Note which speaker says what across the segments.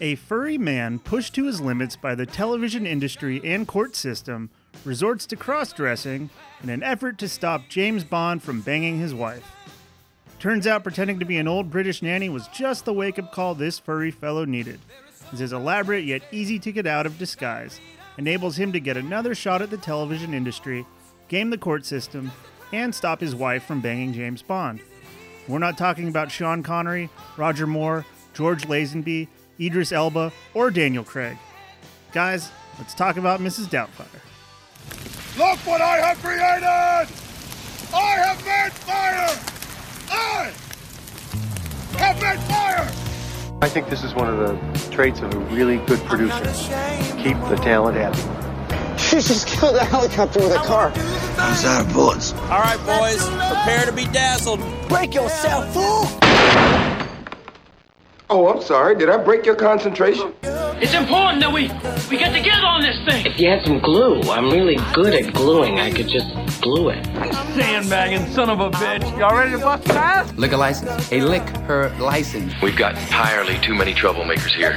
Speaker 1: A furry man pushed to his limits by the television industry and court system resorts to cross dressing in an effort to stop James Bond from banging his wife. Turns out pretending to be an old British nanny was just the wake up call this furry fellow needed, as his elaborate yet easy to get out of disguise enables him to get another shot at the television industry, game the court system, and stop his wife from banging James Bond. We're not talking about Sean Connery, Roger Moore, George Lazenby, Idris Elba, or Daniel Craig. Guys, let's talk about Mrs. Doubtfire.
Speaker 2: Look what I have created! I have made fire! I have made fire!
Speaker 3: I think this is one of the traits of a really good producer. Keep the talent happy.
Speaker 4: You just killed a helicopter with a car.
Speaker 5: All right, boys, prepare to be dazzled.
Speaker 4: Break yourself, fool!
Speaker 6: Oh, I'm sorry. Did I break your concentration?
Speaker 7: It's important that we we get together on this thing.
Speaker 8: If you had some glue, I'm really good at gluing. I could just glue it.
Speaker 7: Sandbagging son of a bitch. Y'all ready to bust ass?
Speaker 9: Lick a license. A lick her license.
Speaker 10: We've got entirely too many troublemakers here.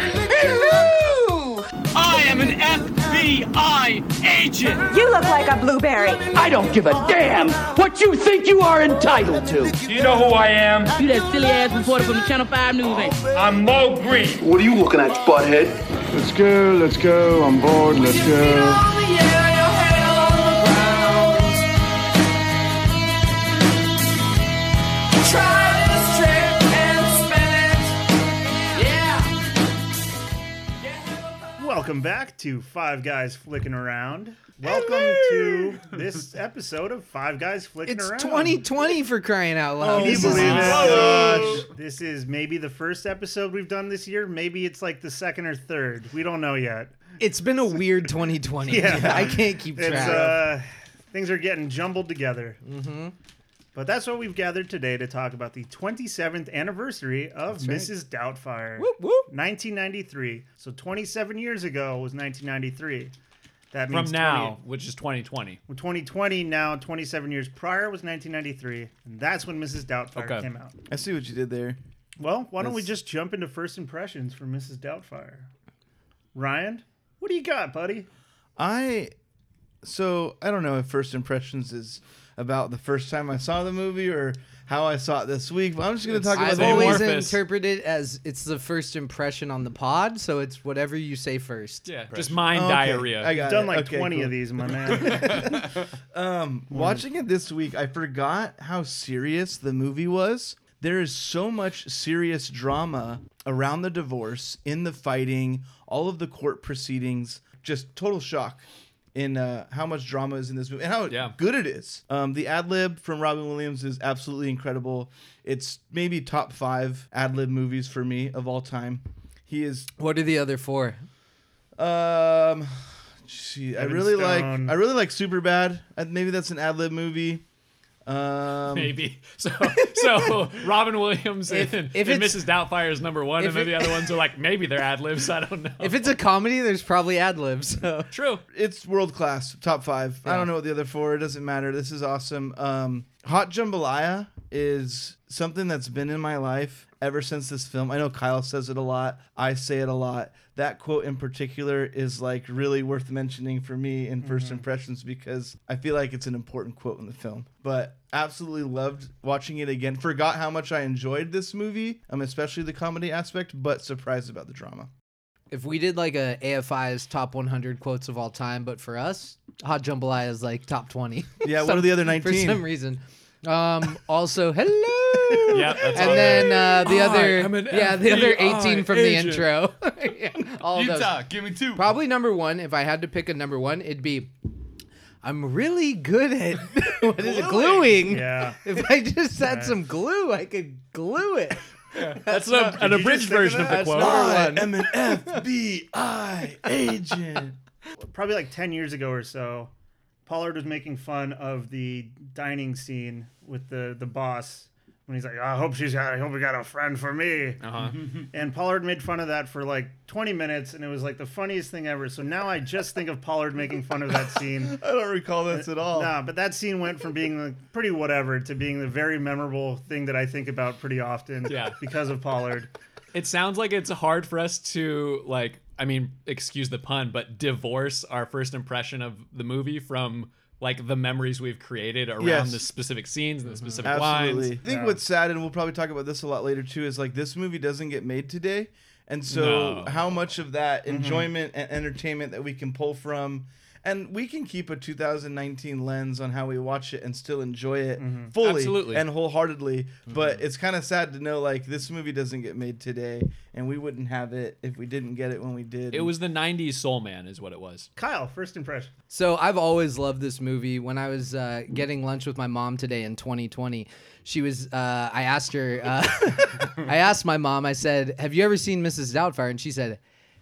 Speaker 7: I am an FBI agent.
Speaker 11: You look like a blueberry.
Speaker 12: I don't give a damn what you think you are entitled to.
Speaker 7: Do you know who I am?
Speaker 13: You that silly ass reporter from the Channel 5 News, ain't you?
Speaker 7: I'm Mo Green.
Speaker 12: What are you looking at, butthead?
Speaker 3: Let's go, let's go, I'm bored, let's go.
Speaker 1: Welcome back to Five Guys Flicking Around. Welcome to this episode of Five Guys Flicking
Speaker 9: It's
Speaker 1: Around. Oh,
Speaker 9: 2020 for crying out loud.
Speaker 1: Can you
Speaker 9: This
Speaker 1: believe
Speaker 9: is
Speaker 1: it?
Speaker 9: such-
Speaker 1: This is maybe the first episode we've done this year. Maybe it's like the second or third. We don't know yet.
Speaker 9: It's been a weird 2020.
Speaker 1: Yeah.
Speaker 9: I can't keep track.
Speaker 1: It's uh, things are getting jumbled together. Mm-hmm. But that's what we've gathered today to talk about the 27th anniversary of Mrs. Doubtfire.
Speaker 9: Whoop, whoop.
Speaker 1: 1993. So 27 years ago was 1993. That means
Speaker 14: From now, which is 2020.
Speaker 1: 20 2020 now 27 years prior was 1993, and that's when Mrs. Doubtfire
Speaker 14: Okay.
Speaker 1: came out.
Speaker 12: I see what you did there.
Speaker 1: Well, why don't we
Speaker 12: That's-
Speaker 1: just jump into first impressions for Mrs. Doubtfire? Ryan, what do you got, buddy?
Speaker 12: I so I don't know if first impressions is about the first time I saw the movie or how I saw it this week, but I'm just gonna talk about
Speaker 9: I've
Speaker 12: the
Speaker 9: always
Speaker 14: amorphous.
Speaker 9: interpreted it as it's the first impression on the pod, Oh, so it's whatever you say first.
Speaker 14: Yeah, just mind
Speaker 12: Okay,
Speaker 14: diarrhea.
Speaker 12: I got
Speaker 1: Done
Speaker 12: it.
Speaker 1: like
Speaker 12: Okay,
Speaker 1: 20
Speaker 12: cool.
Speaker 1: of these, my man. Mm.
Speaker 12: Watching it this week, I forgot how serious the movie was. There is so much serious drama around the divorce, in the fighting, all of the court proceedings. Just total shock in uh, how much drama is in this movie and how
Speaker 14: Yeah.
Speaker 12: good it is. Um, the ad lib from Robin Williams is absolutely incredible. It's maybe top five ad lib movies for me of all time. He is
Speaker 9: What are the other four?
Speaker 12: um, gee, I
Speaker 1: Emma
Speaker 12: really
Speaker 1: Stone.
Speaker 12: like I really like Super Bad. Maybe that's an ad lib movie. Um,
Speaker 14: Maybe so. So Robin Williams
Speaker 9: If-
Speaker 14: and,
Speaker 9: if
Speaker 14: and
Speaker 9: it's-
Speaker 14: Mrs. Doubtfire is number one,
Speaker 9: if
Speaker 14: and then
Speaker 9: it-
Speaker 14: the other ones are like maybe they're ad libs. I don't know.
Speaker 9: If it's a comedy, there's probably ad libs. So.
Speaker 14: true,
Speaker 12: it's world class, top five. I
Speaker 9: Yeah.
Speaker 12: don't know what the other four. It doesn't matter. This is awesome. Um, Hot Jambalaya is something that's been in my life ever since this film. I know Kyle says it a lot. I say it a lot. That quote in particular is like really worth mentioning for me in 1st
Speaker 9: Mm-hmm.
Speaker 12: impressions because I feel like it's an important quote in the film. But absolutely loved watching it again. Forgot how much I enjoyed this movie, um, especially the comedy aspect, but surprised about the drama.
Speaker 9: If we did like a AFI's top 100 quotes of all time, but for us, Hot Jambalaya is like top 20.
Speaker 12: Yeah, what are the other
Speaker 9: For
Speaker 12: 19?
Speaker 9: some reason. Um, also, hello.
Speaker 14: Yep, that's
Speaker 9: and
Speaker 14: all
Speaker 9: then uh, the
Speaker 14: I am
Speaker 9: other,
Speaker 14: an
Speaker 9: yeah, the other
Speaker 14: FBI
Speaker 9: 18 from
Speaker 14: agent.
Speaker 9: the intro. yeah, all of those.
Speaker 5: give me two.
Speaker 9: Probably number one. If I had to pick a number one, it'd be, I'm really good at what is it? Gluing.
Speaker 1: yeah.
Speaker 9: If I just had some glue, I could glue it.
Speaker 14: that's an, an
Speaker 1: you just
Speaker 14: abridged
Speaker 1: think of
Speaker 14: version of the
Speaker 1: that?
Speaker 14: quote.
Speaker 12: I am an FBI agent.
Speaker 1: Probably like 10 years ago or so, Pollard was making fun of the dining scene with the, the boss. When he's like, I hope she's got, I hope we got a friend for me.
Speaker 14: Uh-huh.
Speaker 1: And Pollard made fun of that for like 20 minutes, and it was like the funniest thing ever. So now I just think of Pollard making fun of that scene.
Speaker 12: I don't recall this at all.
Speaker 1: Nah, but that scene went from being like pretty whatever to being the very memorable thing that I think about pretty often
Speaker 14: Yeah.
Speaker 1: because of Pollard.
Speaker 14: it sounds like it's hard for us to like. I mean, excuse the pun, but divorce our first impression of the movie from like the memories we've created around
Speaker 12: Yes.
Speaker 14: the specific scenes and the specific
Speaker 12: Absolutely.
Speaker 14: lines.
Speaker 12: I think what's sad, and we'll probably talk about this a lot later too, is like this movie doesn't get made today. And so,
Speaker 14: No.
Speaker 12: how much of that
Speaker 14: Mhm.
Speaker 12: enjoyment and entertainment that we can pull from, and we can keep a 2019 lens on how we watch it and still enjoy it fully
Speaker 14: Absolutely.
Speaker 12: and wholeheartedly. But it's kind of sad to know like this movie doesn't get made today, and we wouldn't have it if we didn't get it when we did.
Speaker 14: It was the '90s Soul Man, is what it was.
Speaker 1: Kyle, first impression.
Speaker 9: So I've always loved this movie. When I was uh, getting lunch with my mom today in 2020, she was. Uh, I asked her. Uh, I asked my mom. I said, "Have you ever seen Mrs. Doubtfire?" And she said.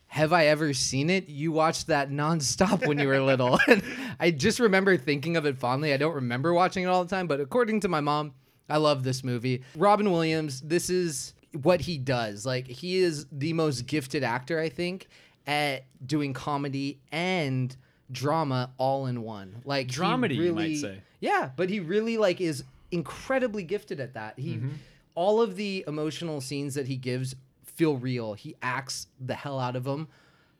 Speaker 9: Have I ever seen it? You watched that nonstop when you were little. and I just remember thinking of it fondly. I don't remember watching it all the time, but according to my mom, I love this movie. Robin Williams, this is what he does. Like he is the most gifted actor, I think, at doing comedy and drama all in one. Like he
Speaker 14: Dramedy, you might say.
Speaker 9: Yeah, but he really like is incredibly gifted at that. He
Speaker 14: Mm-hmm.
Speaker 9: all of the emotional scenes that he gives feel real. He acts the hell out of them,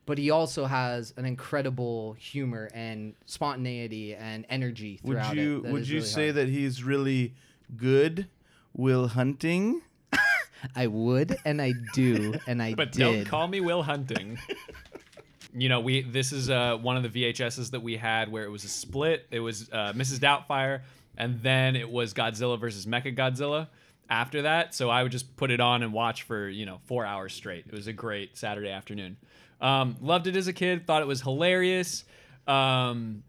Speaker 9: but he also has an incredible humor and spontaneity and energy
Speaker 12: would
Speaker 9: throughout
Speaker 12: you
Speaker 9: it that
Speaker 12: would
Speaker 9: is
Speaker 12: you
Speaker 9: really
Speaker 12: say
Speaker 9: hard.
Speaker 12: that he's really good, Will Hunting?
Speaker 9: I would, and I do, and I
Speaker 14: but
Speaker 9: did.
Speaker 14: don't call me Will Hunting. you know, we this is uh, one of the VHSs that we had where it was a split. It was uh, Mrs. Doubtfire, and then it was Godzilla versus Mecha Godzilla. After that, so I would just put it on and watch for you know four hours straight. It was a great Saturday afternoon. Um, loved it as a kid. Thought it was hilarious. Um,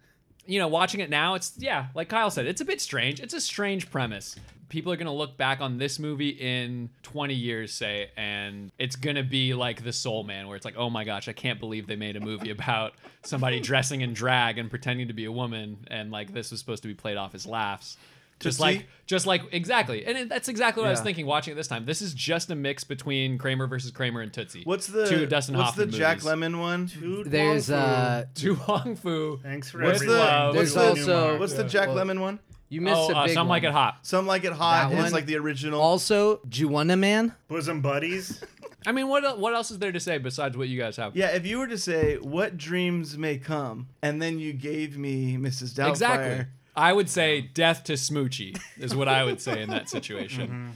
Speaker 14: you know, watching it now, it's yeah, like Kyle said, it's a bit strange. It's a strange premise. People are gonna look back on this movie in 20 years, say, and it's gonna be like The Soul Man, where it's like, oh my gosh, I can't believe they made a movie about somebody dressing in drag and pretending to be a woman, and like this was supposed to be played off as laughs. Just
Speaker 12: Tootsie?
Speaker 14: like, just like, exactly, and it- that's exactly what I was
Speaker 12: Yeah.
Speaker 14: thinking watching it this time. This is just a mix between Kramer versus Kramer and Tootsie.
Speaker 12: What's the
Speaker 14: two Dustin
Speaker 12: What's
Speaker 14: Hoffman
Speaker 12: the Jack
Speaker 14: movies.
Speaker 12: Lemon one?
Speaker 9: There's uh,
Speaker 14: Tu Hong Fu.
Speaker 1: Thanks for
Speaker 12: What's
Speaker 1: everything.
Speaker 12: the,
Speaker 14: Love.
Speaker 12: what's
Speaker 9: There's
Speaker 12: the,
Speaker 9: also-
Speaker 12: what's the Jack
Speaker 9: well,
Speaker 12: Lemon one?
Speaker 9: you missed
Speaker 14: Oh,
Speaker 9: a
Speaker 14: uh,
Speaker 9: big
Speaker 14: Some
Speaker 9: one.
Speaker 14: Like It Hot.
Speaker 12: Some like it hot.
Speaker 9: That
Speaker 12: It's
Speaker 9: one?
Speaker 12: like the original.
Speaker 9: Also, Juana Man.
Speaker 1: Bosom buddies.
Speaker 14: I mean, what el- what else is there to say besides what you guys have?
Speaker 12: yeah, if you were to say what dreams may come, and then you gave me Mrs. Doubtfire.
Speaker 14: Exactly. I would say death to Smoochie is what I would say in that situation.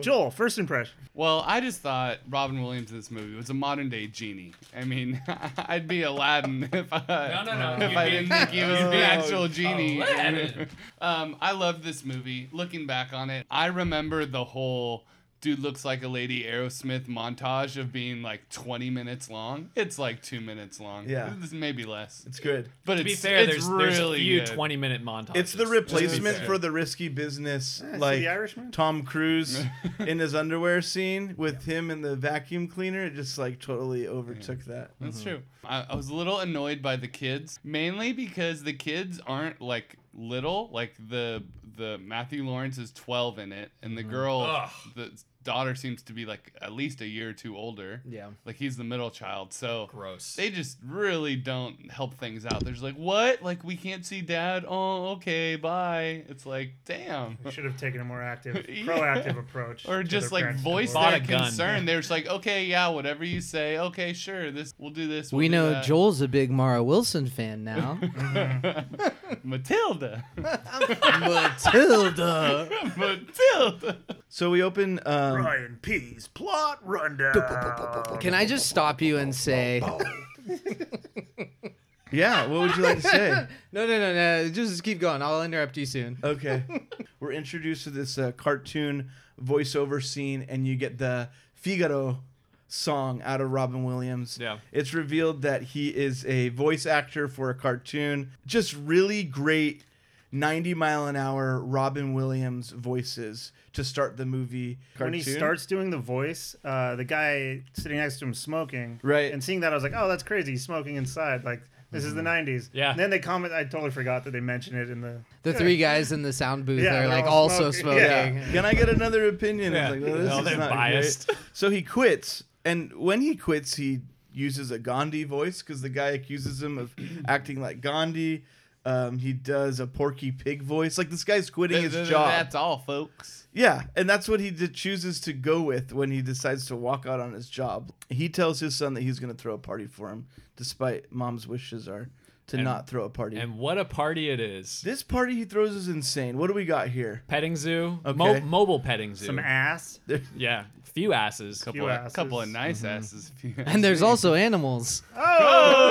Speaker 1: Joel, first impression.
Speaker 11: Well, I just thought Robin Williams in this movie was a modern day genie. I mean, I'd be Aladdin if uh, I,
Speaker 14: no, no.
Speaker 11: Mm-hmm. If
Speaker 14: You'd
Speaker 11: I
Speaker 14: be-
Speaker 11: didn't think he was
Speaker 14: you'd be
Speaker 11: the actual genie.
Speaker 14: Aladdin.
Speaker 11: um, I love this movie. Looking back on it, I remember the whole dude looks like a lady Aerosmith montage of being like 20 minutes long. It's like two minutes long.
Speaker 12: Yeah.
Speaker 11: This maybe less.
Speaker 12: It's good.
Speaker 11: But
Speaker 14: to
Speaker 11: it's,
Speaker 14: be fair,
Speaker 11: it's
Speaker 14: there's,
Speaker 11: really
Speaker 14: there's a few
Speaker 11: good.
Speaker 14: 20 minute montages.
Speaker 12: It's the
Speaker 14: Just to be
Speaker 12: replacement
Speaker 14: fair.
Speaker 12: for the risky business,
Speaker 1: see
Speaker 12: like
Speaker 1: The Irishman?
Speaker 12: Tom Cruise in his underwear scene with him and the vacuum cleaner. It just like totally overtook that.
Speaker 11: That's true. I, I was a little annoyed by the kids, mainly because the kids aren't like little. Like the the Matthew Lawrence is twelve in it, and the girl,
Speaker 14: Ugh.
Speaker 11: the daughter, seems to be like at least a year or two older.
Speaker 9: Yeah.
Speaker 11: like he's the middle child. So
Speaker 14: Gross.
Speaker 11: They just really don't help things out. There's like, what? Like we can't see dad. Oh, okay, bye. It's like, damn.
Speaker 1: We should have taken a more active,
Speaker 11: Yeah.
Speaker 1: proactive approach.
Speaker 11: Or
Speaker 1: to
Speaker 11: just
Speaker 1: their
Speaker 11: like
Speaker 1: parents'
Speaker 11: voice
Speaker 1: divorce.
Speaker 11: their
Speaker 14: Bought a gun.
Speaker 11: concern. They're just like, okay, yeah, whatever you say. Okay, sure. This we'll do this. we'll
Speaker 9: We
Speaker 11: do
Speaker 9: know
Speaker 11: that."
Speaker 9: Joel's a big Mara Wilson fan now.
Speaker 11: Matilda.
Speaker 9: Matilda.
Speaker 11: Matilda.
Speaker 12: So we open. Um,
Speaker 1: Brian P's plot rundown.
Speaker 9: Can I just stop you and say?
Speaker 12: Oh, Yeah. What would you like to say?
Speaker 9: No, no, no, no. Just keep going. I'll interrupt you soon.
Speaker 12: Okay. We're introduced to this uh, cartoon voiceover scene, and you get the Figaro song out of Robin Williams.
Speaker 14: Yeah.
Speaker 12: It's revealed that he is a voice actor for a cartoon. Just really great 90 mile an hour Robin Williams voices to start the movie.
Speaker 1: When he
Speaker 12: cartoon.
Speaker 1: starts doing the voice, uh, the guy sitting next to him smoking,
Speaker 12: Right.
Speaker 1: and seeing that, I was like, "Oh, that's crazy! He's smoking inside." Like this is the '90s.
Speaker 14: Yeah.
Speaker 1: And then they comment. I totally forgot that they mentioned it in the
Speaker 9: The three guys in the sound booth
Speaker 1: Yeah,
Speaker 9: are
Speaker 1: they're
Speaker 9: like
Speaker 1: all
Speaker 9: also
Speaker 1: smoking.
Speaker 9: smoking.
Speaker 1: Yeah.
Speaker 12: Can I get another opinion?
Speaker 14: Yeah.
Speaker 12: It's like, well, this
Speaker 14: No,
Speaker 12: is
Speaker 14: they're
Speaker 12: not
Speaker 14: biased.
Speaker 12: great. So he quits, and when he quits, he uses a Gandhi voice because the guy accuses him of acting like Gandhi. Um, he does a Porky Pig voice. Like this guy's quitting his
Speaker 11: Th- th-
Speaker 12: job.
Speaker 11: That's all, folks.
Speaker 12: Yeah, and that's what he d- chooses to go with when he decides to walk out on his job. He tells his son that he's going to throw a party for him, despite mom's wishes are to
Speaker 14: And-
Speaker 12: not throw a party.
Speaker 14: And what a party it is.
Speaker 12: this party he throws is insane. What do we got here?
Speaker 14: Petting zoo.
Speaker 12: Okay.
Speaker 14: Mo- mobile petting zoo.
Speaker 12: Some
Speaker 1: ass.
Speaker 14: Yeah. Few asses.
Speaker 11: Couple, of, couple of nice
Speaker 12: Mm-hmm.
Speaker 11: asses. If you
Speaker 9: And there's also animals.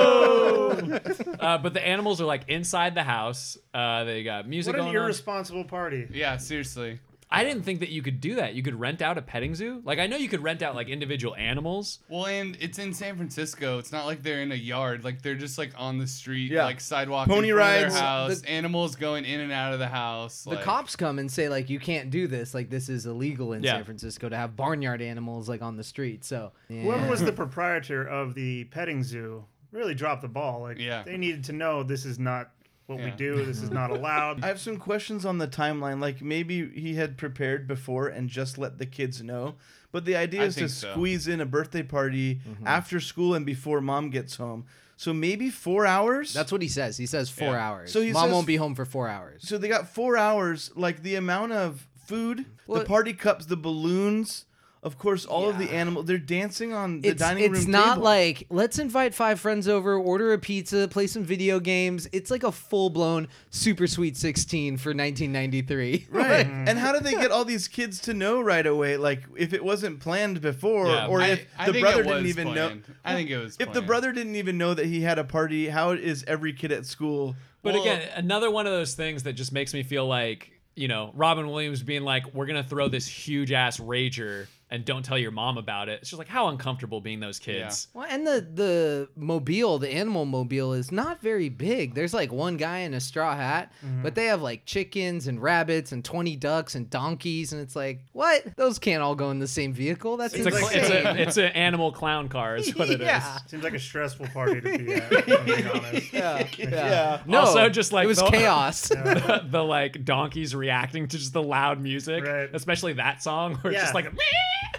Speaker 14: uh, but the animals are like inside the house. Uh, they got music
Speaker 1: What an
Speaker 14: going on.
Speaker 1: irresponsible party.
Speaker 11: Yeah, seriously.
Speaker 14: I didn't think that you could do that. You could rent out a petting zoo. Like I know you could rent out like individual animals.
Speaker 11: Well, and it's in San Francisco. It's not like they're in a yard. Like they're just like on the street, like sidewalk,
Speaker 12: Pony
Speaker 11: in front of
Speaker 12: rides,
Speaker 11: their house,
Speaker 9: the-
Speaker 11: animals going in and out of the house.
Speaker 9: The
Speaker 11: like,
Speaker 9: cops come and say like you can't do this. Like this is illegal in
Speaker 11: Yeah.
Speaker 9: San Francisco to have barnyard animals like on the street. So
Speaker 1: Whoever
Speaker 9: Yeah.
Speaker 1: was the proprietor of the petting zoo really dropped the ball. Like,
Speaker 9: Yeah.
Speaker 1: they needed to know this is not what we
Speaker 12: Yeah.
Speaker 1: do. This is not allowed.
Speaker 12: I have some questions on the timeline. Like maybe he had prepared before and just let the kids know. But the idea
Speaker 11: I
Speaker 12: is to
Speaker 11: think so. Mm-hmm.
Speaker 12: squeeze in a birthday party after school and before mom gets home. So maybe four hours.
Speaker 9: That's what he says. He says four
Speaker 12: Yeah.
Speaker 9: hours.
Speaker 12: So he
Speaker 9: Mom
Speaker 12: says-
Speaker 9: won't be home for four hours.
Speaker 12: So they got four hours. Like the amount of food,
Speaker 9: Well-
Speaker 12: the party cups, the balloons. Of course, all of the animal. They're dancing on the
Speaker 9: it's
Speaker 12: dining room.
Speaker 9: it's not
Speaker 12: table.
Speaker 9: like let's invite five friends over, order a pizza, play some video games. It's like a full blown super sweet sixteen for 1993.
Speaker 12: Right. And how did they get all these kids to know right away? Like, if it wasn't planned before,
Speaker 11: Yeah.
Speaker 12: or
Speaker 11: I-
Speaker 12: if
Speaker 11: I
Speaker 12: the
Speaker 11: think
Speaker 12: brother
Speaker 11: it
Speaker 12: didn't
Speaker 11: was
Speaker 12: even
Speaker 11: planned.
Speaker 12: know.
Speaker 11: I think it was
Speaker 12: If the
Speaker 11: planned.
Speaker 12: brother didn't even know that he had a party, how is every kid at school?
Speaker 14: But again, another one of those things that just makes me feel like you know Robin Williams being like, "We're gonna throw this huge ass rager and don't tell your mom about it." It's just like how uncomfortable being those kids.
Speaker 9: Well, and the the mobile, the animal mobile, is not very big. There's like one guy in a straw hat, but they have like chickens and rabbits and twenty ducks and donkeys, and it's like, what? Those can't all go in the same vehicle. That's
Speaker 14: It's a cl-
Speaker 9: insane.
Speaker 14: it's a it's an animal clown car. Is what it is.
Speaker 9: Yeah.
Speaker 1: Seems like a stressful party to be at. if I'm being honest.
Speaker 9: Yeah.
Speaker 12: Yeah.
Speaker 9: No,
Speaker 14: also, just like
Speaker 9: it was
Speaker 14: the-
Speaker 9: chaos.
Speaker 14: the, the, like donkeys reacting to just the loud music, especially that song, where it's just like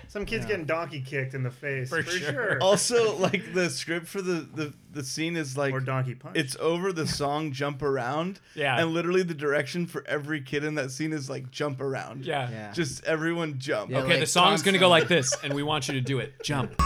Speaker 1: some kids getting donkey kicked in the face for, sure.
Speaker 12: Also, like the script for the, the the scene is like or
Speaker 1: donkey punch.
Speaker 12: It's over the song "Jump Around."
Speaker 14: Yeah.
Speaker 12: and literally the direction for every kid in that scene is like "Jump Around."
Speaker 14: Yeah. Yeah.
Speaker 12: just everyone jump.
Speaker 14: okay, the song's gonna go like this, and we want you to do it. Jump.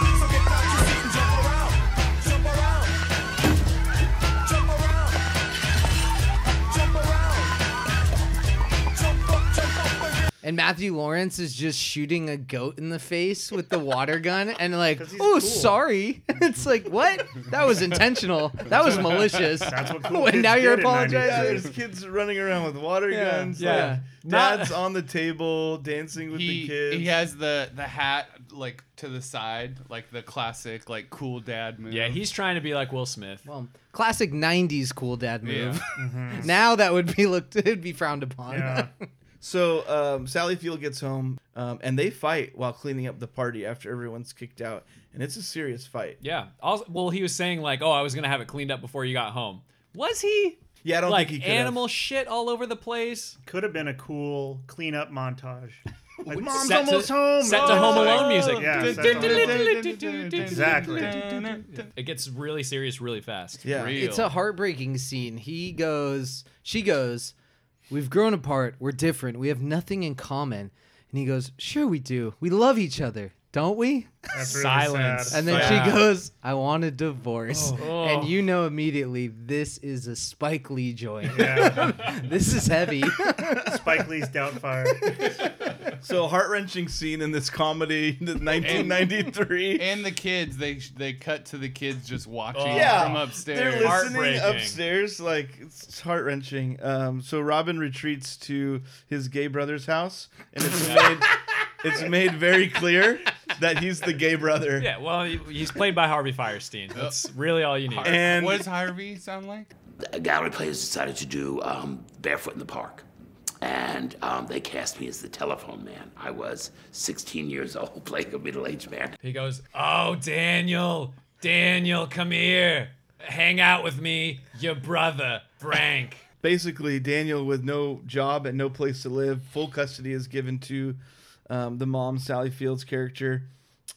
Speaker 9: And Matthew Lawrence is just shooting a goat in the face with the water gun and like, oh, sorry. it's like, what? That was intentional. That was malicious.
Speaker 12: That's what
Speaker 1: cool
Speaker 9: and
Speaker 1: kids
Speaker 9: now you're
Speaker 1: did in 93.
Speaker 12: Yeah,
Speaker 9: apologizing.
Speaker 12: there's kids running around with water
Speaker 11: Yeah.
Speaker 12: guns.
Speaker 11: Yeah.
Speaker 12: like,
Speaker 11: Not-
Speaker 12: dad's on the table dancing with
Speaker 11: he,
Speaker 12: the kids.
Speaker 11: he has the the hat like to the side, like the classic like cool dad move.
Speaker 14: Yeah, he's trying to be like Will Smith.
Speaker 9: Well, Classic 90s cool dad move.
Speaker 11: Yeah. Mhm.
Speaker 9: now that would be looked, it'd be frowned upon.
Speaker 12: so um, Sally Field gets home, um, and they fight while cleaning up the party after everyone's kicked out, and it's a serious fight.
Speaker 14: Yeah. Also, well, he was saying like, "Oh, I was gonna have it cleaned up before you got home." Was he?
Speaker 12: Yeah, I don't
Speaker 14: like
Speaker 12: think he could
Speaker 14: animal shit all over the place.
Speaker 1: Could have been a cool cleanup montage. Like, Mom's
Speaker 14: Set to-
Speaker 1: almost
Speaker 12: Oh,
Speaker 1: home.
Speaker 14: set to Home Alone music.
Speaker 1: Yeah, set to Home Alone. exactly.
Speaker 14: It gets really serious really fast.
Speaker 9: It's a heartbreaking scene. He goes, she goes, We've grown apart. We're different. We have nothing in common. And he goes, Sure, we do. We love each other, don't we?
Speaker 14: That's really Silence. sad.
Speaker 9: And then
Speaker 14: Yeah.
Speaker 9: she goes, I want a divorce.
Speaker 14: Oh.
Speaker 9: And you know immediately this is a Spike Lee joint. this is heavy.
Speaker 1: Spike Lee's Doubtfire.
Speaker 12: so heart wrenching scene in this comedy, the 1993.
Speaker 11: And the kids, they they cut to the kids just watching
Speaker 14: Oh.
Speaker 12: yeah,
Speaker 11: from upstairs.
Speaker 12: They're listening upstairs. Like it's heart wrenching. Um, so Robin retreats to his gay brother's house, and it's made it's made very clear that he's the gay brother.
Speaker 14: Yeah. Well, he- he's played by Harvey Firestein. That's really all you need.
Speaker 12: And-
Speaker 11: what does Harvey sound like?
Speaker 15: a gallery players decided to do um, Barefoot in the Park. And um, they cast me as the telephone man. I was 16 years old playing a middle aged man.
Speaker 14: He goes, "Oh, Daniel, Daniel, come here, hang out with me, your brother Frank."
Speaker 12: Basically, Daniel, with no job and no place to live, full custody is given to um, the mom, Sally Field's character.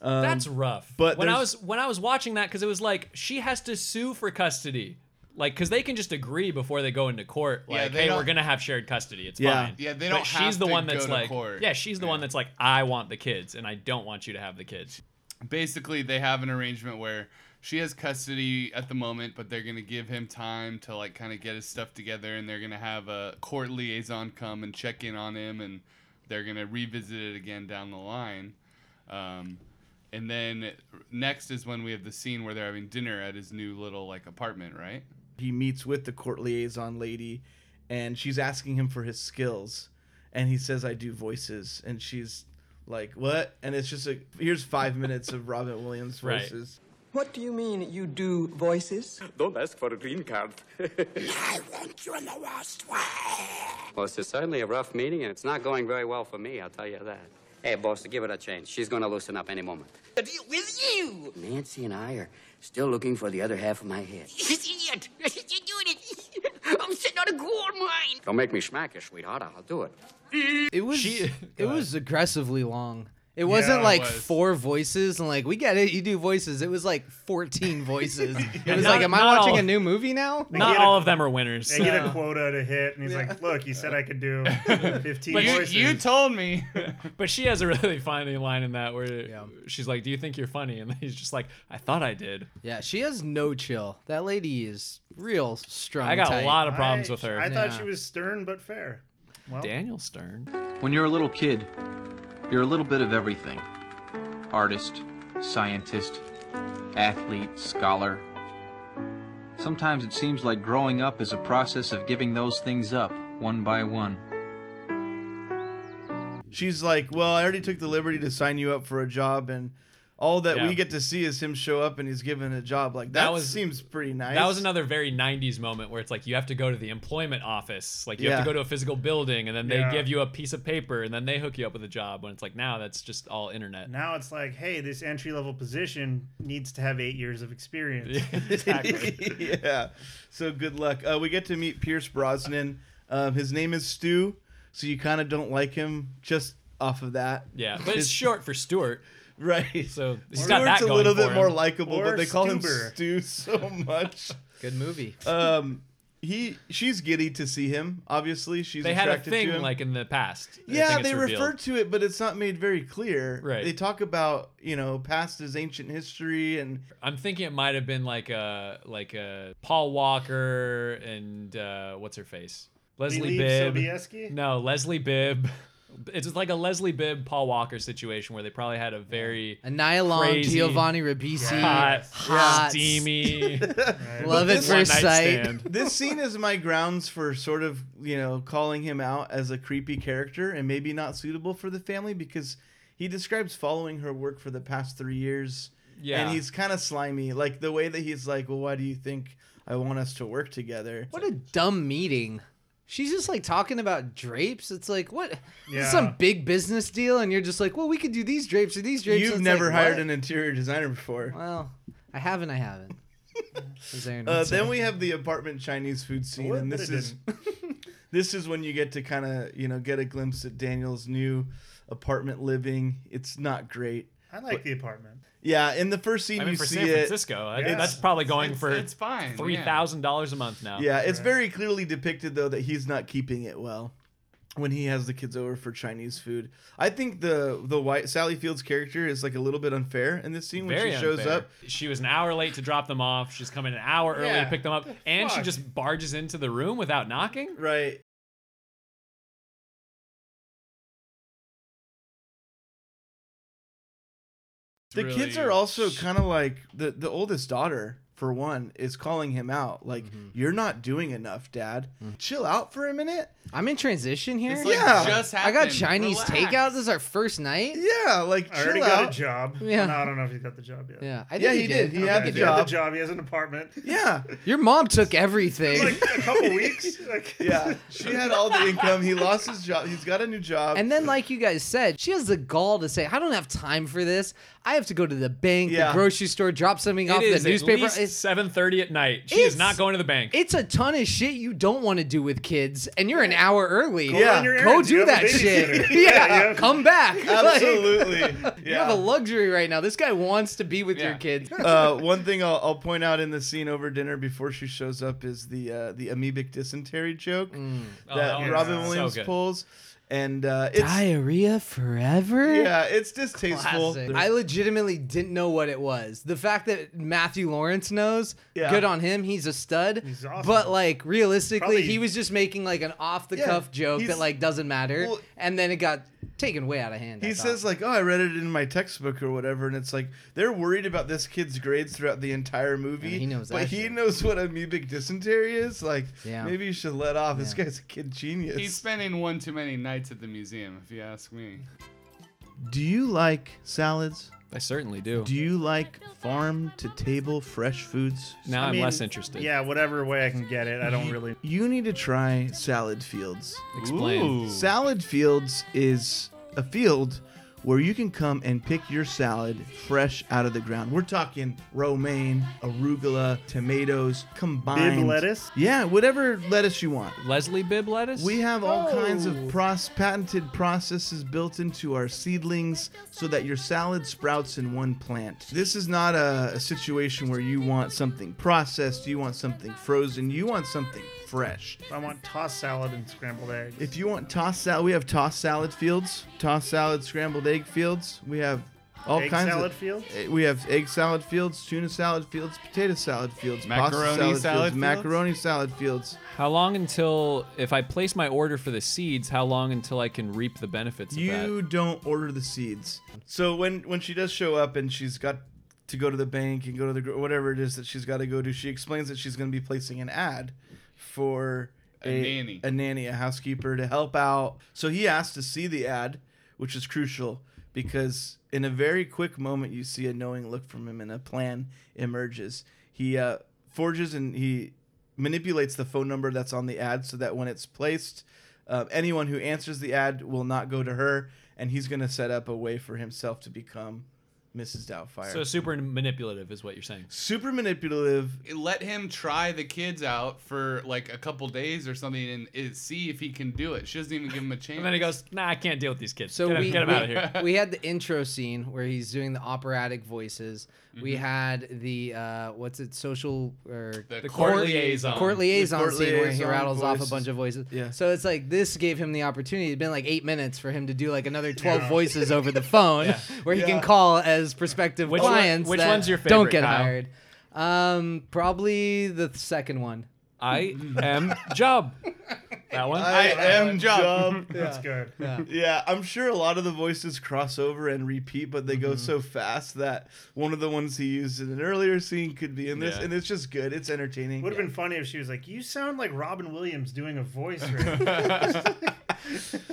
Speaker 12: Um,
Speaker 14: That's rough.
Speaker 12: But
Speaker 14: when I
Speaker 12: there's-
Speaker 14: was when I was watching that, because it was like she has to sue for custody. Like, because they can just agree before they go into court.
Speaker 11: Yeah,
Speaker 14: Like,
Speaker 11: they
Speaker 14: hey,
Speaker 11: don't-
Speaker 14: we're gonna have shared custody. It's
Speaker 12: Yeah.
Speaker 14: fine.
Speaker 11: Yeah, they
Speaker 14: But
Speaker 11: don't
Speaker 14: she's
Speaker 11: have
Speaker 14: the
Speaker 11: to
Speaker 14: one that's
Speaker 11: go to
Speaker 14: like,
Speaker 11: court.
Speaker 14: yeah, she's the one that's like, I want the kids, and I don't want you to have the kids.
Speaker 11: basically they have an arrangement where she has custody at the moment but they're going to give him time to like kind of get his stuff together and they're going to have a court liaison come and check in on him and they're going to revisit it again down the line um, and then next is when we have the scene where they're having dinner at his new little like apartment right
Speaker 12: he meets with the court liaison lady and she's asking him for his skills and he says i do voices and she's like what and it's just like here's five minutes of robin williams
Speaker 16: Right.
Speaker 12: voices
Speaker 16: What do you mean you do voices?
Speaker 17: Don't ask for a green card.
Speaker 16: I want you in the worst way.
Speaker 17: well, this is certainly a rough meeting, and it's not going very well for me, I'll tell you that. Hey, boss, give it a chance. She's going to loosen up any moment.
Speaker 4: The deal with you.
Speaker 17: Nancy and I are still looking for the other half of my head.
Speaker 4: This idiot. You're doing it. I'm sitting on a gold mine.
Speaker 17: Don't make me smack you, sweetheart. I'll do it.
Speaker 9: It was it was aggressively long. It wasn't
Speaker 14: it
Speaker 9: like
Speaker 14: was.
Speaker 9: four voices and like we get it, you do voices. It was like fourteen voices. It
Speaker 14: Yeah,
Speaker 9: was
Speaker 14: not-
Speaker 9: like, am I
Speaker 14: not
Speaker 9: watching
Speaker 14: all-
Speaker 9: a new movie now?
Speaker 14: Not all of them are winners.
Speaker 1: They get
Speaker 9: No.
Speaker 1: a quota to hit, and he's like, "Look, you said I could do 15
Speaker 14: But you-
Speaker 1: voices."
Speaker 14: you
Speaker 11: told me.
Speaker 14: but she has a really funny line in that where she's like, "Do you think you're funny?" And he's just like, "I thought I did."
Speaker 9: Yeah, she has no chill. That lady is real strong.
Speaker 14: I got a lot of problems with her.
Speaker 1: I thought
Speaker 9: Yeah.
Speaker 1: she was stern but fair. Well,
Speaker 14: Daniel Stern.
Speaker 18: When you're a little kid, you're a little bit of everything artist, scientist, athlete, scholar. Sometimes it seems like growing up is a process of giving those things up one by one.
Speaker 12: she's like well i already took the liberty to sign you up for a job and all that
Speaker 14: Yeah.
Speaker 12: we get to see is him show up and he's given a job like that,
Speaker 14: That was-
Speaker 12: seems pretty nice
Speaker 14: That was another very 90s moment where it's like you have to go to the employment office. Like you have
Speaker 12: Yeah.
Speaker 14: to go to a physical building and then they
Speaker 1: Yeah.
Speaker 14: give you a piece of paper and then they hook you up with a job when it's like now that's just all internet.
Speaker 1: now it's like, hey, this entry level position needs to have eight years of experience.
Speaker 12: yeah. So good luck. Uh, we get to meet Pierce Brosnan. Um, his name is Stu, so you kind of don't like him just off of that.
Speaker 14: Yeah, but it's short for Stuart.
Speaker 12: Right.
Speaker 14: So he's
Speaker 12: Stuart's
Speaker 14: got that
Speaker 12: a
Speaker 14: going
Speaker 12: little
Speaker 14: for
Speaker 12: bit
Speaker 14: him.
Speaker 12: more likable, but they call
Speaker 14: Stuber.
Speaker 12: him Stu so much.
Speaker 9: Good movie.
Speaker 12: Um, he she's giddy to see him. Obviously, she's
Speaker 14: They had a
Speaker 12: attracted
Speaker 14: thing
Speaker 12: to him.
Speaker 14: like in the past. I
Speaker 12: Yeah,
Speaker 14: think it's
Speaker 12: they
Speaker 14: revealed.
Speaker 12: refer to it, but it's not made very clear.
Speaker 14: Right.
Speaker 12: They talk about you know past his ancient history and
Speaker 14: I'm thinking it might have been like a like a Paul Walker and uh, what's her face Leslie
Speaker 1: Believe
Speaker 14: Bibb.
Speaker 1: Sobieski?
Speaker 14: No, Leslie Bibb. It's just like a Leslie Bibb Paul Walker situation where they probably had a very
Speaker 9: A Nylon,
Speaker 14: crazy,
Speaker 9: Giovanni Ribisi,
Speaker 14: hot,
Speaker 9: hot.
Speaker 14: steamy.
Speaker 9: Love at
Speaker 14: This-
Speaker 9: first
Speaker 14: one-night
Speaker 9: sight.
Speaker 14: stand.
Speaker 12: this scene is my grounds for sort of you know calling him out as a creepy character and maybe not suitable for the family because he describes following her work for the past three years
Speaker 14: Yeah.
Speaker 12: and he's kind of slimy like the way that he's like well why do you think i want us to work together
Speaker 9: What a dumb meeting. She's just like talking about drapes. It's like what? This
Speaker 12: Yeah.
Speaker 9: is some big business deal, and you're just like, well, we could do these drapes or these drapes.
Speaker 12: You've
Speaker 9: It's
Speaker 12: never
Speaker 9: like,
Speaker 12: hired
Speaker 9: what?
Speaker 12: an interior designer before.
Speaker 9: Well, I haven't. I haven't. As Aaron would
Speaker 12: uh,
Speaker 9: say.
Speaker 12: then we have the apartment chinese food scene
Speaker 9: What?
Speaker 12: and
Speaker 9: But
Speaker 12: this
Speaker 9: it
Speaker 12: is this is when you get to kind of you know get a glimpse at daniel's new apartment living it's not great
Speaker 1: I like
Speaker 12: but-
Speaker 1: the apartment.
Speaker 12: Yeah, in the first scene
Speaker 14: I mean,
Speaker 12: you
Speaker 14: for
Speaker 12: see
Speaker 14: San
Speaker 12: it.
Speaker 14: Francisco, I- that's probably going for
Speaker 12: it's fine, yeah.
Speaker 14: three thousand dollars a month now.
Speaker 12: Yeah, it's very clearly depicted though that he's not keeping it well when he has the kids over for Chinese food. I think the the white Sally Fields character is like a little bit unfair in this scene when
Speaker 14: Very
Speaker 12: she shows
Speaker 14: unfair.
Speaker 12: up.
Speaker 14: She was an hour late to drop them off. She's coming an hour early
Speaker 12: Yeah,
Speaker 14: to pick them up, and she
Speaker 12: fuck?
Speaker 14: just barges into the room without knocking.
Speaker 12: Right. The
Speaker 14: It's
Speaker 12: kids
Speaker 14: really-
Speaker 12: are also kind of like the the oldest daughter for one is calling him out like
Speaker 14: Mm-hmm.
Speaker 12: you're not doing enough, dad.
Speaker 14: Mm.
Speaker 12: Chill out for a minute.
Speaker 9: I'm in transition here.
Speaker 12: It's like Yeah. just
Speaker 9: I got
Speaker 12: happened.
Speaker 9: Chinese
Speaker 12: Relax.
Speaker 9: takeout. This is our first night.
Speaker 12: Yeah, like
Speaker 1: I already got a job.
Speaker 9: Yeah.
Speaker 1: No, I don't know if he got the job yet.
Speaker 9: Yeah, I Yeah, think he he did. did. He
Speaker 1: Okay,
Speaker 9: had the
Speaker 1: he had
Speaker 9: job.
Speaker 1: the job. He has an apartment.
Speaker 12: Yeah.
Speaker 9: Your mom took everything.
Speaker 1: Like a couple weeks. Like,
Speaker 12: Yeah, she had all the income. He lost his job. He's got a new job.
Speaker 9: And then, like you guys said, she has the gall to say, I don't have time for this. I have to go to the bank,
Speaker 14: Yeah.
Speaker 9: the grocery store, drop something off,
Speaker 14: it is
Speaker 9: the newspaper.
Speaker 14: At
Speaker 9: It's-
Speaker 14: least seven thirty at night. She is
Speaker 9: It's-
Speaker 14: not going to the bank.
Speaker 9: It's a ton of shit you don't want to do with kids, and you're an hour early.
Speaker 14: Go Yeah. on your
Speaker 9: go
Speaker 14: errands. You
Speaker 9: do
Speaker 14: have a
Speaker 9: that shit.
Speaker 14: babysitter.
Speaker 9: yeah,
Speaker 14: Yeah, yeah.
Speaker 9: come back. Like,
Speaker 12: Absolutely.
Speaker 9: you have a luxury right now. This guy wants to be with your kid.
Speaker 12: uh, one thing I'll, I'll point out in the scene over dinner before she shows up is the uh, the amoebic dysentery joke
Speaker 9: Oh,
Speaker 12: that
Speaker 9: that was
Speaker 12: Robin
Speaker 9: so
Speaker 12: Williams
Speaker 9: good.
Speaker 12: pulls, and uh, it's
Speaker 9: Diarrhea forever.
Speaker 12: yeah, it's distasteful.
Speaker 9: Classic. I legitimately didn't know what it was. The fact that Matthew Lawrence knows,
Speaker 12: Yeah.
Speaker 9: good on him. He's a stud. He's
Speaker 12: awesome.
Speaker 9: But like realistically,
Speaker 12: Probably-
Speaker 9: he was just making like an off the cuff
Speaker 12: Yeah,
Speaker 9: joke
Speaker 12: he's-
Speaker 9: that like doesn't matter,
Speaker 12: Well-
Speaker 9: and then it got taken way out of hand. I
Speaker 12: He
Speaker 9: thought.
Speaker 12: says like, "Oh, I read it in my textbook or whatever," and it's like they're worried about this kid's grades throughout the entire movie.
Speaker 9: he knows
Speaker 12: but
Speaker 9: that
Speaker 12: he knows what amoebic dysentery is. Like,
Speaker 9: Yeah.
Speaker 12: maybe you should let off. This guy's a kid genius.
Speaker 11: He's spending one too many nights at the museum, if you ask me.
Speaker 12: Do you like salads?
Speaker 14: I certainly do.
Speaker 12: Do you like farm to table fresh foods?
Speaker 14: Now
Speaker 1: I
Speaker 14: I'm
Speaker 1: mean,
Speaker 14: less interested.
Speaker 1: Yeah, whatever way I can get it. I don't
Speaker 12: You-
Speaker 1: really.
Speaker 12: You need to try salad fields.
Speaker 14: Explain. Ooh.
Speaker 12: Salad fields is a field where you can come and pick your salad fresh out of the ground. We're talking romaine, arugula, tomatoes combined.
Speaker 1: lettuce?
Speaker 12: Yeah, whatever lettuce you want.
Speaker 14: Leslie bib lettuce.
Speaker 12: We have all kinds of pros- patented processes built into our seedlings so that your salad sprouts in one plant. This is not a, a situation where you want something processed, you want something frozen, you want something fresh.
Speaker 1: I want tossed salad and scrambled eggs.
Speaker 12: If you want tossed salad, we have tossed salad fields, tossed salad scrambled egg fields. We have all
Speaker 1: Egg
Speaker 12: kinds
Speaker 1: salad
Speaker 12: of
Speaker 1: fields?
Speaker 12: Eh, We have egg salad fields, tuna salad fields, potato salad fields,
Speaker 14: Macaroni
Speaker 12: pasta salad,
Speaker 14: salad
Speaker 12: fields,
Speaker 14: fields?
Speaker 12: macaroni salad fields.
Speaker 14: How long until if I place my order for the seeds? How long until I can reap the benefits of that?
Speaker 12: You don't order the seeds. So when when she does show up and she's got to go to the bank and go to the gro- whatever it is that she's got to go to, she explains that she's going to be placing an ad for
Speaker 11: A nanny.
Speaker 12: a nanny, a housekeeper to help out. So he asked to see the ad, which is crucial because in a very quick moment you see a knowing look from him and a plan emerges. He uh, forges and he manipulates the phone number that's on the ad so that when it's placed, uh, anyone who answers the ad will not go to her, and he's going to set up a way for himself to become Mrs. Doubtfire.
Speaker 14: So super manipulative is what you're saying.
Speaker 12: super manipulative.
Speaker 11: It Let him try the kids out for like a couple days or something and it, see if he can do it. She doesn't even give him a chance.
Speaker 14: And then he goes, Nah, I can't deal with these kids.
Speaker 9: So
Speaker 14: get, 'em-
Speaker 9: we,
Speaker 14: get 'em
Speaker 9: we,
Speaker 14: out of here.
Speaker 9: we had the intro scene where he's doing the operatic voices. We
Speaker 14: Mm-hmm.
Speaker 9: had the uh, what's it, social or
Speaker 11: The court liaison.
Speaker 9: court
Speaker 11: The
Speaker 9: liaison
Speaker 11: court
Speaker 9: scene where he
Speaker 11: liaison
Speaker 9: rattles off
Speaker 11: voices.
Speaker 9: a bunch of voices. Yeah. So it's like this gave him the opportunity. It'd been like eight minutes for him to do like another twelve
Speaker 14: Yeah.
Speaker 9: voices over the phone,
Speaker 14: Yeah.
Speaker 9: where he
Speaker 14: Yeah.
Speaker 9: can call as prospective
Speaker 14: Which one-
Speaker 9: clients.
Speaker 14: which
Speaker 9: that
Speaker 14: one's your
Speaker 9: Don't
Speaker 14: favorite,
Speaker 9: get
Speaker 14: Kyle?
Speaker 9: hired. Um, probably the second one.
Speaker 14: I am job. That one.
Speaker 12: I, am job.
Speaker 1: That's good.
Speaker 12: Yeah. I'm sure a lot of the voices cross over and repeat, but they go
Speaker 11: Mm-hmm.
Speaker 12: so fast that one of the ones he used in an earlier scene could be in this,
Speaker 1: Yeah.
Speaker 12: and it's just good. It's entertaining.
Speaker 1: Would have been funny if she was like, "You sound like Robin Williams doing a voice." right now."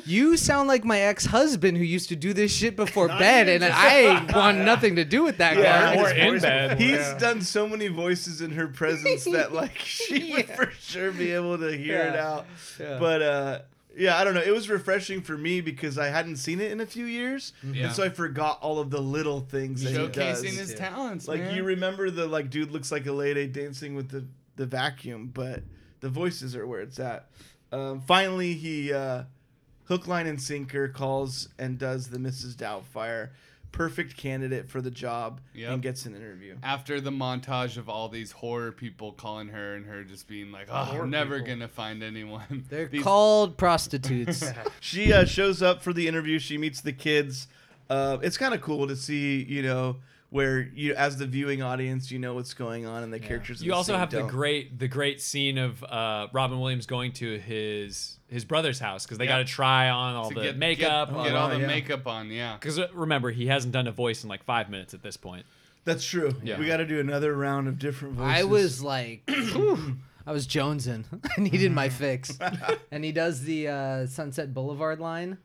Speaker 9: You sound like my ex-husband who used to do this shit before
Speaker 1: Not
Speaker 9: bed,
Speaker 1: even
Speaker 9: and
Speaker 1: just-
Speaker 9: I want nothing to do with that guy.
Speaker 12: He's done so many voices in her presence that like she would for sure be able to hear it
Speaker 14: Yeah.
Speaker 12: out.
Speaker 14: Yeah.
Speaker 12: But uh yeah, I don't know. It was refreshing for me because I hadn't seen it in a few years,
Speaker 11: Mm-hmm. Yeah.
Speaker 12: and so I forgot all of the little things that he does.
Speaker 11: Showcasing his talents,
Speaker 12: Like
Speaker 11: man.
Speaker 12: you remember the like dude looks like a lady dancing with the the vacuum, but the voices are where it's at. Um, finally, he uh, hook, line, and sinker calls and does the Mrs. Doubtfire, perfect candidate for the job,
Speaker 11: Yep.
Speaker 12: and gets an interview.
Speaker 11: After the montage of all these horror people calling her and her just being like, oh,
Speaker 12: Horror
Speaker 11: I'm never going to find anyone.
Speaker 9: They're
Speaker 11: These-
Speaker 9: called prostitutes.
Speaker 12: she uh, shows up for the interview. She meets the kids. Uh, it's kind of cool to see, you know, where you as the viewing audience, you know what's going on and the characters. in
Speaker 14: You
Speaker 12: the
Speaker 14: also
Speaker 12: scene
Speaker 14: have the
Speaker 12: don't.
Speaker 14: great the great scene of uh, Robin Williams going to his his brother's house because they
Speaker 11: Yeah.
Speaker 14: got to try on all
Speaker 11: to
Speaker 14: the
Speaker 11: get-
Speaker 14: makeup,
Speaker 11: Get, get all the makeup on, yeah.
Speaker 14: Because remember, he hasn't done a voice in like five minutes at this point.
Speaker 12: That's true.
Speaker 14: Yeah.
Speaker 12: We got to do another round of different voices.
Speaker 9: I was like, whew, I was
Speaker 14: Mm-hmm.
Speaker 9: jonesing. I needed my fix. and he does the uh, Sunset Boulevard line.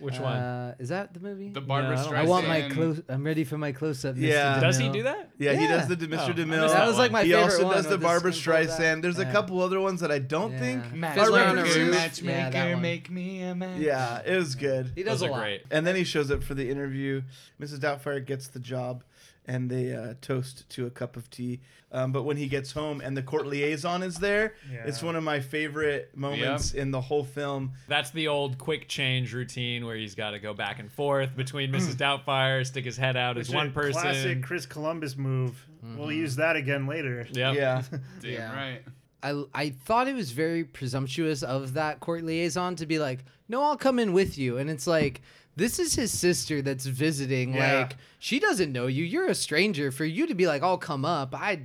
Speaker 14: Which one?
Speaker 9: Uh, is that the movie?
Speaker 11: The Barbara
Speaker 9: I want my
Speaker 11: Streisand-
Speaker 9: close. I'm ready for my close up.
Speaker 12: Yeah.
Speaker 14: Does he do that?
Speaker 12: Yeah, he does the Mr.
Speaker 14: Oh,
Speaker 12: DeMille.
Speaker 9: That was like my
Speaker 12: he
Speaker 9: favorite
Speaker 12: also
Speaker 9: one
Speaker 12: does the
Speaker 9: with
Speaker 12: Barbara
Speaker 9: spin pulled out.
Speaker 12: Streisand. There's
Speaker 9: Yeah.
Speaker 12: a couple other ones that I don't think
Speaker 11: Matchmaker,
Speaker 12: are references.
Speaker 11: matchmaker,
Speaker 9: that one.
Speaker 11: make me a match.
Speaker 12: Yeah, it was good.
Speaker 9: He does Those a are lot. great.
Speaker 12: And then he shows up for the interview. Mrs. Doubtfire gets the job, and they uh, toast to a cup of tea. Um, but when he gets home and the court liaison is there,
Speaker 14: Yeah.
Speaker 12: it's one of my favorite moments in the whole film.
Speaker 14: That's the old quick change routine where he's got to go back and forth between Mrs. Doubtfire, stick his head out
Speaker 1: Which
Speaker 14: as
Speaker 1: is
Speaker 14: one
Speaker 1: a
Speaker 14: person. Mm-hmm.
Speaker 1: Classic Chris Columbus move. We'll use that again later.
Speaker 14: Yeah.
Speaker 11: Damn right.
Speaker 9: I, I thought it was very presumptuous of that court liaison to be like, no, I'll come in with you. And it's like, this is his sister that's visiting.
Speaker 12: Yeah.
Speaker 9: Like, she doesn't know you. You're a stranger. For you to be like, I'll come up, I,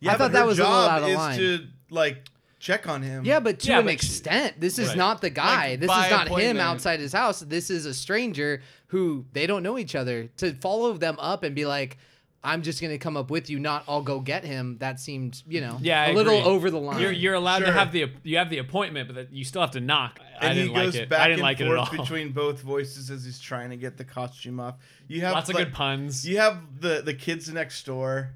Speaker 12: Yeah,
Speaker 9: I
Speaker 12: but
Speaker 9: thought that
Speaker 12: her
Speaker 9: was a little
Speaker 12: job
Speaker 9: out of
Speaker 12: is
Speaker 9: line.
Speaker 12: to like check on him.
Speaker 9: yeah, but to
Speaker 12: Yeah,
Speaker 9: an
Speaker 12: but she-
Speaker 9: extent, this is
Speaker 12: Right.
Speaker 9: not the guy.
Speaker 12: Like,
Speaker 9: this
Speaker 12: by
Speaker 9: is not him
Speaker 12: appointment.
Speaker 9: outside his house. This is a stranger who they don't know each other. To follow them up and be like, I'm just gonna come up with you, not I'll go get him. That seems, you know,
Speaker 14: Yeah,
Speaker 9: a
Speaker 14: I
Speaker 9: little
Speaker 14: agree.
Speaker 9: over the line.
Speaker 14: You're, you're allowed to
Speaker 9: Sure.
Speaker 14: have the you have the appointment, but that you still have to knock. I
Speaker 12: and he
Speaker 14: didn't like
Speaker 12: goes
Speaker 14: it.
Speaker 12: back
Speaker 14: I didn't
Speaker 12: and
Speaker 14: like it at
Speaker 12: forth
Speaker 14: all.
Speaker 12: between both voices as he's trying to get the costume off. You have
Speaker 14: Lots of
Speaker 12: like,
Speaker 14: good puns.
Speaker 12: You have the the kids next door,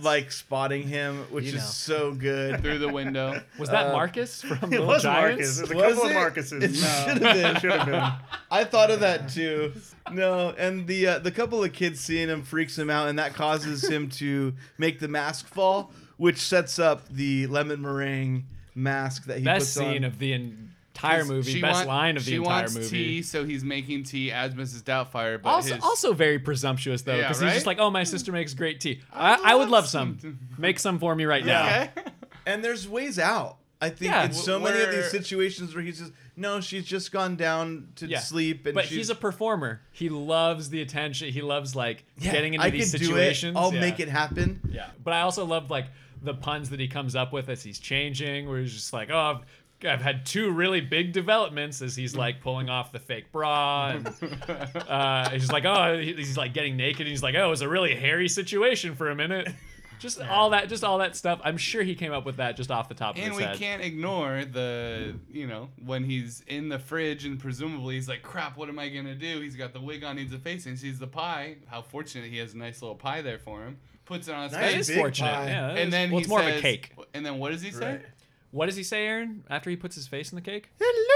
Speaker 12: like spotting him, which
Speaker 14: You
Speaker 12: is
Speaker 14: know.
Speaker 12: so good
Speaker 11: Through the window.
Speaker 14: Was that Marcus from
Speaker 12: uh, it
Speaker 14: Little
Speaker 12: was
Speaker 14: Giants?
Speaker 12: Marcus.
Speaker 14: There's a
Speaker 12: Was
Speaker 14: couple of
Speaker 12: it?
Speaker 14: Marcuses.
Speaker 12: It
Speaker 14: No.
Speaker 12: should have been.
Speaker 14: Should have been.
Speaker 12: I thought of that too. No, and the uh, the couple of kids seeing him freaks him out, and that causes him to make the mask fall, which sets up the lemon meringue mask that he
Speaker 14: Best
Speaker 12: puts
Speaker 14: scene
Speaker 12: on.
Speaker 14: of the entire movie.
Speaker 11: She
Speaker 14: best
Speaker 11: want-
Speaker 14: line of the
Speaker 11: she
Speaker 14: entire
Speaker 11: wants
Speaker 14: movie.
Speaker 11: Tea, so he's making tea as Mrs. Doubtfire, but
Speaker 14: Also,
Speaker 11: his,
Speaker 14: also very presumptuous though,
Speaker 11: Yeah,
Speaker 14: because
Speaker 11: right?
Speaker 14: he's just like, "Oh, my sister makes great tea. I, I would love some. Make some for me right now."
Speaker 12: And there's ways out. I think
Speaker 14: Yeah.
Speaker 12: in so many of these
Speaker 14: Where-
Speaker 12: situations where he's just no, she's just gone down to
Speaker 14: Yeah.
Speaker 12: sleep, and
Speaker 14: but
Speaker 12: she's,
Speaker 14: he's a performer. He loves the attention. He loves like
Speaker 12: Yeah,
Speaker 14: getting into
Speaker 12: I
Speaker 14: these
Speaker 12: could do it.
Speaker 14: situations.
Speaker 12: I'll
Speaker 14: Yeah.
Speaker 12: make it happen.
Speaker 14: Yeah, but I also love like the puns that he comes up with as he's changing, where he's just like, "Oh, I've, I've had two really big developments," as he's like pulling off the fake bra, and uh, he's just like, "Oh, he- he's like getting naked," and he's like, "Oh, it was a really hairy situation for a minute." Just all that, just all that stuff. I'm sure he came up with that just off the top of
Speaker 11: and
Speaker 14: his
Speaker 11: we
Speaker 14: head.
Speaker 11: can't ignore the, you know, when he's in the fridge and presumably he's like, crap, what am I going to do? He's got the wig on, needs a face, and sees the pie. How fortunate he has a nice little pie there for him. Puts it on his
Speaker 14: That
Speaker 11: face.
Speaker 14: is Big fortunate. pie. Yeah, that
Speaker 11: and
Speaker 14: is-
Speaker 11: then
Speaker 14: well,
Speaker 11: he
Speaker 14: it's more of a
Speaker 11: says-
Speaker 14: cake.
Speaker 11: And then what does he say?
Speaker 14: What does he say, Aaron? After he puts his face in the cake?
Speaker 9: Hello.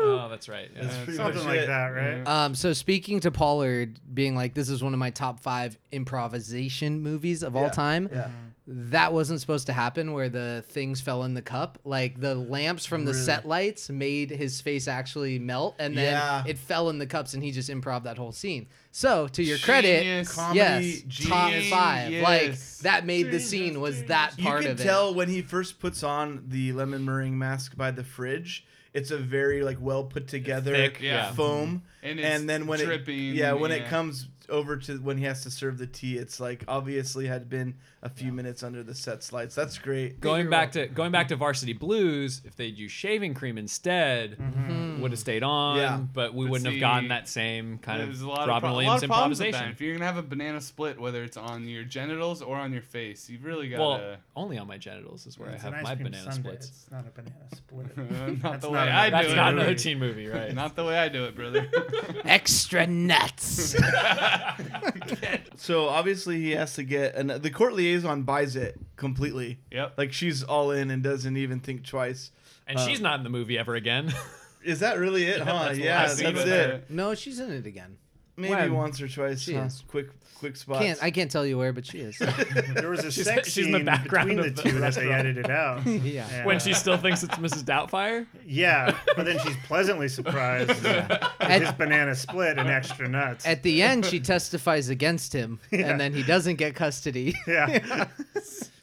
Speaker 14: Oh, that's right. Yeah,
Speaker 12: That's
Speaker 14: that's
Speaker 12: pretty
Speaker 14: right.
Speaker 12: much Something like it. that, right?
Speaker 9: Um, so speaking to Pollard, being like, this is one of my top five improvisation movies of all
Speaker 12: Yeah,
Speaker 9: time.
Speaker 12: yeah.
Speaker 9: That wasn't supposed to happen where the things fell in the cup. Like the lamps from the
Speaker 12: Really?
Speaker 9: set lights made his face actually melt and then
Speaker 12: Yeah.
Speaker 9: it fell in the cups and he just improv that whole scene. So to your
Speaker 12: Genius.
Speaker 9: credit,
Speaker 12: Comedy
Speaker 9: yes, top
Speaker 12: genius.
Speaker 9: five. Like that made the scene was that
Speaker 12: You
Speaker 9: part
Speaker 12: can
Speaker 9: of it.
Speaker 12: tell when he first puts on the lemon meringue mask by the fridge. It's a very like well put together
Speaker 11: Thick, yeah.
Speaker 12: foam,
Speaker 11: And
Speaker 12: and,
Speaker 11: it's
Speaker 12: then when
Speaker 11: dripping,
Speaker 12: it yeah when it
Speaker 11: yeah.
Speaker 12: comes over to when he has to serve the tea, it's like obviously had been a few minutes under the set's lights. That's great.
Speaker 14: going back to going back to Varsity Blues, if they'd used shaving cream instead, would have stayed on.
Speaker 11: Mm-hmm. Yeah.
Speaker 14: but we
Speaker 11: But
Speaker 14: wouldn't
Speaker 11: see,
Speaker 14: have gotten that same kind
Speaker 11: There's
Speaker 14: of
Speaker 11: a lot
Speaker 14: Robin
Speaker 11: of, pro- a lot
Speaker 14: Williams
Speaker 11: of problems with that.
Speaker 14: improvisation.
Speaker 11: If you're gonna have a banana split, whether it's on your genitals or on your face, you've really got
Speaker 14: Well,
Speaker 11: to.
Speaker 14: only on my genitals is where
Speaker 11: It's
Speaker 14: I
Speaker 11: an
Speaker 14: have
Speaker 11: ice
Speaker 14: my
Speaker 11: cream
Speaker 14: banana
Speaker 11: sundae.
Speaker 14: splits.
Speaker 1: It's not a banana split.
Speaker 11: not
Speaker 1: That's
Speaker 11: the
Speaker 1: not
Speaker 11: way
Speaker 1: another-
Speaker 11: I do
Speaker 14: that's
Speaker 11: it.
Speaker 14: not another teen movie, right?
Speaker 11: not the way I do it, brother.
Speaker 9: Extra nuts.
Speaker 12: So obviously he has to get and the court liaison buys it completely.
Speaker 11: Yep.
Speaker 12: Like she's all in and doesn't even think twice. Uh,
Speaker 14: And she's not in the movie ever again.
Speaker 12: Is that really it,
Speaker 14: Yeah,
Speaker 12: huh?
Speaker 14: that's the
Speaker 12: yeah,
Speaker 14: last
Speaker 12: that's,
Speaker 14: scene with
Speaker 12: it.
Speaker 14: her.
Speaker 9: No, she's in it again.
Speaker 12: Maybe
Speaker 9: When?
Speaker 12: once or twice.
Speaker 9: She
Speaker 12: huh?
Speaker 9: is.
Speaker 12: Quick, quick spots.
Speaker 9: Can't I can't tell you where, but she is.
Speaker 1: There was a
Speaker 14: She's-
Speaker 1: sex
Speaker 14: she's in
Speaker 1: scene
Speaker 14: the background
Speaker 1: between the
Speaker 14: of the
Speaker 1: two that they
Speaker 14: restaurant.
Speaker 1: edited out.
Speaker 9: Yeah.
Speaker 14: when she still thinks it's Mrs. Doubtfire.
Speaker 1: Yeah, but then she's pleasantly surprised at his banana split and extra nuts.
Speaker 9: At the end, she testifies against him,
Speaker 1: Yeah.
Speaker 9: and then he doesn't get custody.
Speaker 1: Yeah.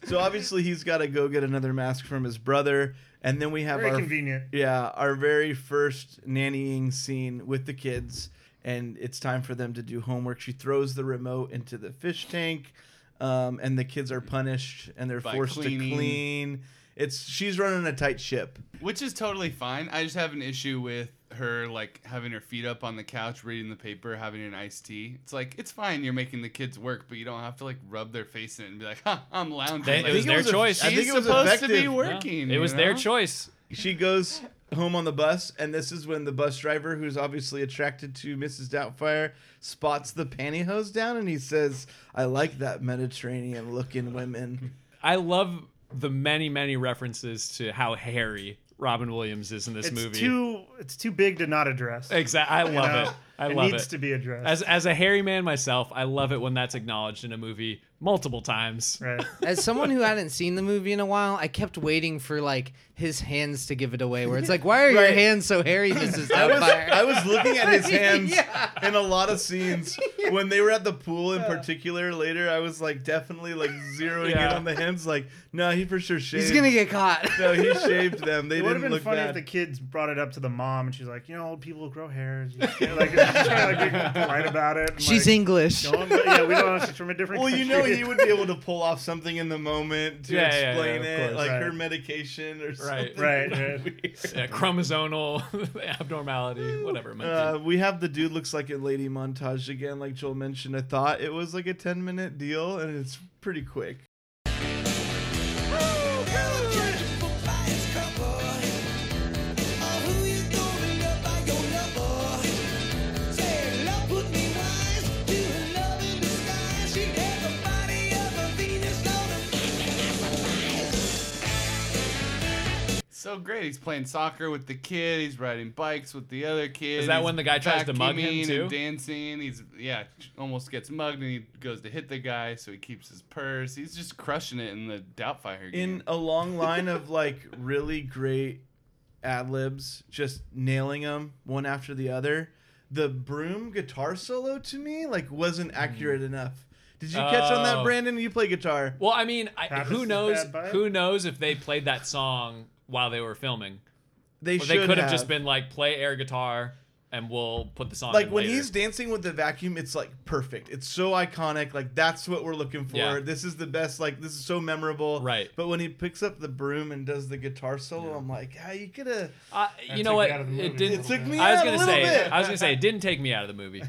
Speaker 12: So obviously he's got to go get another mask from his brother, and then we have
Speaker 1: Very
Speaker 12: our
Speaker 1: convenient.
Speaker 12: Yeah, our very first nannying scene with the kids, and it's time for them to do homework. She throws the remote into the fish tank, um, and the kids are punished and they're
Speaker 11: By
Speaker 12: forced
Speaker 11: cleaning.
Speaker 12: to clean. It's she's running a tight ship.
Speaker 11: Which is totally fine. I just have an issue with her like having her feet up on the couch, reading the paper, having an iced tea. It's like it's fine. You're making the kids work, but you don't have to like rub their face in it and be like, "Huh, I'm lounging."
Speaker 14: They-
Speaker 11: Like,
Speaker 14: it
Speaker 11: she's
Speaker 14: was their choice.
Speaker 11: supposed to be
Speaker 12: effective.
Speaker 11: working.
Speaker 14: It
Speaker 11: you
Speaker 14: was their
Speaker 11: know?
Speaker 14: choice.
Speaker 12: She goes home on the bus, and this is when the bus driver, who's obviously attracted to Mrs. Doubtfire, spots the pantyhose down, and he says, "I like that Mediterranean-looking women."
Speaker 14: I love the many, many references to how hairy Robin Williams is in this
Speaker 1: it's
Speaker 14: movie.
Speaker 1: too it's too big to not address.
Speaker 14: Exactly. I
Speaker 1: You
Speaker 14: love
Speaker 1: know?
Speaker 14: it. I
Speaker 1: it
Speaker 14: love
Speaker 1: needs
Speaker 14: it.
Speaker 1: to be addressed.
Speaker 14: As as a hairy man myself, I love it when that's acknowledged in a movie multiple times.
Speaker 1: Right.
Speaker 9: As someone who hadn't seen the movie in a while, I kept waiting for like his hands to give it away. Where it's like, why are your
Speaker 12: Right.
Speaker 9: hands so hairy, Mrs.
Speaker 12: I was,
Speaker 9: Doubtfire?
Speaker 12: I was looking at his hands
Speaker 9: Yeah.
Speaker 12: in a lot of scenes. When they were at the pool
Speaker 9: Uh.
Speaker 12: in particular later, I was like definitely like zeroing
Speaker 1: Yeah.
Speaker 12: in on the hands like, no, he for sure shaved.
Speaker 9: He's gonna get caught.
Speaker 12: No, he shaved them. They
Speaker 1: it would have
Speaker 12: didn't
Speaker 1: been
Speaker 12: look
Speaker 1: funny
Speaker 12: bad.
Speaker 1: if the kids brought it up to the mom and she's like, you know, old people grow hairs. You know, like, just trying to get polite about it. and,
Speaker 9: She's
Speaker 1: like,
Speaker 9: English.
Speaker 1: don't- yeah, we don't. She's from a different.
Speaker 12: Well, you know
Speaker 1: country.
Speaker 12: he would be able to pull off something in the moment to
Speaker 14: Yeah, yeah, yeah,
Speaker 12: explain
Speaker 14: of
Speaker 12: it,
Speaker 14: course.
Speaker 12: like
Speaker 14: Right.
Speaker 12: her medication or something.
Speaker 14: Yeah, chromosomal abnormality, whatever it might be.
Speaker 12: Uh, we have the dude looks like a lady montage again, like Joel mentioned. I thought it was like a ten minute deal, and it's pretty quick.
Speaker 11: So great. He's playing soccer with the kid. He's riding bikes with the other kid.
Speaker 14: Is that when
Speaker 11: he's
Speaker 14: the guy tries to mug him,
Speaker 11: vacuuming and
Speaker 14: too?
Speaker 11: dancing. He's yeah, almost gets mugged and he goes to hit the guy, so he keeps his purse. He's just crushing it in the Doubtfire game.
Speaker 12: in a long line of like really great ad libs, just nailing them one after the other. The broom guitar solo to me like wasn't accurate enough. Did you catch on that,
Speaker 14: Hmm. Oh.
Speaker 12: Brandon? You play guitar.
Speaker 14: Well, I mean, I,
Speaker 12: Pappas
Speaker 14: who
Speaker 12: is
Speaker 14: knows?
Speaker 12: bad by it?
Speaker 14: Who knows if they played that song while they were filming?
Speaker 12: They
Speaker 14: Or they
Speaker 12: should
Speaker 14: could have just
Speaker 12: have.
Speaker 14: been like, play air guitar, and we'll put the song.
Speaker 12: like
Speaker 14: in
Speaker 12: when
Speaker 14: later.
Speaker 12: he's dancing with the vacuum, it's like perfect. It's so iconic. Like that's what we're looking for.
Speaker 14: Yeah.
Speaker 12: This is the best. Like this is so memorable. Right. But when he picks up the broom and does the guitar solo, I'm like, how you could have.
Speaker 14: Uh, you know what? It didn't.
Speaker 12: It took me.
Speaker 14: I was
Speaker 12: out
Speaker 14: gonna
Speaker 12: a little
Speaker 14: say.
Speaker 12: Bit.
Speaker 14: I was gonna say it didn't take me out of the movie.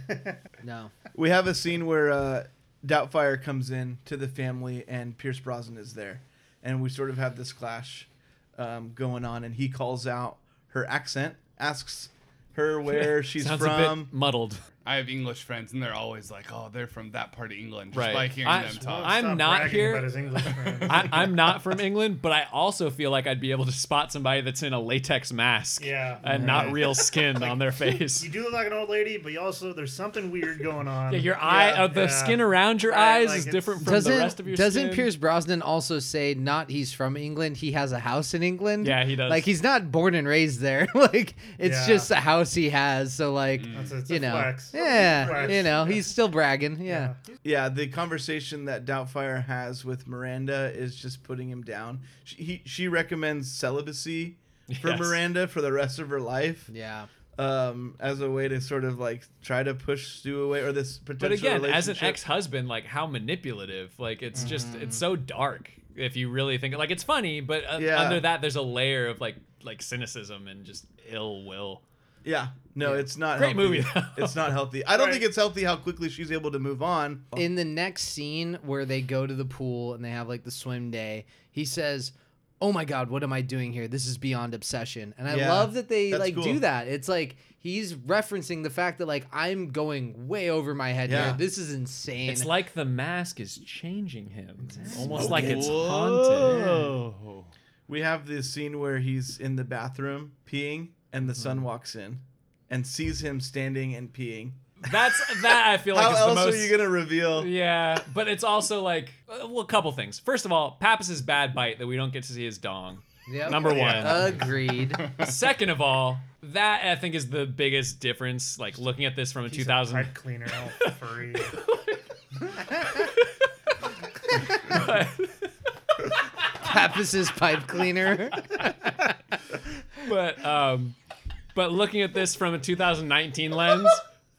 Speaker 9: no.
Speaker 12: We have a scene where uh, Doubtfire comes in to the family, and Pierce Brosnan is there, and we sort of have this clash um, going on, and he calls out her accent, asks her where she's from.
Speaker 14: muddled.
Speaker 11: I have English friends, and they're always like, "Oh, they're from that part of England." Just
Speaker 14: Right.
Speaker 11: by hearing
Speaker 14: I-
Speaker 11: them talk,
Speaker 14: I'm not here. I, I'm not from England, but I also feel like I'd be able to spot somebody that's in a latex mask,
Speaker 1: Yeah.
Speaker 14: and
Speaker 1: Right.
Speaker 14: not real skin on their face.
Speaker 1: You do look like an old lady, but you also there's something weird going on.
Speaker 14: Yeah, your eye, uh, the skin around your
Speaker 1: Right,
Speaker 14: eyes
Speaker 1: like
Speaker 14: is
Speaker 1: it's-
Speaker 14: different from
Speaker 9: doesn't
Speaker 14: the rest of your
Speaker 9: doesn't
Speaker 14: skin.
Speaker 9: Pierce Brosnan also say not he's from England? He has a house in England.
Speaker 14: Yeah, he does.
Speaker 9: Like he's not born and raised there. like it's
Speaker 1: Yeah.
Speaker 9: just a house he has. So like
Speaker 1: That's a- it's
Speaker 9: you
Speaker 1: a
Speaker 9: know,
Speaker 1: flex.
Speaker 9: yeah,
Speaker 12: Flex.
Speaker 9: you know, he's still bragging. Yeah.
Speaker 12: Yeah, the conversation that Doubtfire has with Miranda is just putting him down. She, he, she recommends celibacy for
Speaker 9: Yes.
Speaker 12: Miranda for the rest of her life.
Speaker 9: Yeah.
Speaker 12: Um, as a way to sort of like try to push Stu away or this potential
Speaker 14: But again, as an
Speaker 12: relationship.
Speaker 14: ex-husband, like how manipulative! Like it's just it's so dark. If you really think like it's funny, but uh,
Speaker 12: Yeah.
Speaker 14: under that there's a layer of like like cynicism and just ill will.
Speaker 12: Yeah. No, it's not
Speaker 14: Great
Speaker 12: healthy.
Speaker 14: movie, though.
Speaker 12: It's not healthy. I don't
Speaker 14: Right.
Speaker 12: think it's healthy how quickly she's able to move on.
Speaker 9: In the next scene where they go to the pool and they have like the swim day, he says, "Oh my god, what am I doing here? This is beyond obsession." And I
Speaker 12: Yeah,
Speaker 9: love that they
Speaker 12: that's
Speaker 9: like
Speaker 12: cool.
Speaker 9: do that. It's like he's referencing the fact that like I'm going way over my head
Speaker 14: Yeah.
Speaker 9: here. This is insane.
Speaker 14: It's like the mask is changing him, almost
Speaker 9: Whoa.
Speaker 14: like it's haunted.
Speaker 12: Whoa. We have this scene where he's in the bathroom peeing and the
Speaker 14: Mm-hmm.
Speaker 12: son walks in and sees him standing and peeing.
Speaker 14: That's that I feel like
Speaker 12: How
Speaker 14: is the
Speaker 12: else
Speaker 14: most.
Speaker 12: are you gonna reveal?
Speaker 14: yeah, but it's also like uh, well, a couple things. First of all, Pappas's bad bite that we don't get to see his dong.
Speaker 9: Yep.
Speaker 14: Number one.
Speaker 9: Agreed.
Speaker 14: Second of all, that I think is the biggest difference. Like looking at this from a 2000
Speaker 1: pipe cleaner, all furry.
Speaker 9: Pappas's pipe cleaner.
Speaker 14: but um, but looking at this from a 2019 lens,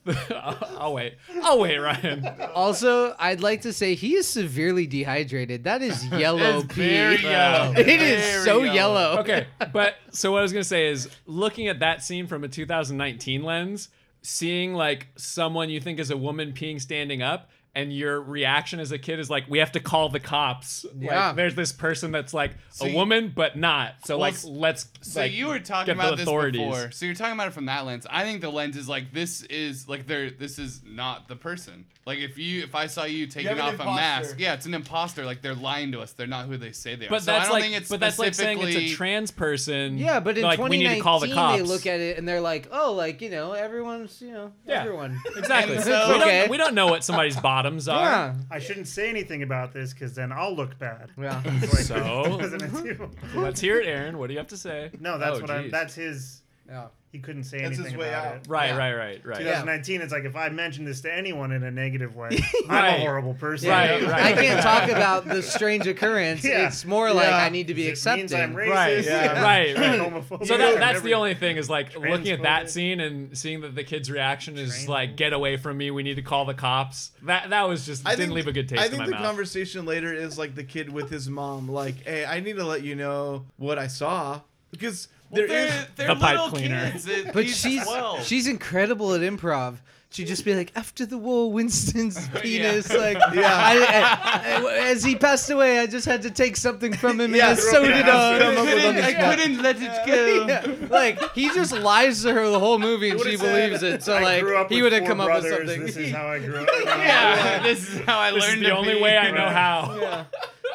Speaker 14: I'll, I'll wait. I'll wait, Ryan.
Speaker 9: Also, I'd like to say he is severely dehydrated. That is yellow
Speaker 14: It's
Speaker 9: pee.
Speaker 14: very yellow.
Speaker 9: It is
Speaker 14: Very
Speaker 9: so
Speaker 14: yellow.
Speaker 9: yellow.
Speaker 14: Okay, but so what I was gonna say is, looking at that scene from a 2019 lens, seeing like someone you think is a woman peeing standing up, and your reaction as a kid is like, we have to call the cops.
Speaker 11: Yeah.
Speaker 14: Like, there's this person that's like
Speaker 11: So
Speaker 14: a
Speaker 11: you-
Speaker 14: woman, but not. So
Speaker 11: Well,
Speaker 14: like,
Speaker 11: s-
Speaker 14: let's.
Speaker 11: So
Speaker 14: like,
Speaker 11: you were
Speaker 14: get
Speaker 11: talking
Speaker 14: the
Speaker 11: about this
Speaker 14: authorities.
Speaker 11: before. So you're talking about it from that lens. I think the lens is like this is like there. This is not the person. Like if you if I saw you taking
Speaker 14: an
Speaker 11: off a mask,
Speaker 14: imposter.
Speaker 11: yeah, it's an imposter. Like they're lying to us. They're not who they say they are.
Speaker 14: But
Speaker 11: so I
Speaker 14: that's
Speaker 11: don't
Speaker 14: like,
Speaker 11: think it's
Speaker 14: but that's like saying it's a
Speaker 11: specifically-
Speaker 14: trans person.
Speaker 9: Yeah, but in
Speaker 14: like, we
Speaker 9: 2019
Speaker 14: need to call the cops.
Speaker 9: they look at it and they're like, oh, like you know, everyone's you know, everyone
Speaker 14: Exactly.
Speaker 9: And
Speaker 14: we,
Speaker 9: it's okay.
Speaker 14: don't, we don't know what somebody's bottoms are.
Speaker 1: I shouldn't say anything about this because then I'll look bad.
Speaker 9: Yeah.
Speaker 1: It's like,
Speaker 14: So
Speaker 1: doesn't it do?
Speaker 14: let's hear it, Aaron. What do you have to say?
Speaker 1: No, that's
Speaker 14: Oh,
Speaker 1: what I'm.
Speaker 14: geez.
Speaker 1: That's his.
Speaker 9: Yeah.
Speaker 1: He couldn't say
Speaker 14: That's his
Speaker 1: anything
Speaker 14: way
Speaker 1: about
Speaker 14: out.
Speaker 1: it.
Speaker 14: Right, Yeah. right, right, right.
Speaker 1: 2019. It's like if I mention this to anyone in a negative way, I'm
Speaker 14: Right.
Speaker 1: a horrible person.
Speaker 14: Right, right.
Speaker 9: I can't talk about the strange occurrence.
Speaker 1: Yeah.
Speaker 9: It's more like
Speaker 1: Yeah.
Speaker 9: I need to be
Speaker 1: It
Speaker 9: accepted.
Speaker 1: means I'm racist.
Speaker 14: Right,
Speaker 1: yeah.
Speaker 14: right,
Speaker 1: Homophobic,
Speaker 14: right. So that, that's
Speaker 1: whatever.
Speaker 14: the only thing is like looking at that
Speaker 1: Transphobic.
Speaker 14: scene and seeing that the kid's reaction is like, "Get away from me! We need to call the cops." That that was just didn't leave a good taste
Speaker 12: I think
Speaker 14: in my
Speaker 12: the
Speaker 14: mouth.
Speaker 12: conversation later is like the kid with his mom, like, "Hey, I need to let you know what I saw because there is
Speaker 11: they're The pipe little cleaner. kids. It-
Speaker 9: But
Speaker 11: he's
Speaker 9: she's
Speaker 11: 12.
Speaker 9: she's incredible at improv. She'd just be like, after the war, Winston's penis, like,
Speaker 12: Yeah.
Speaker 9: I- I- as he passed away, I just had to take something from him
Speaker 12: Yeah,
Speaker 9: and I sewed it up.
Speaker 12: I couldn't- I
Speaker 11: couldn't let it
Speaker 9: go. Like he just lies to her the whole movie and she
Speaker 1: would've said,
Speaker 9: believes it. So
Speaker 1: "I
Speaker 9: like
Speaker 1: grew up
Speaker 9: he
Speaker 1: with
Speaker 9: would have
Speaker 1: four
Speaker 9: come
Speaker 1: brothers,
Speaker 9: up with something.
Speaker 1: This is how I grew up.
Speaker 11: yeah, this is how I
Speaker 14: This is
Speaker 11: learned.
Speaker 14: the
Speaker 11: to
Speaker 14: only
Speaker 11: be.
Speaker 14: way I know how.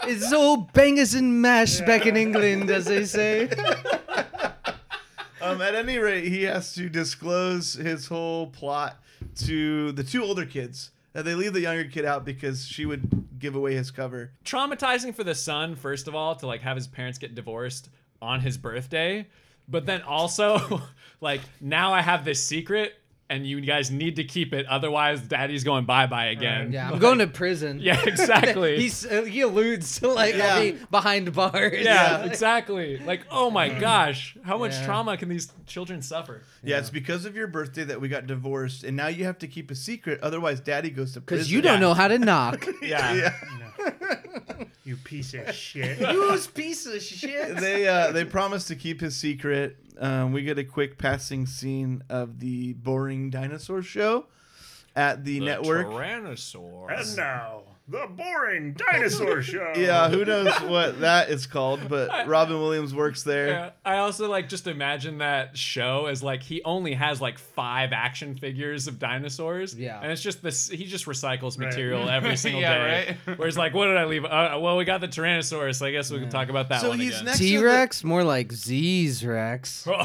Speaker 9: It's all bangers and mash back in England, as they say.
Speaker 12: um, at any rate, he has to disclose his whole plot to the two older kids. And they leave the younger kid out because she would give away his cover.
Speaker 14: Traumatizing for the son, first of all, to like have his parents get divorced on his birthday, but then also like now I have this secret. And you guys need to keep it, otherwise, Daddy's going bye bye again.
Speaker 9: Yeah, I'm
Speaker 14: Like-
Speaker 9: going to prison.
Speaker 14: Yeah, exactly.
Speaker 9: He's, uh, he alludes to like I'll
Speaker 14: Yeah.
Speaker 9: be behind bars.
Speaker 14: Yeah, exactly. Like, oh my gosh, how much
Speaker 12: Yeah.
Speaker 14: trauma can these children suffer?
Speaker 12: Yeah, it's because of your birthday that we got divorced, and now you have to keep a secret. Otherwise, daddy goes to prison.
Speaker 9: Because you don't know how to knock.
Speaker 14: Yeah.
Speaker 1: You piece of shit.
Speaker 9: Who's piece of shit?
Speaker 12: they uh, they promise to keep his secret. Um, we get a quick passing scene of the boring dinosaur show at the, network.
Speaker 14: Tyrannosaur.
Speaker 1: And now the boring dinosaur show.
Speaker 12: yeah, who knows what that is called, but Robin Williams works there.
Speaker 14: Yeah, I also like just imagine that show as like he only has like five action figures of dinosaurs. Yeah, and it's just this. He just recycles material every single
Speaker 11: Yeah,
Speaker 14: day. Whereas like, what did I leave? Uh, well, we got the Tyrannosaurus. I guess we can talk about that
Speaker 12: So
Speaker 14: one
Speaker 12: he's
Speaker 14: again.
Speaker 12: next to the-
Speaker 9: T Rex, more like Z's Rex.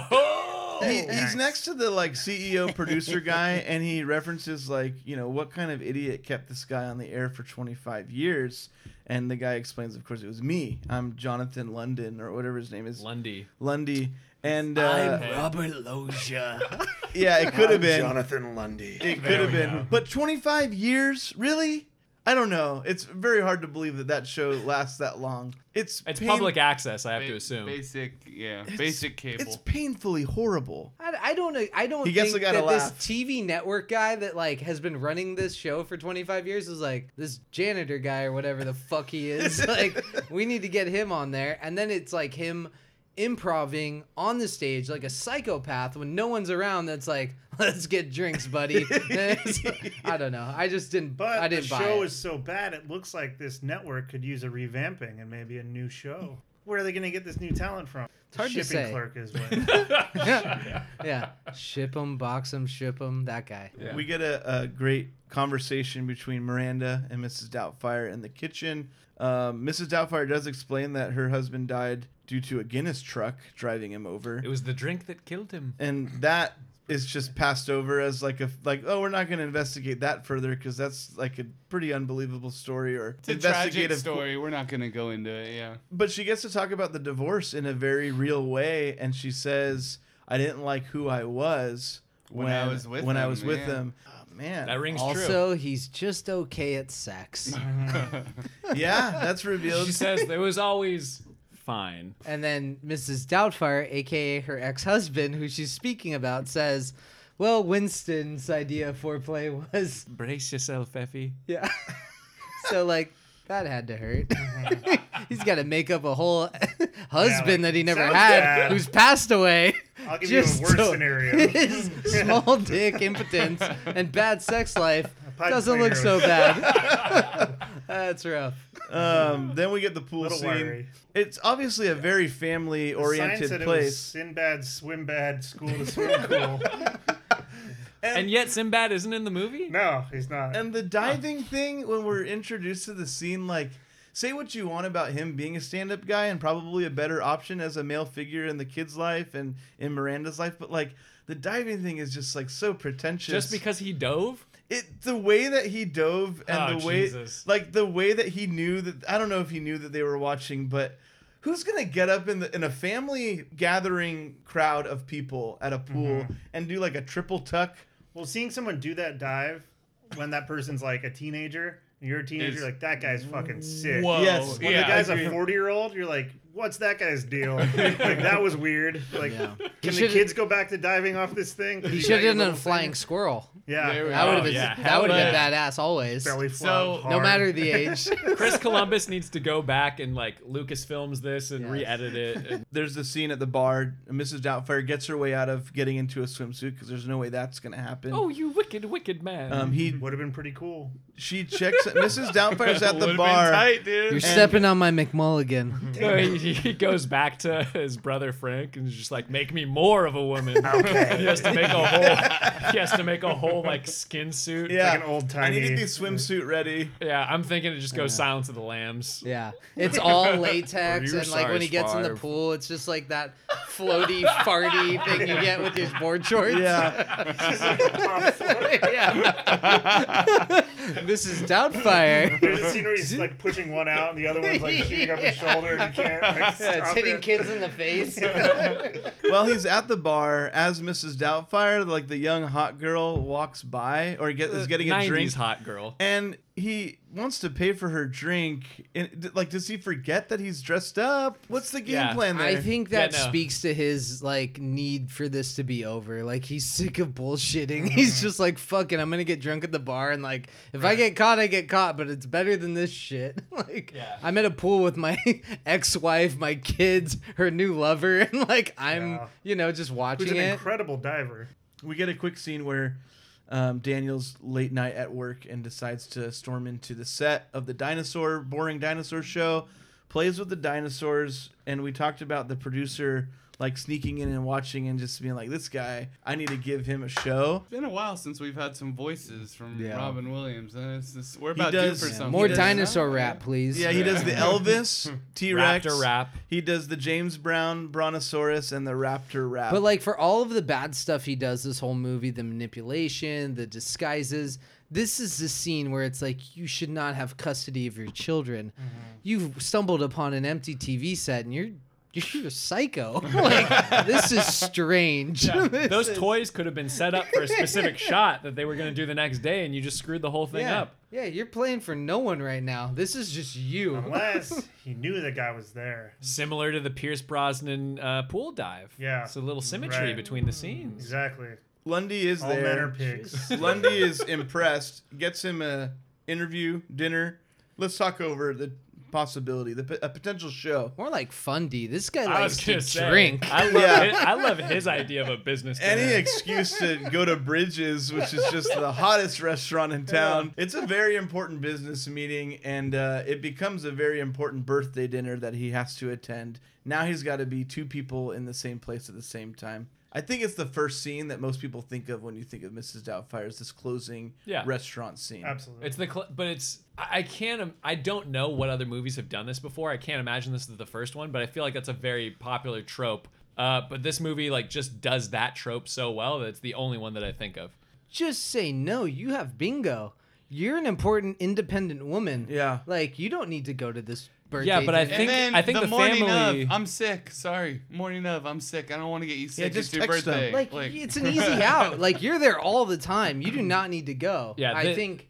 Speaker 14: Oh!
Speaker 12: He, he's next to the like CEO producer guy, and he references like you know what kind of idiot kept this guy on the air for 25 years, and the guy explains, of course, it was me. I'm Jonathan London or whatever his name is.
Speaker 14: Lundy.
Speaker 12: Lundy. And uh,
Speaker 1: Loja.
Speaker 12: Yeah, it could have
Speaker 1: I'm
Speaker 12: been
Speaker 1: Jonathan Lundy.
Speaker 12: It
Speaker 1: There
Speaker 12: could have
Speaker 1: we
Speaker 12: been,
Speaker 1: go.
Speaker 12: but 25 years, really? I don't know. It's very hard to believe that that show lasts that long. It's
Speaker 14: It's
Speaker 12: pain-
Speaker 14: public access. I have to assume.
Speaker 11: Basic, yeah, basic cable.
Speaker 12: It's painfully horrible.
Speaker 9: I, I don't uh, I don't
Speaker 12: He gets
Speaker 9: think
Speaker 12: the guy to
Speaker 9: that
Speaker 12: laugh.
Speaker 9: this TV network guy that like has been running this show for 25 years is like this janitor guy or whatever the fuck he is. Like we need to get him on there, and then it's like him improving on the stage like a psychopath when no one's around. That's like let's get drinks, buddy. It's- I don't know. I just didn't.
Speaker 1: But
Speaker 9: I didn't
Speaker 1: the
Speaker 9: buy
Speaker 1: show
Speaker 9: it.
Speaker 1: is so bad, it looks like this network could use a revamping and maybe a new show. Where are they going to get this new talent from?
Speaker 9: It's hard
Speaker 1: Shipping
Speaker 9: to say.
Speaker 1: clerk is what.
Speaker 9: yeah. yeah, ship him, box him, ship him. That guy.
Speaker 12: We get a, a great conversation between Miranda and Mrs. Doubtfire in the kitchen. Um, Mrs. Doubtfire does explain that her husband died due to a Guinness truck driving him over,
Speaker 14: It was the drink that killed him.
Speaker 12: and that is just passed over as like a like oh we're not going to investigate that further because that's like a pretty unbelievable story or
Speaker 11: It's a tragic story. We're not gonna go into it. Yeah.
Speaker 12: But she gets to talk about the divorce in a very real way, and she says, "I didn't like who I was when,
Speaker 11: When I was with
Speaker 12: when I
Speaker 11: him,
Speaker 12: was with
Speaker 11: yeah.
Speaker 12: them." Oh, man,
Speaker 14: That rings true.
Speaker 9: Also, he's just okay at sex.
Speaker 12: yeah, that's revealed.
Speaker 14: She says there was always fine.
Speaker 9: And then Mrs. Doubtfire, aka her ex-husband, who she's speaking about, says, "Well, Winston's idea of foreplay was
Speaker 14: Brace yourself, Effie.
Speaker 9: yeah." so like that had to hurt. He's got to make up a whole husband that he never
Speaker 1: sounds
Speaker 9: had,
Speaker 1: bad.
Speaker 9: who's passed away.
Speaker 1: I'll give you a worse scenario.
Speaker 9: His small dick impotence and bad sex life
Speaker 1: pipe
Speaker 9: Doesn't look so
Speaker 1: cleaner.
Speaker 9: bad. That's rough.
Speaker 12: Um, then we get the pool
Speaker 1: Little
Speaker 12: scene.
Speaker 1: wiry.
Speaker 12: It's obviously a very family-oriented
Speaker 1: Science said It was
Speaker 12: place.
Speaker 1: Sinbad swim bad school to swim pool.
Speaker 14: And, yet Sinbad isn't in the movie?
Speaker 1: No, he's not.
Speaker 12: And the
Speaker 11: Oh.
Speaker 12: diving thing, when we're introduced to the scene, like, say what you want about him being a stand up guy and probably a better option as a male figure in the kid's life and in Miranda's life, but like, the diving thing is just like so pretentious.
Speaker 14: Just because he dove?
Speaker 12: It the way that he dove and
Speaker 14: Oh,
Speaker 12: the way
Speaker 14: Jesus.
Speaker 12: like the way that he knew that I don't know if he knew that they were watching, but who's gonna get up in the in a family gathering crowd of people at a pool
Speaker 14: Mm-hmm.
Speaker 12: and do like a triple tuck?
Speaker 1: Well, seeing someone do that dive when that person's like a teenager, and you're a teenager,
Speaker 12: It's-
Speaker 1: you're like that guy's fucking sick.
Speaker 12: Whoa. Yes.
Speaker 1: when
Speaker 12: Yeah,
Speaker 1: the
Speaker 12: I
Speaker 1: guy's a
Speaker 12: agree.
Speaker 1: forty year old, you're like, what's that guy's deal? like that was weird. Like, can the
Speaker 9: should've-
Speaker 1: kids go back to diving off this thing?
Speaker 9: He
Speaker 1: You
Speaker 9: should
Speaker 1: got your
Speaker 9: have done a
Speaker 1: little
Speaker 9: flying
Speaker 1: thing.
Speaker 9: squirrel.
Speaker 1: Yeah. There we
Speaker 9: that
Speaker 1: go.
Speaker 9: would have been
Speaker 1: Yeah.
Speaker 9: that would have been
Speaker 1: Hell
Speaker 9: badass always.
Speaker 1: Belly flop
Speaker 9: no
Speaker 1: hard.
Speaker 9: matter the age.
Speaker 14: Chris Columbus needs to go back and like Lucasfilms this and re-edit it. And
Speaker 12: There's the scene at the bar. Mrs. Doubtfire gets her way out of getting into a swimsuit because there's no way that's gonna happen.
Speaker 14: oh, you wicked, wicked man.
Speaker 12: Um, he
Speaker 1: would have been pretty cool.
Speaker 12: She checks. Mrs. Doubtfire's at
Speaker 14: Would've
Speaker 12: the
Speaker 14: been
Speaker 12: bar.
Speaker 14: tight, dude.
Speaker 9: You're
Speaker 14: And-
Speaker 9: stepping on my McMulligan.
Speaker 14: So he, he goes back to his brother Frank and is just like, "Make me more of a woman."
Speaker 12: Okay.
Speaker 14: he has to make a whole. He has to make a whole like skin suit.
Speaker 12: Yeah, I
Speaker 14: tiny.
Speaker 12: needed the swimsuit ready.
Speaker 14: Yeah, I'm thinking it just goes Silence of the Lams.
Speaker 9: Yeah, It's all latex,
Speaker 14: You're
Speaker 9: and like when
Speaker 14: sorry,
Speaker 9: he gets in the
Speaker 14: Sparv.
Speaker 9: pool, it's just like that floaty, farty thing you get with his board shorts. yeah. Mrs. Doubtfire.
Speaker 1: There's a scene where he's like pushing one out and the other one's like shooting up his shoulder and he can't. Like,
Speaker 9: Yeah, it's
Speaker 1: stop
Speaker 9: hitting
Speaker 1: it.
Speaker 9: kids in the face.
Speaker 12: While he's at the bar, as Mrs. Doubtfire, like the young hot girl walks by or get, is getting a
Speaker 14: 90s
Speaker 12: drink.
Speaker 14: hot girl.
Speaker 12: And he wants to pay for her drink. And d- like, does he forget that he's dressed up? What's the game plan there?
Speaker 9: I think that speaks to his like need for this to be over. Like he's sick of bullshitting. He's just like, "Fucking, I'm gonna get drunk at the bar, and like, if I get caught, I get caught. But it's better than this shit." like, I'm at a pool with my ex-wife, my kids, her new lover, and like, I'm, you know, just watching
Speaker 12: an
Speaker 9: it.
Speaker 1: incredible diver.
Speaker 12: We get a quick scene where um, Daniel's late night at work and decides to storm into the set of the dinosaur, boring dinosaur show, plays with the dinosaurs, and we talked about the producer like sneaking in and watching and just being like, this guy, I need to give him a show.
Speaker 11: It's been a while since we've had some voices from
Speaker 12: Yeah.
Speaker 11: Robin Williams. And it's just, we're
Speaker 12: He
Speaker 11: about
Speaker 12: does-
Speaker 11: due for
Speaker 12: Yeah.
Speaker 11: something.
Speaker 12: More He does- dinosaur
Speaker 9: rap, please.
Speaker 12: Yeah, he does the Elvis, T Rex,
Speaker 14: Raptor rap.
Speaker 12: He does the James Brown, Brontosaurus, and the Raptor rap.
Speaker 9: But like for all of the bad stuff he does this whole movie, the manipulation, the disguises, this is the scene where it's like you should not have custody of your children.
Speaker 14: Mm-hmm.
Speaker 9: You've stumbled upon an empty TV set and you're you're a psycho. like this is strange.
Speaker 14: Yeah,
Speaker 9: This
Speaker 14: Those
Speaker 9: is-
Speaker 14: toys could have been set up for a specific shot that they were going to do the next day, and you just screwed the whole thing
Speaker 9: yeah.
Speaker 14: up.
Speaker 9: Yeah, you're playing for no one right now. This is just you.
Speaker 1: Unless he knew the guy was there.
Speaker 14: Similar to the Pierce Brosnan uh, pool dive.
Speaker 1: Yeah.
Speaker 14: It's a little symmetry
Speaker 1: Right.
Speaker 14: between the scenes.
Speaker 1: Exactly.
Speaker 12: Lundy is
Speaker 1: All
Speaker 12: there.
Speaker 1: men are pigs.
Speaker 12: Lundy is impressed. Gets him a interview, dinner. Let's talk over the possibility, the p- a potential show.
Speaker 9: More like Fundy. This guy
Speaker 14: I
Speaker 9: likes
Speaker 14: was
Speaker 9: to
Speaker 14: gonna say,
Speaker 9: drink.
Speaker 14: I love, his, I love his idea of a business.
Speaker 12: Any
Speaker 14: dinner.
Speaker 12: excuse to go to Bridges, which is just the hottest restaurant in town. It's a very important business meeting, and uh, it becomes a very important birthday dinner that he has to attend. Now he's got to be two people in the same place at the same time. I think it's the first scene that most people think of when you think of Mrs. Doubtfire is this closing
Speaker 14: Yeah.
Speaker 12: restaurant scene.
Speaker 14: It's the cl- but it's I I can't im- I don't know what other movies have done this before. I can't imagine this is the first one, but I feel like that's a very popular trope. Uh, but this movie like just does that trope so well that it's the only one that I think of.
Speaker 9: just say no. You have bingo. You're an important independent woman.
Speaker 12: Yeah.
Speaker 9: Like you don't need to go to this birthday.
Speaker 14: Yeah, but I
Speaker 9: thing.
Speaker 14: think-
Speaker 11: And
Speaker 14: I think
Speaker 11: the,
Speaker 14: the
Speaker 11: morning
Speaker 14: family-
Speaker 11: of, I'm sick. Sorry, morning of, I'm sick. I don't want to get you sick.
Speaker 9: just
Speaker 11: it's your
Speaker 9: text them.
Speaker 11: birthday.
Speaker 9: Like, it's an easy out. Like you're there all the time. You do not need to go.
Speaker 11: Yeah,
Speaker 9: I
Speaker 11: the-
Speaker 9: think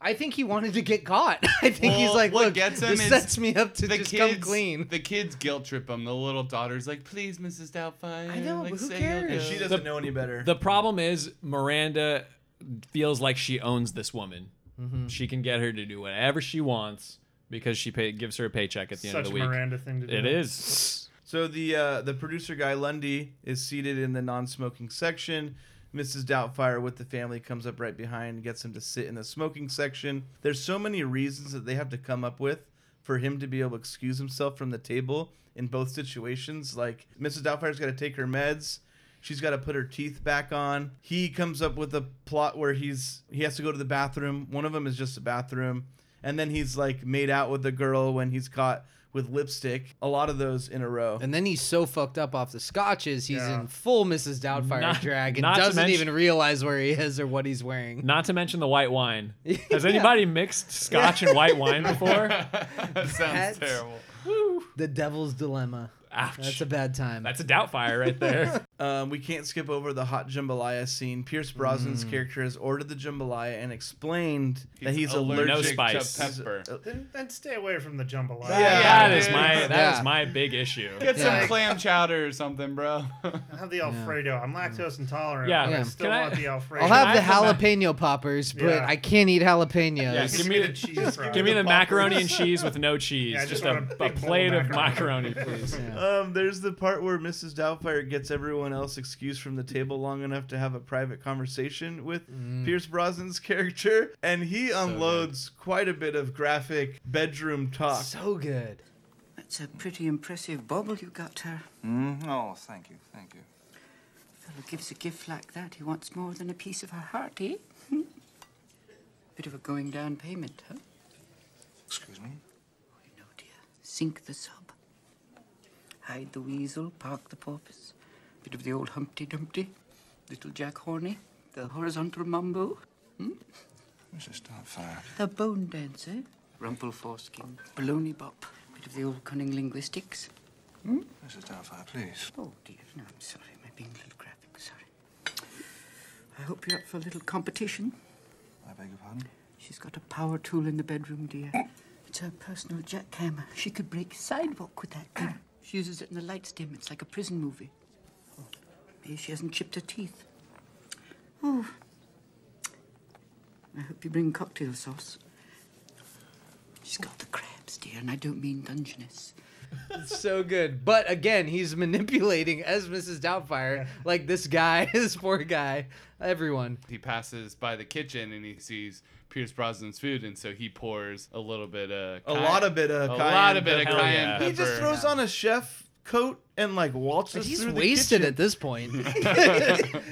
Speaker 9: I think he wanted to get caught. I think he's
Speaker 11: Well,
Speaker 9: like,
Speaker 11: what
Speaker 9: look,
Speaker 11: gets him
Speaker 9: this
Speaker 11: is
Speaker 9: sets me up to
Speaker 11: the
Speaker 9: just
Speaker 11: kids,
Speaker 9: come clean.
Speaker 11: The kids guilt trip him. The little daughter's like, please, Mrs. Doubtfire. I
Speaker 9: know,
Speaker 11: like,
Speaker 9: but who
Speaker 11: say you'll
Speaker 9: cares?
Speaker 11: go."
Speaker 12: She doesn't know any better.
Speaker 14: uh, The problem is Miranda feels like she owns this woman.
Speaker 1: Mhm.
Speaker 14: She can get her to do whatever she wants because she pay- gives her a paycheck at the end of
Speaker 1: Such
Speaker 14: the week.
Speaker 1: Miranda thing to do.
Speaker 14: It is.
Speaker 12: So the uh, the producer guy Lundy is seated in the non-smoking section. Mrs. Doubtfire with the family comes up right behind, gets him to sit in the smoking section. There's so many reasons that they have to come up with for him to be able to excuse himself from the table in both situations. Like Mrs. Doubtfire's got to take her meds. She's got to put her teeth back on. He comes up with a plot where he's he has to go to the bathroom. One of them is just a bathroom, and then he's like made out with the girl when he's caught with lipstick. A lot of those in a row.
Speaker 9: And then he's so fucked up off the scotches, he's in full Mrs. Doubtfire
Speaker 14: Not-
Speaker 9: drag and
Speaker 14: not to
Speaker 9: doesn't
Speaker 14: mention-
Speaker 9: even realize where he is or what he's wearing.
Speaker 14: Not to mention the white wine. Has anybody mixed scotch and white wine before?
Speaker 11: that sounds
Speaker 9: That's-
Speaker 11: terrible.
Speaker 9: The Devil's Dilemma.
Speaker 14: Ouch.
Speaker 9: That's a bad time.
Speaker 14: That's a Doubtfire right there.
Speaker 12: um, we can't skip over the hot jambalaya scene. Pierce Brosnan's
Speaker 14: Mm.
Speaker 12: character has ordered the jambalaya and explained that
Speaker 14: He's
Speaker 12: he's
Speaker 14: allergic
Speaker 12: allergic,
Speaker 14: No spice. to
Speaker 12: He's-
Speaker 14: pepper.
Speaker 12: uh,
Speaker 1: Then, then stay away from the jambalaya.
Speaker 14: that is my that is
Speaker 12: Yeah.
Speaker 14: my big issue.
Speaker 11: Get some clam chowder or something, bro.
Speaker 1: I have the Alfredo. I'm lactose intolerant.
Speaker 14: Yeah.
Speaker 1: but
Speaker 14: Yeah.
Speaker 1: I still
Speaker 14: Can I-
Speaker 1: want the Alfredo.
Speaker 9: I'll have the jalapeno poppers, but
Speaker 1: Yeah.
Speaker 9: I can't eat jalapenos.
Speaker 14: Yeah, give me the
Speaker 1: cheese fries.
Speaker 14: Give me the macaroni
Speaker 1: poppers.
Speaker 14: and cheese with no cheese.
Speaker 1: Yeah, I
Speaker 14: just
Speaker 1: just
Speaker 14: a,
Speaker 1: want a
Speaker 14: a
Speaker 1: big bowl of
Speaker 14: plate of macaroni,
Speaker 1: macaroni.
Speaker 14: please.
Speaker 12: Um, there's the part where Mrs. Doubtfire gets everyone else excused from the table long enough to have a private conversation with Pierce Brosnan's character, and he unloads quite a bit of graphic bedroom talk.
Speaker 9: So good.
Speaker 19: That's a pretty impressive bobble you got her.
Speaker 20: Mm, oh, thank you, thank you.
Speaker 19: fellow gives a gift like that, he wants more than a piece of her heart, eh? Hmm. Bit of a going down payment, huh?
Speaker 20: Excuse me?
Speaker 19: Sink the sub. Hide the weasel, park the porpoise. Bit of the old Humpty Dumpty. Little Jack Horny. The horizontal mumbo. Hmm?
Speaker 20: Mrs. Doubtfire.
Speaker 19: The bone dancer. Rumple foreskin. Baloney bop. Bit of the old cunning linguistics. Hmm?
Speaker 20: Mrs. Doubtfire, please.
Speaker 19: Oh, dear. No, I'm sorry. My being a little graphic. Sorry. I hope you're up for a little competition.
Speaker 20: I beg your pardon?
Speaker 19: She's got a power tool in the bedroom, dear. It's her personal jackhammer. She could break sidewalk with that thing. she uses it in the light stem. It's like a prison movie. Oh. Maybe she hasn't chipped her teeth. Oh. I hope you bring cocktail sauce. She's got the crabs, dear, and I don't mean Dungeness.
Speaker 9: It's so good. But again, he's manipulating as Mrs. Doubtfire, like this guy, this poor guy, everyone.
Speaker 11: He passes by the kitchen and he sees Pierce Brosnan's food, and so he pours a little bit of
Speaker 12: A lot of bit of
Speaker 11: a
Speaker 12: cayenne
Speaker 11: lot of bit of
Speaker 12: pepper.
Speaker 11: cayenne
Speaker 12: He just
Speaker 11: pepper.
Speaker 12: throws on a chef coat and like waltzes
Speaker 9: He's
Speaker 12: through the
Speaker 9: wasted
Speaker 12: kitchen.
Speaker 9: at this point.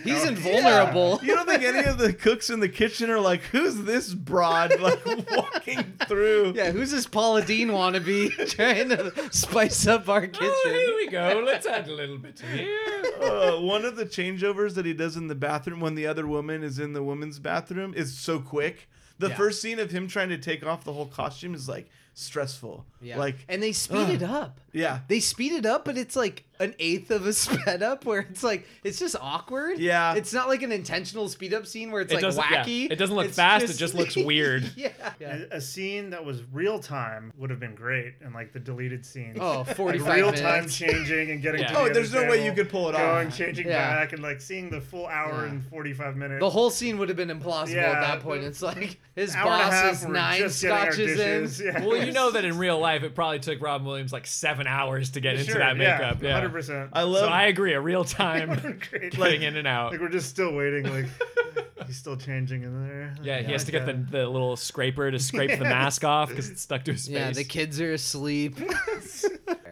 Speaker 9: he's invulnerable.
Speaker 12: You don't think any of the cooks in the kitchen are like, "Who's this broad?" Like walking through.
Speaker 9: Yeah, who's this Paula Dean wannabe trying to spice up
Speaker 14: Oh,
Speaker 9: our kitchen?
Speaker 14: here we go. Let's add a little bit to here.
Speaker 12: uh, one of the changeovers that he does in the bathroom when the other woman is in the woman's bathroom is so quick. The
Speaker 9: Yeah.
Speaker 12: first scene of him trying to take off the whole costume is like stressful.
Speaker 9: Yeah.
Speaker 12: Like
Speaker 9: and they speed it
Speaker 12: ugh.
Speaker 9: up.
Speaker 12: Yeah.
Speaker 9: They speed it up, but it's like an eighth of a sped up where it's like it's just awkward.
Speaker 12: Yeah.
Speaker 9: It's not like an intentional speed up scene where it's
Speaker 14: It
Speaker 9: like
Speaker 14: doesn't- yeah.
Speaker 9: wacky.
Speaker 14: It doesn't look
Speaker 9: It's
Speaker 14: fast, it just looks weird.
Speaker 9: yeah.
Speaker 1: A, a scene that was real time would have been great, and like the deleted scene.
Speaker 9: Oh, 45
Speaker 1: Real time
Speaker 9: minutes.
Speaker 1: changing and getting.
Speaker 9: Yeah.
Speaker 1: To the
Speaker 9: Oh,
Speaker 1: other
Speaker 9: there's no way
Speaker 1: table,
Speaker 9: you could pull it
Speaker 1: going,
Speaker 9: off.
Speaker 1: Going, changing
Speaker 9: Yeah.
Speaker 1: back, and like seeing the full hour
Speaker 9: Yeah.
Speaker 1: and 45 minutes.
Speaker 9: The whole scene would have been implausible at
Speaker 1: Yeah,
Speaker 9: that point.
Speaker 1: but-
Speaker 9: It's like his
Speaker 1: Hour and a half,
Speaker 9: boss is
Speaker 1: we're
Speaker 9: nine
Speaker 1: just getting our
Speaker 9: scotches
Speaker 1: dishes,
Speaker 9: in.
Speaker 1: yeah.
Speaker 14: Well, you know that in real life, it probably took Robin Williams like seven hours to get into
Speaker 1: Sure,
Speaker 14: that
Speaker 1: yeah,
Speaker 14: makeup. Yeah,
Speaker 1: 100%.
Speaker 12: I love-
Speaker 14: So I agree. A real time
Speaker 1: Great.
Speaker 14: cutting in and out.
Speaker 1: Like we're just still waiting. Like he's still changing in there.
Speaker 14: Yeah, he
Speaker 1: Like
Speaker 14: has to get the,
Speaker 1: that.
Speaker 14: the little scraper to scrape the mask off because it's stuck to his face.
Speaker 9: Yeah, the kids are asleep.
Speaker 1: Oh.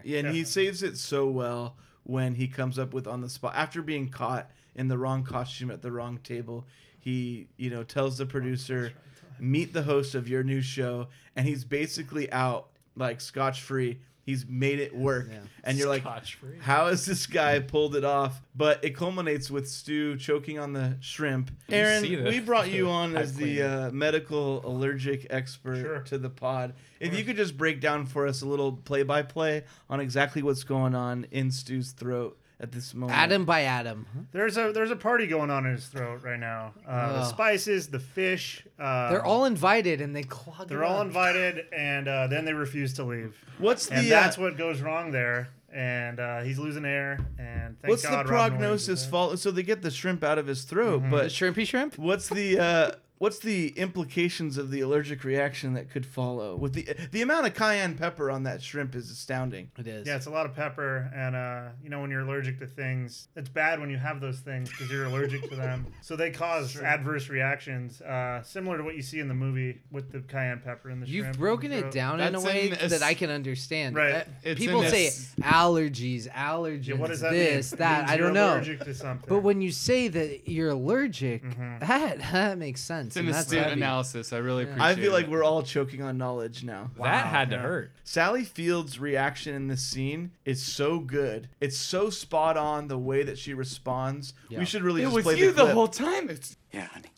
Speaker 12: Yeah, and he saves it so well when he comes up with on the spot after being caught in the wrong costume at the wrong table. He, you know, tells the producer, "Meet the host of your new show," and he's basically out like scotch free. He's made it work, and you're like,
Speaker 14: Scotch-free.
Speaker 12: "How has this guy pulled it off?" But it culminates with Stu choking on the shrimp.
Speaker 14: You see
Speaker 12: Aaron,
Speaker 14: the-
Speaker 12: we brought you on
Speaker 14: I've
Speaker 12: as
Speaker 14: cleaned
Speaker 12: the uh, medical allergic expert to the pod. If you could just break down for us a little play by play on exactly what's going on in Stu's throat at this moment.
Speaker 9: Atom by atom.
Speaker 1: There's a there's a party going on in his throat right now. Uh, The
Speaker 9: Ugh.
Speaker 1: spices, the fish. Uh,
Speaker 9: They're all invited and they clog.
Speaker 1: they're
Speaker 9: it
Speaker 1: all
Speaker 9: up.
Speaker 1: invited, and uh, then they refuse to leave.
Speaker 12: What's
Speaker 1: and
Speaker 12: the,
Speaker 1: that's
Speaker 12: uh,
Speaker 1: what goes wrong there. And uh, he's losing air. And thank
Speaker 12: what's
Speaker 1: God
Speaker 12: the
Speaker 1: Robin Williams is Mm-hmm.
Speaker 12: prognosis fault? So they get the shrimp out of his throat, but
Speaker 9: shrimpy shrimp.
Speaker 12: What's the uh, what's the implications of the allergic reaction that could follow? With the the amount of cayenne pepper on that shrimp is astounding.
Speaker 9: It is.
Speaker 1: Yeah, it's a lot of pepper, and uh, you know when you're allergic to things, it's bad when you have those things because you're allergic to them. So they cause adverse reactions, uh, similar to what you see in the movie with the cayenne pepper and the
Speaker 9: You've
Speaker 1: shrimp.
Speaker 9: broken it down in a
Speaker 1: That's
Speaker 9: way
Speaker 1: in this-
Speaker 9: that I can understand.
Speaker 1: Right.
Speaker 9: Uh,
Speaker 1: It's
Speaker 9: people
Speaker 1: in
Speaker 9: say
Speaker 1: this-
Speaker 9: allergies, allergens,
Speaker 1: what does that mean?
Speaker 9: this,
Speaker 1: It
Speaker 9: that.
Speaker 1: means
Speaker 9: I don't
Speaker 1: you're
Speaker 9: know.
Speaker 1: allergic Mm-hmm. to something.
Speaker 9: But when you say that you're allergic, that that makes sense.
Speaker 11: It's an
Speaker 9: and that's
Speaker 11: astute
Speaker 9: heavy.
Speaker 11: analysis. I really
Speaker 9: Yeah.
Speaker 11: appreciate
Speaker 12: I feel
Speaker 11: it.
Speaker 12: like we're all choking on knowledge now.
Speaker 11: That Wow. had to Yeah. hurt.
Speaker 12: Sally Field's reaction in this scene is so good. It's so spot on the way that she responds.
Speaker 11: Yeah.
Speaker 12: We should really
Speaker 11: It
Speaker 12: just
Speaker 11: was
Speaker 12: play
Speaker 11: you
Speaker 12: the,
Speaker 11: the
Speaker 12: clip.
Speaker 11: whole time. It's-
Speaker 15: Yeah, honey.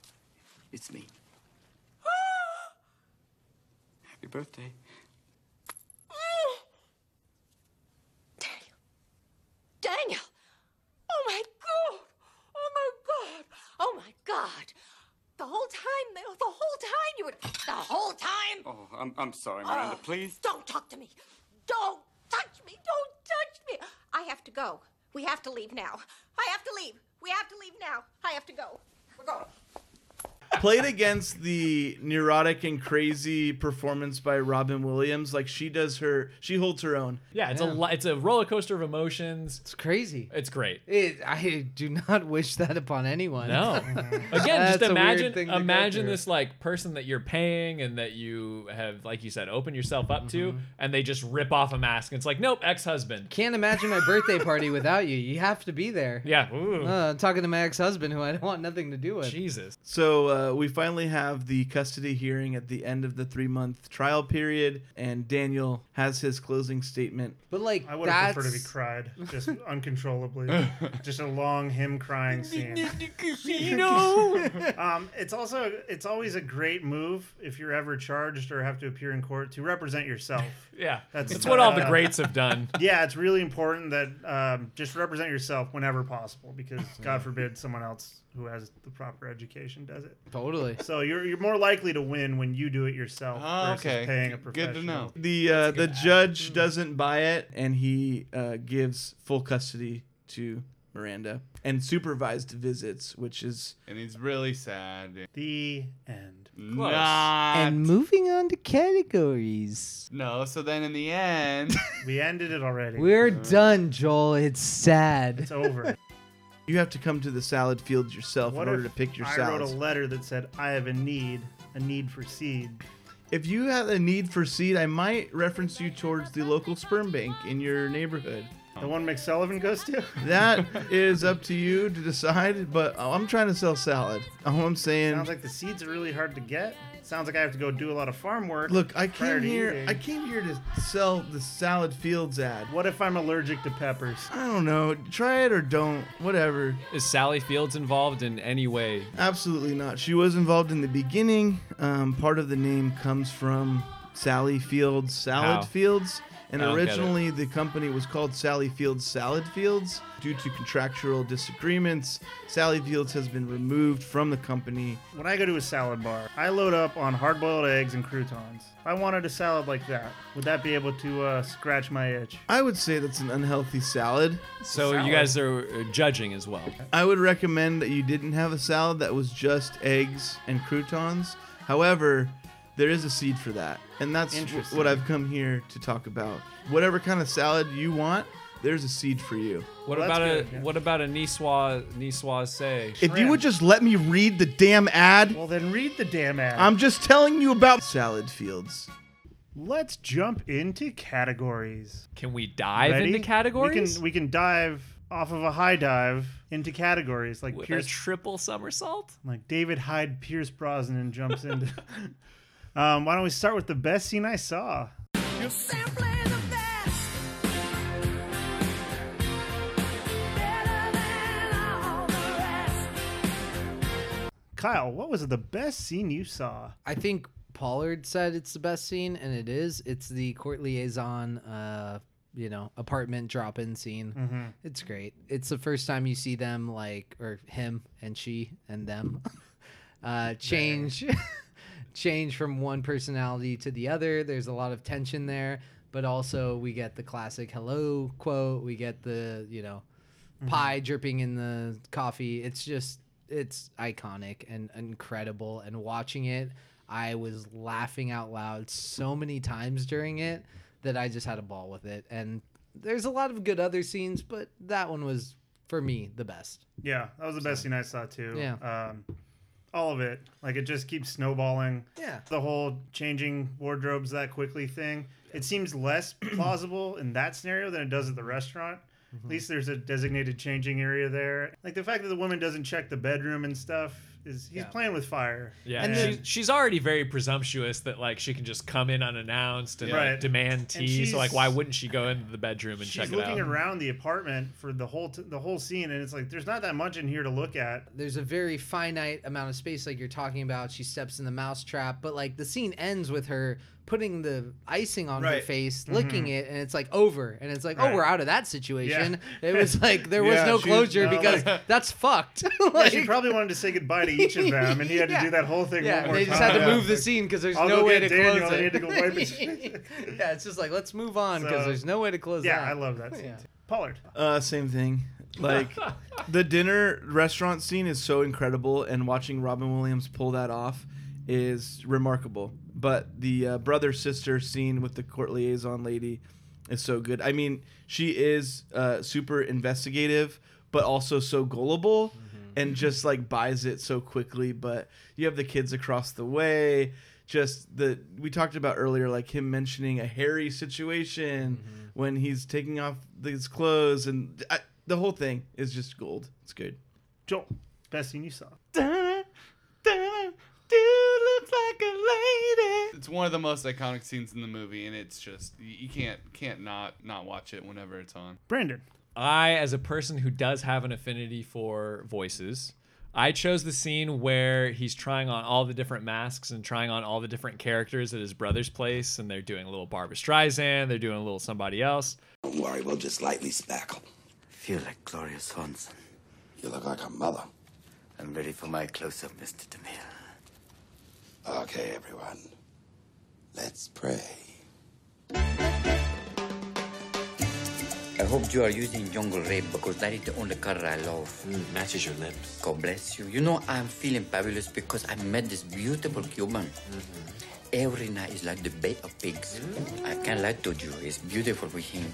Speaker 15: It's me. Happy birthday.
Speaker 4: Daniel! Oh my god! Oh my god! Oh my god! The whole time, the whole time you would. The whole time!
Speaker 17: Oh, I'm, I'm sorry,
Speaker 4: Miranda,
Speaker 17: please.
Speaker 4: Don't talk to me! Don't touch me! Don't touch me! I have to go. We have to leave now. I have to leave. We have to leave now. I have to go. We're going.
Speaker 12: played against the neurotic and crazy performance by Robin Williams. Like she does her, she holds her own.
Speaker 14: Yeah, it's a lo- it's a roller coaster of emotions.
Speaker 9: It's crazy.
Speaker 14: It's great.
Speaker 9: It, I do not wish that upon anyone.
Speaker 14: No.
Speaker 1: Mm-hmm.
Speaker 14: Again,
Speaker 9: That's
Speaker 14: just
Speaker 9: a weird
Speaker 14: imagine
Speaker 9: thing to go
Speaker 14: imagine
Speaker 9: through.
Speaker 14: this like person that you're paying and that you have like you said open yourself up
Speaker 1: Mm-hmm.
Speaker 14: to and they just rip off a mask and it's like nope, ex-husband.
Speaker 9: Can't imagine my birthday party without you. You have to be there.
Speaker 14: Yeah.
Speaker 9: Uh, I'm talking to my ex-husband, who I don't want nothing to do with.
Speaker 14: Jesus.
Speaker 12: So uh, we finally have the custody hearing at the end of the three month trial period, and Daniel has his closing statement.
Speaker 9: But like
Speaker 1: I would have preferred if he cried just uncontrollably, just a long him crying scene. um, it's also it's always a great move if you're ever charged or have to appear in court to represent yourself.
Speaker 14: Yeah. It's what all the
Speaker 1: uh,
Speaker 14: greats have done.
Speaker 1: Yeah, it's really important that um, just represent yourself whenever possible because God forbid someone else who has the proper education does it.
Speaker 9: Totally.
Speaker 1: So you're you're more likely to win when you do it yourself
Speaker 11: Oh,
Speaker 1: versus
Speaker 11: okay.
Speaker 1: paying a
Speaker 11: Good to
Speaker 1: professional.
Speaker 11: know.
Speaker 12: The uh, the judge
Speaker 1: Mm.
Speaker 12: doesn't buy it, and he uh, gives full custody to Miranda and supervised visits, which is
Speaker 11: and he's really sad.
Speaker 1: The end.
Speaker 11: Not.
Speaker 9: And moving on to categories.
Speaker 11: no. So then in the end,
Speaker 1: we ended it already.
Speaker 9: We're done, Joel. It's sad. It's
Speaker 1: over.
Speaker 12: You have to come to the salad field yourself
Speaker 1: What
Speaker 12: in order
Speaker 1: if
Speaker 12: to pick your
Speaker 1: I
Speaker 12: salads.
Speaker 1: wrote a letter that said, "I have a need, a need for seed."
Speaker 12: If you have a need for seed, I might reference you towards the local sperm bank in your neighborhood.
Speaker 11: Oh.
Speaker 1: The one McSullivan goes to?
Speaker 12: That is up to you to decide, but I'm trying to sell salad. All I'm saying
Speaker 1: Sounds like the seeds are really hard to get. Sounds like I have to go do a lot of farm work.
Speaker 12: Look, I
Speaker 1: prior
Speaker 12: came
Speaker 1: to
Speaker 12: here
Speaker 1: eating.
Speaker 12: I came here to sell the salad fields ad.
Speaker 1: What if I'm allergic to peppers?
Speaker 12: I don't know. Try it or don't. Whatever.
Speaker 14: Is Sally Fields involved in any way?
Speaker 12: Absolutely not. She was involved in the beginning. Um, part of the name comes from Sally Fields Salad
Speaker 14: How?
Speaker 12: Fields. And
Speaker 14: I don't get it.
Speaker 12: originally, the company was called Sally Fields Salad Fields. Due to contractual disagreements, Sally Fields has been removed from the company.
Speaker 1: When I go to a salad bar, I load up on hard boiled eggs and croutons. If I wanted a salad like that, would that be able to uh, scratch my itch?
Speaker 12: I would say that's an unhealthy salad.
Speaker 14: So you guys are uh, judging as well.
Speaker 12: I would recommend that you didn't have a salad that was just eggs and croutons. However, there is a seed for that. And that's wh-
Speaker 1: Interesting.
Speaker 12: what I've come here to talk about. Whatever kind of salad you want, there's a seed for you.
Speaker 14: What
Speaker 1: Well, that's
Speaker 14: about a
Speaker 1: good, yeah.
Speaker 14: what about a Niswa Niswa say?
Speaker 12: If you would just let me read the damn ad,
Speaker 1: Well, then read the damn ad.
Speaker 12: I'm just telling you about salad fields.
Speaker 1: Let's jump into categories.
Speaker 14: Can we dive
Speaker 1: Ready?
Speaker 14: into categories?
Speaker 1: We can, we can dive off of a high dive into categories like
Speaker 14: With a
Speaker 1: Pierce
Speaker 14: triple somersault?
Speaker 1: Like David Hyde, Pierce Brosnan jumps into. um, why don't we start with the best scene I saw?
Speaker 16: You're simply the best. Better than all the rest.
Speaker 1: Kyle, what was the best scene you saw?
Speaker 9: I think Pollard said it's the best scene, and it is. It's the court liaison, uh, you know, apartment drop-in scene.
Speaker 1: Mhm.
Speaker 9: It's great. It's the first time you see them, like, or him and she and them, uh, change, change from one personality to the other. There's a lot of tension there, but also we get the classic hello quote. We get the you know, pie dripping in the coffee. It's just it's iconic and incredible. And watching it, I was laughing out loud so many times during it that I just had a ball with it. And there's a lot of good other scenes, but that one was for me the best.
Speaker 1: Yeah, that was the best scene I saw too.
Speaker 9: Yeah.
Speaker 1: Um, all of it, like it just keeps snowballing.
Speaker 9: Yeah.
Speaker 1: The whole changing wardrobes that quickly thing. It seems less plausible in that scenario than it does at the restaurant.
Speaker 9: Mm-hmm.
Speaker 1: At least there's a designated changing area there. Like the fact that the woman doesn't check the bedroom and stuff is he's playing with fire.
Speaker 14: Yeah,
Speaker 1: and
Speaker 14: and she's, she's already very presumptuous that like she can just come in unannounced and
Speaker 1: Right.
Speaker 14: like, demand
Speaker 1: And
Speaker 14: tea. So like,
Speaker 1: she's-
Speaker 14: why wouldn't she go into the bedroom and
Speaker 1: she's
Speaker 14: check it out?
Speaker 1: looking around the apartment for the whole t- the whole scene, and it's like there's not that much in here to look at.
Speaker 9: There's a very finite amount of space, like you're talking about. She steps in the mousetrap, but like the scene ends with her putting the icing on her
Speaker 1: Right.
Speaker 9: face,
Speaker 1: Mhm.
Speaker 9: licking it, and it's like over. And it's like,
Speaker 1: Right.
Speaker 9: oh, we're out of that situation.
Speaker 1: Yeah.
Speaker 9: It was like there was
Speaker 1: Yeah,
Speaker 9: no
Speaker 1: she-
Speaker 9: closure
Speaker 1: no,
Speaker 9: because
Speaker 1: like-
Speaker 9: that's fucked.
Speaker 1: yeah, she probably wanted to say goodbye to each of them, and he had to do that whole thing.
Speaker 9: Yeah,
Speaker 1: one more
Speaker 9: they just had to
Speaker 1: time.
Speaker 9: move the scene 'cause there's
Speaker 1: I'll
Speaker 9: no
Speaker 1: go
Speaker 9: way
Speaker 1: get
Speaker 9: to
Speaker 1: Daniel,
Speaker 9: close
Speaker 1: I
Speaker 9: it.
Speaker 1: need to go wipe his
Speaker 9: yeah, it's just like let's move on because
Speaker 1: So-
Speaker 9: there's no way to close.
Speaker 1: Yeah,
Speaker 9: that.
Speaker 1: I love that scene.
Speaker 9: Yeah.
Speaker 1: too. Pollard.
Speaker 12: Uh, same thing. Like the dinner restaurant scene is so incredible, and watching Robin Williams pull that off is remarkable. But the uh, brother sister scene with the court liaison lady is so good. I mean, she is uh, super investigative, but also so gullible.
Speaker 14: Mm-hmm.
Speaker 12: And just like buys it so quickly, but you have the kids across the way. Just the we talked about earlier, like him mentioning a hairy situation
Speaker 14: Mm-hmm.
Speaker 12: when he's taking off his clothes and I, the whole thing is just gold. It's good.
Speaker 1: Joel, best scene you saw.
Speaker 11: It's one of the most iconic scenes in the movie, and it's just you you can't can't not not watch it whenever it's on.
Speaker 1: Brandon.
Speaker 14: I, as a person who does have an affinity for voices, I chose the scene where he's trying on all the different masks and trying on all the different characters at his brother's place, and they're doing a little Barbara Streisand, they're doing a little somebody else.
Speaker 15: Don't worry, we'll just lightly spackle.
Speaker 21: Feel like Gloria Swanson.
Speaker 15: You look like a mother.
Speaker 21: I'm ready for my close-up, Mr. DeMille.
Speaker 15: Okay, everyone. Let's pray.
Speaker 21: I hope you are using jungle rape because that is the only color I love. Mm, matches your lips. God bless you. You know I'm feeling fabulous because I met this beautiful Cuban. Mm-hmm. Every night is like the Bay of Pigs. I can't lie to you. It's beautiful with him.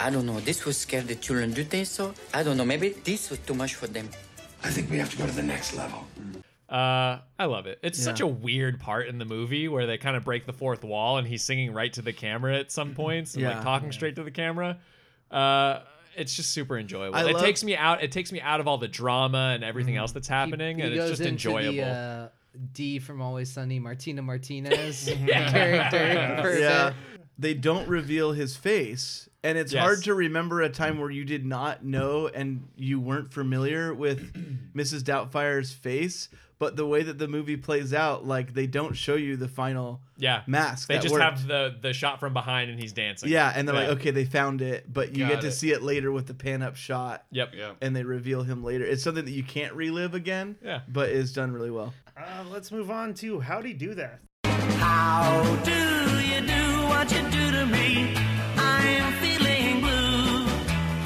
Speaker 21: I don't know. This will scare the children. Do you think so? I don't know. Maybe this was too much for them. I think we have to go to the next level.
Speaker 14: Uh, I love it. It's such
Speaker 21: Yeah.
Speaker 14: a weird part in the movie where they kind of break the fourth wall and he's singing right to the camera at
Speaker 9: Mm-hmm.
Speaker 14: some points and
Speaker 12: Yeah.
Speaker 14: like talking straight to the camera. Uh, it's just super enjoyable.
Speaker 12: I
Speaker 14: it
Speaker 12: love-
Speaker 14: takes me out. It takes me out of all the drama and everything else that's happening,
Speaker 9: Mm-hmm. He
Speaker 14: and it's
Speaker 9: goes
Speaker 14: just
Speaker 9: into
Speaker 14: enjoyable.
Speaker 9: The, uh, D from Always Sunny, Martina Martinez character. for a bit.
Speaker 12: They don't reveal his face. And it's
Speaker 14: Yes.
Speaker 12: hard to remember a time where you did not know and you weren't familiar with Mrs. Doubtfire's face. But the way that the movie plays out, like they don't show you the final
Speaker 14: yeah,
Speaker 12: mask.
Speaker 14: They
Speaker 12: that
Speaker 14: just
Speaker 12: worked.
Speaker 14: have the the shot from behind and he's dancing.
Speaker 12: yeah, and they're like, okay, they found it, but you
Speaker 14: Got
Speaker 12: get to
Speaker 14: it.
Speaker 12: see it later with the pan up shot.
Speaker 14: Yep.
Speaker 12: And they reveal him later. It's something that you can't relive again.
Speaker 14: Yeah.
Speaker 12: But is done really well.
Speaker 1: Uh, let's move on to how do you do that?
Speaker 16: How do you do what you do to me? I'm feeling blue.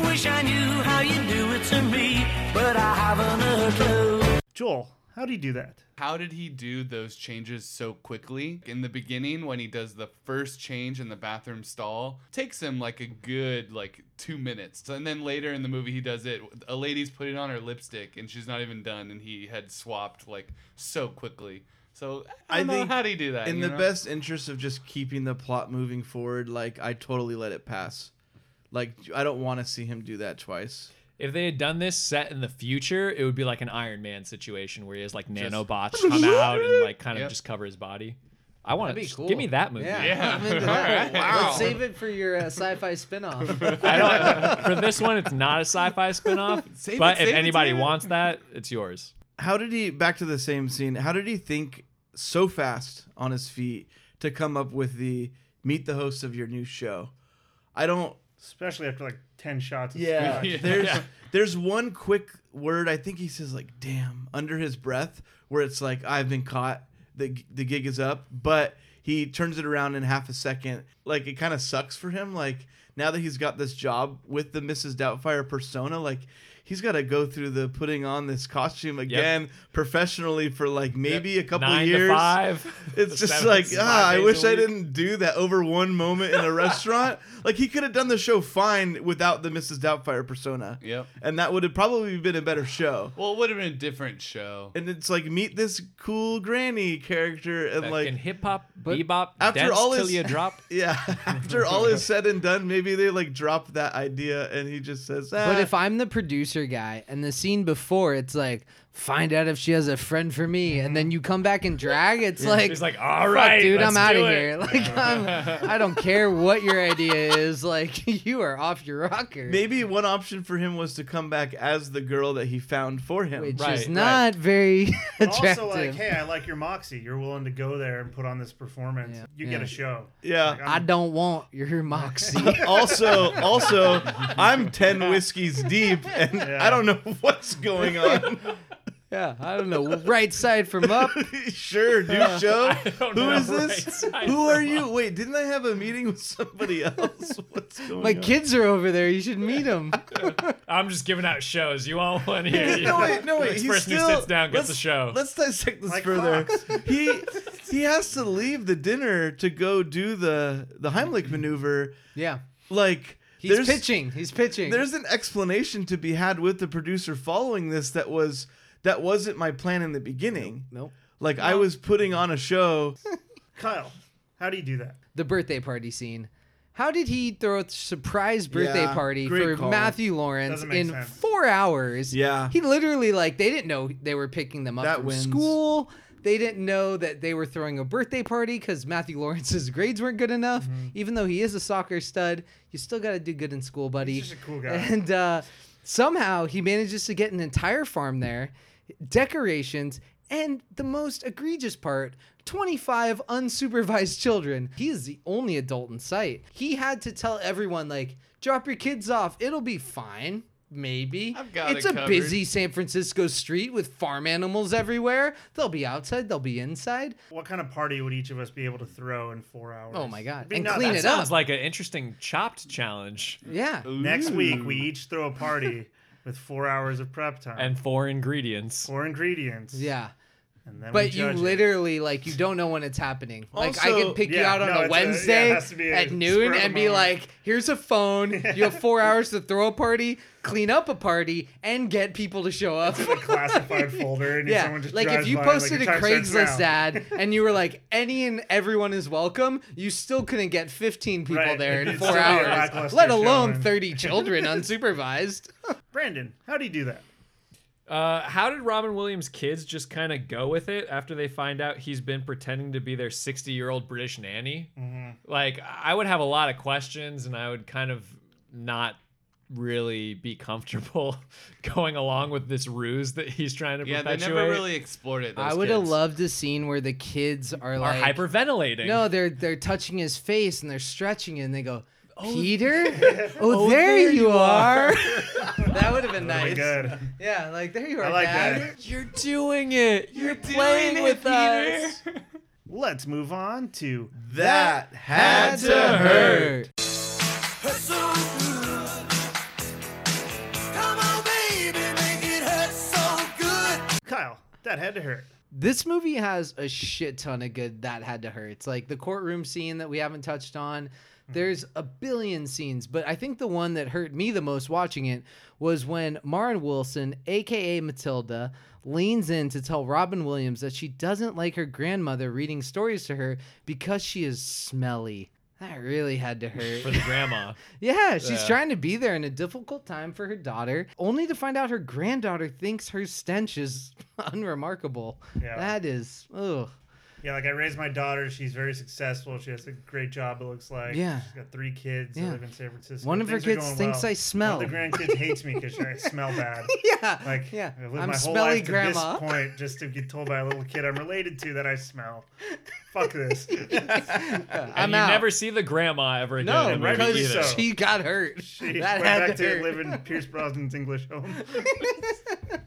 Speaker 16: Wish I knew how you do it to me, but I haven't a clue.
Speaker 1: Joel, how do you do that?
Speaker 11: How did he do those changes so quickly? In the beginning, when he does the first change in the bathroom stall, takes him like a good like two minutes. And then later in the movie, he does it. A lady's putting on her lipstick and she's not even done, and he had swapped like so quickly. So I, don't know how did he do that?
Speaker 12: In
Speaker 11: you
Speaker 12: the
Speaker 11: know?
Speaker 12: best interest of just keeping the plot moving forward, like I totally let it pass. Like I don't want to see him do that twice.
Speaker 14: If they had done this set in the future, it would be like an Iron Man situation where he has like nanobots come out and like kind of
Speaker 9: Yep.
Speaker 14: just cover his body. I want to
Speaker 9: That'd be cool.
Speaker 14: give me that movie.
Speaker 9: Yeah, I'm into
Speaker 11: Oh,
Speaker 9: that. Let's save it for your uh, sci-fi spin-off.
Speaker 14: I don't, for this one, it's not a sci-fi spinoff.
Speaker 9: Save it,
Speaker 14: but
Speaker 9: save
Speaker 14: if
Speaker 9: it,
Speaker 14: anybody
Speaker 9: save it.
Speaker 14: wants that, it's yours.
Speaker 12: How did he back to the same scene? How did he think so fast on his feet to come up with the meet the host of your new show? I don't
Speaker 1: Especially after like ten shots. of
Speaker 12: Yeah,
Speaker 1: scotch.
Speaker 12: there's there's one quick word I think he says like "damn" under his breath, where it's like I've been caught. the g- The gig is up, but he turns it around in half a second. Like it kind of sucks for him. Like now that he's got this job with the Mrs. Doubtfire persona, like he's got to go through the putting on this costume again professionally for like maybe a couple
Speaker 14: Nine to
Speaker 12: years.
Speaker 14: five.
Speaker 12: It's just
Speaker 14: Seven-
Speaker 12: like
Speaker 14: five
Speaker 12: ah, I
Speaker 14: days a
Speaker 12: wish I
Speaker 14: week.
Speaker 12: didn't do that over one moment in a restaurant. like he could have done the show fine without the Mrs. Doubtfire persona.
Speaker 11: Yep.
Speaker 12: and that would have probably been a better show.
Speaker 11: Well, it would have been a different show.
Speaker 12: And it's like meet this cool granny character and
Speaker 11: That
Speaker 12: like
Speaker 11: can
Speaker 14: hip hop, bebop, dance till you drop.
Speaker 12: Yeah, after all is said and done, maybe they like drop that idea and he just says, ah,
Speaker 9: But if I'm the producer guy and the scene before, it's like find out if she has a friend for me, and then you come back and drag. It's
Speaker 14: Yeah.
Speaker 9: like
Speaker 14: She's like, "All
Speaker 9: "Fuck,
Speaker 14: right,
Speaker 9: dude, I'm
Speaker 14: let's
Speaker 9: out
Speaker 14: do
Speaker 9: of
Speaker 14: it."
Speaker 9: here. Like I'm, I don't care what your idea is. Like you are off your rocker.
Speaker 12: Maybe one option for him was to come back as the girl that he found for him,
Speaker 9: Which is not very
Speaker 12: And
Speaker 1: And
Speaker 9: attractive.
Speaker 1: also, like, hey, I like your moxie. You're willing to go there and put on this performance. You get
Speaker 9: Yeah.
Speaker 1: a show.
Speaker 12: Yeah.
Speaker 9: I don't want your moxie.
Speaker 12: also, also, I'm ten whiskeys deep, and I don't know what's going on.
Speaker 9: Yeah, I don't know. Right side from up.
Speaker 12: sure, new
Speaker 9: Uh,
Speaker 12: show.
Speaker 9: I don't
Speaker 12: Who
Speaker 9: know,
Speaker 12: is
Speaker 9: right
Speaker 12: this?
Speaker 9: side
Speaker 12: Who are
Speaker 9: from
Speaker 12: you? Wait, didn't I have a meeting with somebody else? What's going
Speaker 9: My
Speaker 12: on?
Speaker 9: kids are over there. You should meet them.
Speaker 14: I'm just giving out shows. You all want to hear?
Speaker 12: no, wait, no, wait.
Speaker 14: Next
Speaker 12: He's
Speaker 14: person
Speaker 12: still,
Speaker 14: who sits down gets
Speaker 12: let's-
Speaker 14: a show.
Speaker 12: Let's dissect this further. he he has to leave the dinner to go do the the Heimlich maneuver.
Speaker 9: Yeah.
Speaker 12: Like
Speaker 9: He's pitching. He's pitching.
Speaker 12: There's an explanation to be had with the producer following this that was that wasn't my plan in the beginning.
Speaker 9: Nope.
Speaker 12: Like I was putting on a show.
Speaker 1: Kyle, how do you do that?
Speaker 9: the birthday party scene. How did he throw a surprise birthday
Speaker 1: Yeah,
Speaker 9: party
Speaker 1: great
Speaker 9: for
Speaker 1: call.
Speaker 9: Matthew Lawrence
Speaker 1: Doesn't make
Speaker 9: in
Speaker 1: sense.
Speaker 9: four hours?
Speaker 12: Yeah.
Speaker 9: He literally like they didn't know they were picking them up
Speaker 12: That
Speaker 9: from
Speaker 12: wins.
Speaker 9: school. They didn't know that they were throwing a birthday party because Matthew Lawrence's grades weren't good enough.
Speaker 1: Mm-hmm.
Speaker 9: Even though he is a soccer stud, you still got to do good in school, buddy.
Speaker 1: He's just a cool guy.
Speaker 9: And uh, somehow he manages to get an entire farm there, decorations, and the most egregious part 25 unsupervised children. He is the only adult in sight. He had to tell everyone, like, drop your kids off, it'll be fine. Maybe I've
Speaker 11: got
Speaker 9: it's
Speaker 11: it
Speaker 9: a
Speaker 11: covered.
Speaker 9: busy San Francisco street with farm animals everywhere. They'll be outside, they'll be inside.
Speaker 1: What kind of party would each of us be able to throw in four hours?
Speaker 9: Oh my God.
Speaker 1: Be
Speaker 9: And
Speaker 1: nuts.
Speaker 9: clean
Speaker 14: that
Speaker 9: it
Speaker 14: sounds
Speaker 9: up.
Speaker 14: like an interesting chopped challenge.
Speaker 9: Yeah.
Speaker 1: Next week, we each throw a party with four hours of prep time
Speaker 14: and four ingredients.
Speaker 1: four ingredients.
Speaker 9: Yeah.
Speaker 1: And then we
Speaker 9: But you
Speaker 1: judge it.
Speaker 9: literally like you don't know when it's happening. like I
Speaker 1: Also-
Speaker 9: could pick you
Speaker 1: Yeah,
Speaker 9: out on
Speaker 1: no, it's a- yeah,
Speaker 9: a
Speaker 1: it
Speaker 9: Wednesday
Speaker 1: has to be a
Speaker 9: at
Speaker 1: spur of
Speaker 9: noon
Speaker 1: the
Speaker 9: and be
Speaker 1: moment.
Speaker 9: like, "Here's a phone. You have four hours to throw a party, clean up a party, and get people to show up."
Speaker 1: classified folder and
Speaker 9: yeah,
Speaker 1: someone just
Speaker 9: like if
Speaker 1: drives
Speaker 9: you
Speaker 1: by,
Speaker 9: posted
Speaker 1: like, your
Speaker 9: a
Speaker 1: time starts
Speaker 9: Craigslist
Speaker 1: now.
Speaker 9: ad and you were like, "Any and everyone is welcome," you still couldn't get 15 people
Speaker 1: Right.
Speaker 9: there in
Speaker 1: It's
Speaker 9: four
Speaker 1: still a
Speaker 9: hours,
Speaker 1: lackluster
Speaker 9: let alone
Speaker 1: showing.
Speaker 9: 30 children unsupervised.
Speaker 1: Brandon, how do you do that?
Speaker 14: Uh, how did Robin Williams' kids just kind of go with it after they find out he's been pretending to be their 60 year old British nanny? Like, I would have a lot of questions and I would kind of not really be comfortable going along with this ruse that he's trying to
Speaker 11: Yeah, they
Speaker 14: perpetuate.
Speaker 11: never really explored it.
Speaker 9: I
Speaker 11: those
Speaker 9: would have
Speaker 11: kids.
Speaker 9: loved a scene where the kids are
Speaker 14: Are
Speaker 9: like
Speaker 14: hyperventilating.
Speaker 9: No, they're they're touching his face and they're stretching it and they go,
Speaker 14: Oh,
Speaker 9: Peter? Oh,
Speaker 14: oh,
Speaker 9: there,
Speaker 14: there
Speaker 9: you
Speaker 14: you
Speaker 9: are.
Speaker 14: are."
Speaker 9: that would have been nice.
Speaker 1: Pretty good.
Speaker 9: Yeah, like there you are,
Speaker 1: Oh I like
Speaker 9: Dad.
Speaker 1: that.
Speaker 14: You're doing it. You're,
Speaker 9: playing with us.
Speaker 1: Let's move on to
Speaker 12: That Had to Hurt.
Speaker 1: Kyle, that had to hurt.
Speaker 9: This movie has a shit ton of good that had to hurt. Like the courtroom scene that we haven't touched on.
Speaker 14: Mm-hmm.
Speaker 9: There's a billion scenes, but I think the one that hurt me the most watching it was when Maren Wilson, aka Matilda, leans in to tell Robin Williams that she doesn't like her grandmother reading stories to her because she is smelly. That really had to hurt.
Speaker 14: For the grandma.
Speaker 9: Yeah, she's
Speaker 14: Yeah.
Speaker 9: trying to be there in a difficult time for her daughter, only to find out her granddaughter thinks her stench is unremarkable.
Speaker 1: Yeah.
Speaker 9: That is, ugh.
Speaker 1: Yeah, like I raised my daughter. She's very successful. She has a great job. It looks like.
Speaker 9: Yeah.
Speaker 1: She's got three kids.
Speaker 9: Yeah.
Speaker 1: That live in San Francisco.
Speaker 9: One of her
Speaker 1: Things are
Speaker 9: kids
Speaker 1: going
Speaker 9: thinks I smell.
Speaker 1: One of the grandkids hates me because I smell bad.
Speaker 9: Yeah.
Speaker 1: Like
Speaker 9: yeah.
Speaker 1: I've lived
Speaker 9: I'm
Speaker 1: my whole
Speaker 9: smelly
Speaker 1: life
Speaker 9: grandma.
Speaker 1: to this point just to get told by a little kid I'm related to that I smell. Fuck this.
Speaker 14: And
Speaker 9: I'm
Speaker 14: you
Speaker 9: out.
Speaker 14: never see the grandma ever again.
Speaker 9: No,
Speaker 14: in the movie
Speaker 9: because
Speaker 14: either.
Speaker 9: she got hurt.
Speaker 1: She
Speaker 9: that
Speaker 1: went
Speaker 9: had
Speaker 1: back
Speaker 9: to
Speaker 1: to,
Speaker 9: hurt.
Speaker 1: live in Pierce Brosnan's English home.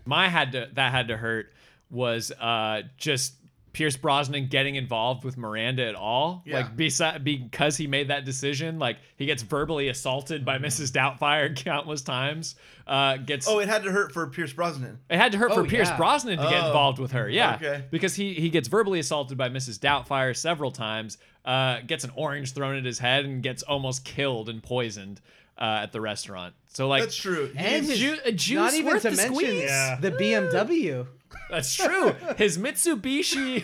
Speaker 14: my had to that had to hurt was uh just Pierce Brosnan getting involved with Miranda at all.
Speaker 2: Yeah.
Speaker 14: Like besi- because he made that decision, like he gets verbally assaulted by Mrs. Doubtfire countless times. Uh, gets
Speaker 12: Oh, it had to hurt for Pierce Brosnan.
Speaker 14: it had to hurt
Speaker 12: Oh,
Speaker 14: for Pierce
Speaker 12: yeah.
Speaker 14: Brosnan to get
Speaker 12: Oh.
Speaker 14: involved with her. Yeah.
Speaker 12: Okay.
Speaker 14: Because he, he gets verbally assaulted by Mrs. Doubtfire several times, uh, gets an orange thrown at his head, and gets almost killed and poisoned uh, at the restaurant. So, like,
Speaker 12: That's true. He
Speaker 14: And
Speaker 12: gets-
Speaker 14: ju- a juice worth the squeeze.
Speaker 9: the BMW.
Speaker 14: That's true. His Mitsubishi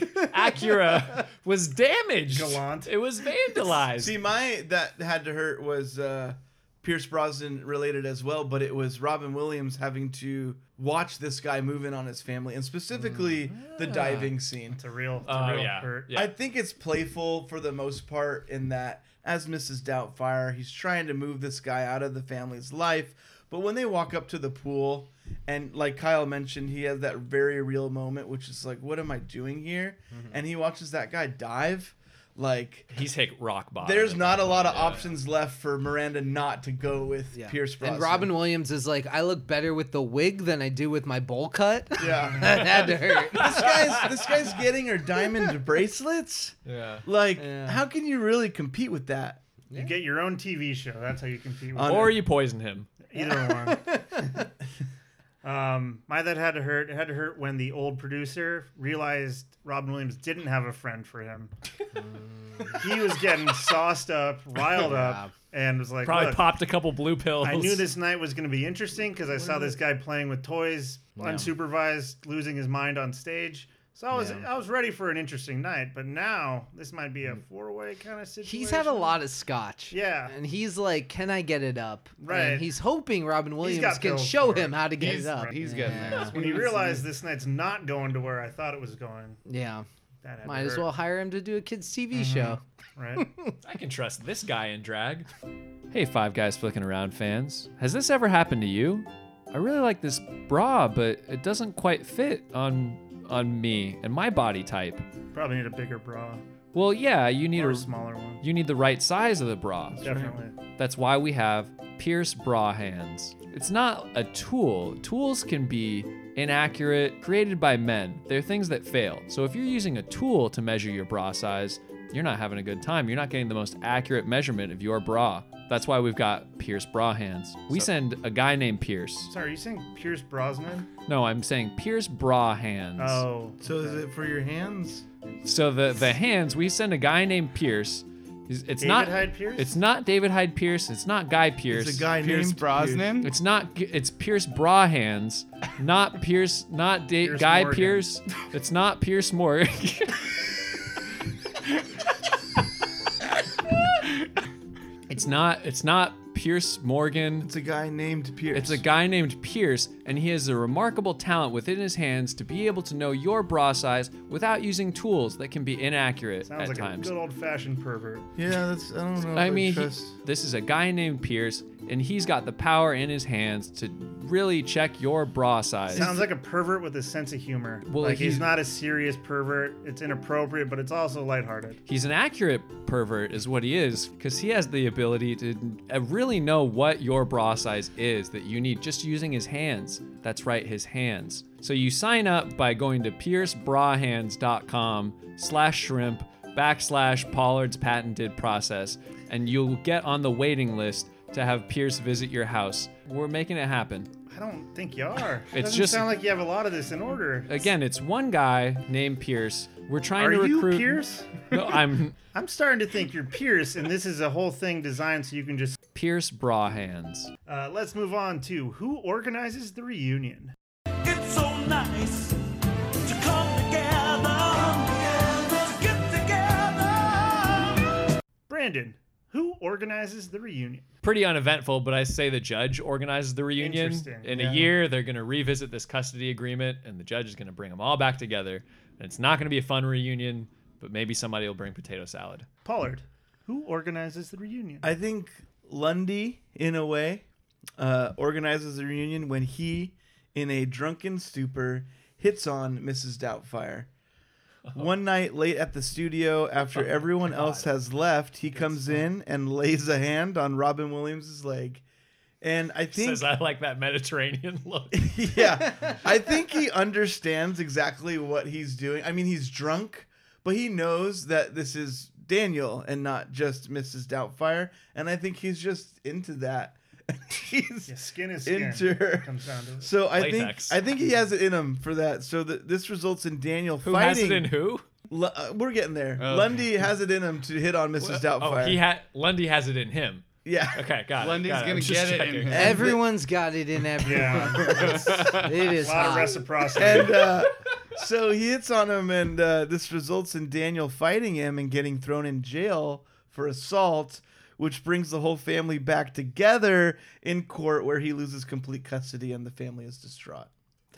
Speaker 14: Acura was damaged. Gallant. It was vandalized.
Speaker 12: See, my that had to hurt was uh, Pierce Brosnan related as well, but it was Robin Williams having to watch this guy move in on his family, and specifically the
Speaker 1: Ah.
Speaker 12: diving scene. It's
Speaker 1: a real, it's
Speaker 14: a Oh, real yeah. hurt. Yeah.
Speaker 12: I think it's playful for the most part in that, as Mrs. Doubtfire, he's trying to move this guy out of the family's life. But when they walk up to the pool, and like Kyle mentioned, he has that very real moment, which is like, "What am I doing here?" And he watches that guy dive. Like
Speaker 14: Mm-hmm. He's hit rock bottom.
Speaker 12: there's not a lot of options left for Miranda not to go with Pierce Brosnan.
Speaker 9: And Robin Williams is like, I look better with the wig than I do with my bowl cut.
Speaker 12: Yeah.
Speaker 9: that had to hurt.
Speaker 12: this guy's this guy's getting her diamond bracelets.
Speaker 14: Yeah.
Speaker 12: Like, how can you really compete with that?
Speaker 1: You get your own TV show. That's how you compete. With
Speaker 14: Or you poison him.
Speaker 1: Either one. um, my that had to hurt. It had to hurt when the old producer realized Robin Williams didn't have a friend for him. he was getting sauced up, riled up, and was like,
Speaker 14: Probably
Speaker 1: "Look,
Speaker 14: popped a couple blue pills.
Speaker 1: I knew this night was going to be interesting because I saw this guy playing with toys,
Speaker 14: Yeah.
Speaker 1: unsupervised, losing his mind on stage. So I was
Speaker 9: Yeah.
Speaker 1: I was ready for an interesting night, but now this might be a four way kind of situation.
Speaker 9: He's had a lot of scotch.
Speaker 1: Yeah.
Speaker 9: And he's like, can I get it up?
Speaker 1: Right.
Speaker 9: And he's hoping Robin Williams
Speaker 1: got
Speaker 9: can
Speaker 1: pills
Speaker 9: show
Speaker 1: for
Speaker 9: him
Speaker 1: it.
Speaker 9: how to get
Speaker 1: He's-
Speaker 9: it up.
Speaker 1: right,
Speaker 11: he's getting there.
Speaker 9: Yeah.
Speaker 1: When he realized this night's not going to where I thought it was going,
Speaker 9: Yeah.
Speaker 1: that had to
Speaker 9: Might as
Speaker 1: hurt.
Speaker 9: well hire him to do a kids' TV
Speaker 1: Mm-hmm.
Speaker 9: show.
Speaker 1: Right.
Speaker 14: I can trust this guy in drag. Hey, Five Guys Flicking Around fans. Has this ever happened to you? I really like this bra, but it doesn't quite fit on on me and my body type.
Speaker 1: Probably need a bigger bra.
Speaker 14: Well, yeah, you need
Speaker 1: Or
Speaker 14: a
Speaker 1: a smaller one.
Speaker 14: You need the right size of the bra.
Speaker 1: Definitely.
Speaker 14: That's why we have Pierce bra hands. It's not a tool. Tools can be inaccurate, created by men. They're things that fail. So if you're using a tool to measure your bra size, you're not having a good time. You're not getting the most accurate measurement of your bra. That's why we've got Pierce bra hands. We
Speaker 1: So-
Speaker 14: send a guy named Pierce.
Speaker 1: Sorry, are you saying Pierce Brosnan?
Speaker 14: No, I'm saying Pierce bra hands.
Speaker 1: Oh.
Speaker 12: So is it for your hands?
Speaker 14: So the the hands we send a guy named Pierce. It's it's
Speaker 1: David
Speaker 14: not
Speaker 1: Hyde Pierce?
Speaker 14: It's not David Hyde Pierce. It's not Guy Pierce.
Speaker 12: a guy Pierce named Brosnan?
Speaker 14: It's not. G- It's Pierce Brahands. Not Pierce. Not da- Guy
Speaker 1: Morgan.
Speaker 14: Pierce. It's not Pierce Morgan. it's not. It's not Pierce Morgan. It's
Speaker 12: a guy named Pierce.
Speaker 14: It's a guy named Pierce, and he has a remarkable talent within his hands to be able to know your bra size without using tools that can be inaccurate
Speaker 1: Sounds
Speaker 14: at
Speaker 1: like
Speaker 14: times.
Speaker 1: a good old fashioned pervert.
Speaker 12: Yeah, that's I don't know.
Speaker 14: I mean, he- this is a guy named Pierce, and he's got the power in his hands to really check your bra size.
Speaker 1: Sounds like a pervert with a sense of humor.
Speaker 14: Well,
Speaker 1: like he's
Speaker 14: he-
Speaker 1: not a serious pervert. It's inappropriate, but it's also lighthearted.
Speaker 14: He's an accurate pervert, is what he is, because he has the ability to uh, really know what your bra size is that you need just using his hands. That's right, his hands. So you sign up by going to piercebrahands.com slash shrimp backslash Pollard's patented process, and you'll get on the waiting list to have Pierce visit your house. We're making it happen.
Speaker 1: I don't think you are.
Speaker 14: It's
Speaker 1: Doesn't
Speaker 14: just-
Speaker 1: sound like you have a lot of this in order.
Speaker 14: Again, it's one guy named Pierce. We're trying
Speaker 1: Are
Speaker 14: to
Speaker 1: you
Speaker 14: recruit.
Speaker 1: Pierce?
Speaker 14: No, I'm
Speaker 1: I'm starting to think you're Pierce, and this is a whole thing designed so you can just.
Speaker 14: Pierce Bra Hands.
Speaker 1: Uh, let's move on to who organizes the reunion.
Speaker 16: It's so nice to come together, to get together.
Speaker 1: Brandon, who organizes the reunion?
Speaker 14: pretty uneventful, but I say the judge organizes the reunion.
Speaker 1: Interesting,
Speaker 14: In
Speaker 1: yeah.
Speaker 14: a year, they're going to revisit this custody agreement, and the judge is going to bring them all back together. And it's not going to be a fun reunion, but maybe somebody will bring potato salad.
Speaker 1: Pollard, who organizes the reunion?
Speaker 12: I think Lundy, in a way, uh, organizes the reunion when he, in a drunken stupor, hits on Mrs. Doubtfire.
Speaker 14: Oh.
Speaker 12: One night late at the studio, after everyone else has left, he comes in and lays a hand on Robin Williams' leg. And I think
Speaker 14: Says I like that Mediterranean look.
Speaker 12: yeah, I think he understands exactly what he's doing. I mean, he's drunk, but he knows that this is Daniel and not just Mrs. Doubtfire, and I think he's just into that. he's
Speaker 1: skin is skin,
Speaker 12: into her.
Speaker 1: comes down to it.
Speaker 12: So I
Speaker 1: Latex.
Speaker 12: think I think he has it in him for that. So that this results in Daniel
Speaker 14: Who has
Speaker 12: fighting.
Speaker 14: it in who? Oh,
Speaker 12: Lu- uh, we're getting there.
Speaker 14: Okay.
Speaker 12: Lundy has it in him to hit on Mrs. Doubtfire.
Speaker 14: Oh, he had Lundy has it in him.
Speaker 12: Yeah.
Speaker 14: Okay, got it.
Speaker 12: Lundy's
Speaker 14: got
Speaker 12: gonna
Speaker 14: I'm just
Speaker 12: get it in
Speaker 14: checking.
Speaker 12: him.
Speaker 9: Everyone's got it in everyone. it is hot.
Speaker 12: And uh, so he hits on him, and uh, this results in Daniel fighting him and getting thrown in jail for assault, which brings the whole family back together in court where he loses complete custody and the family is distraught.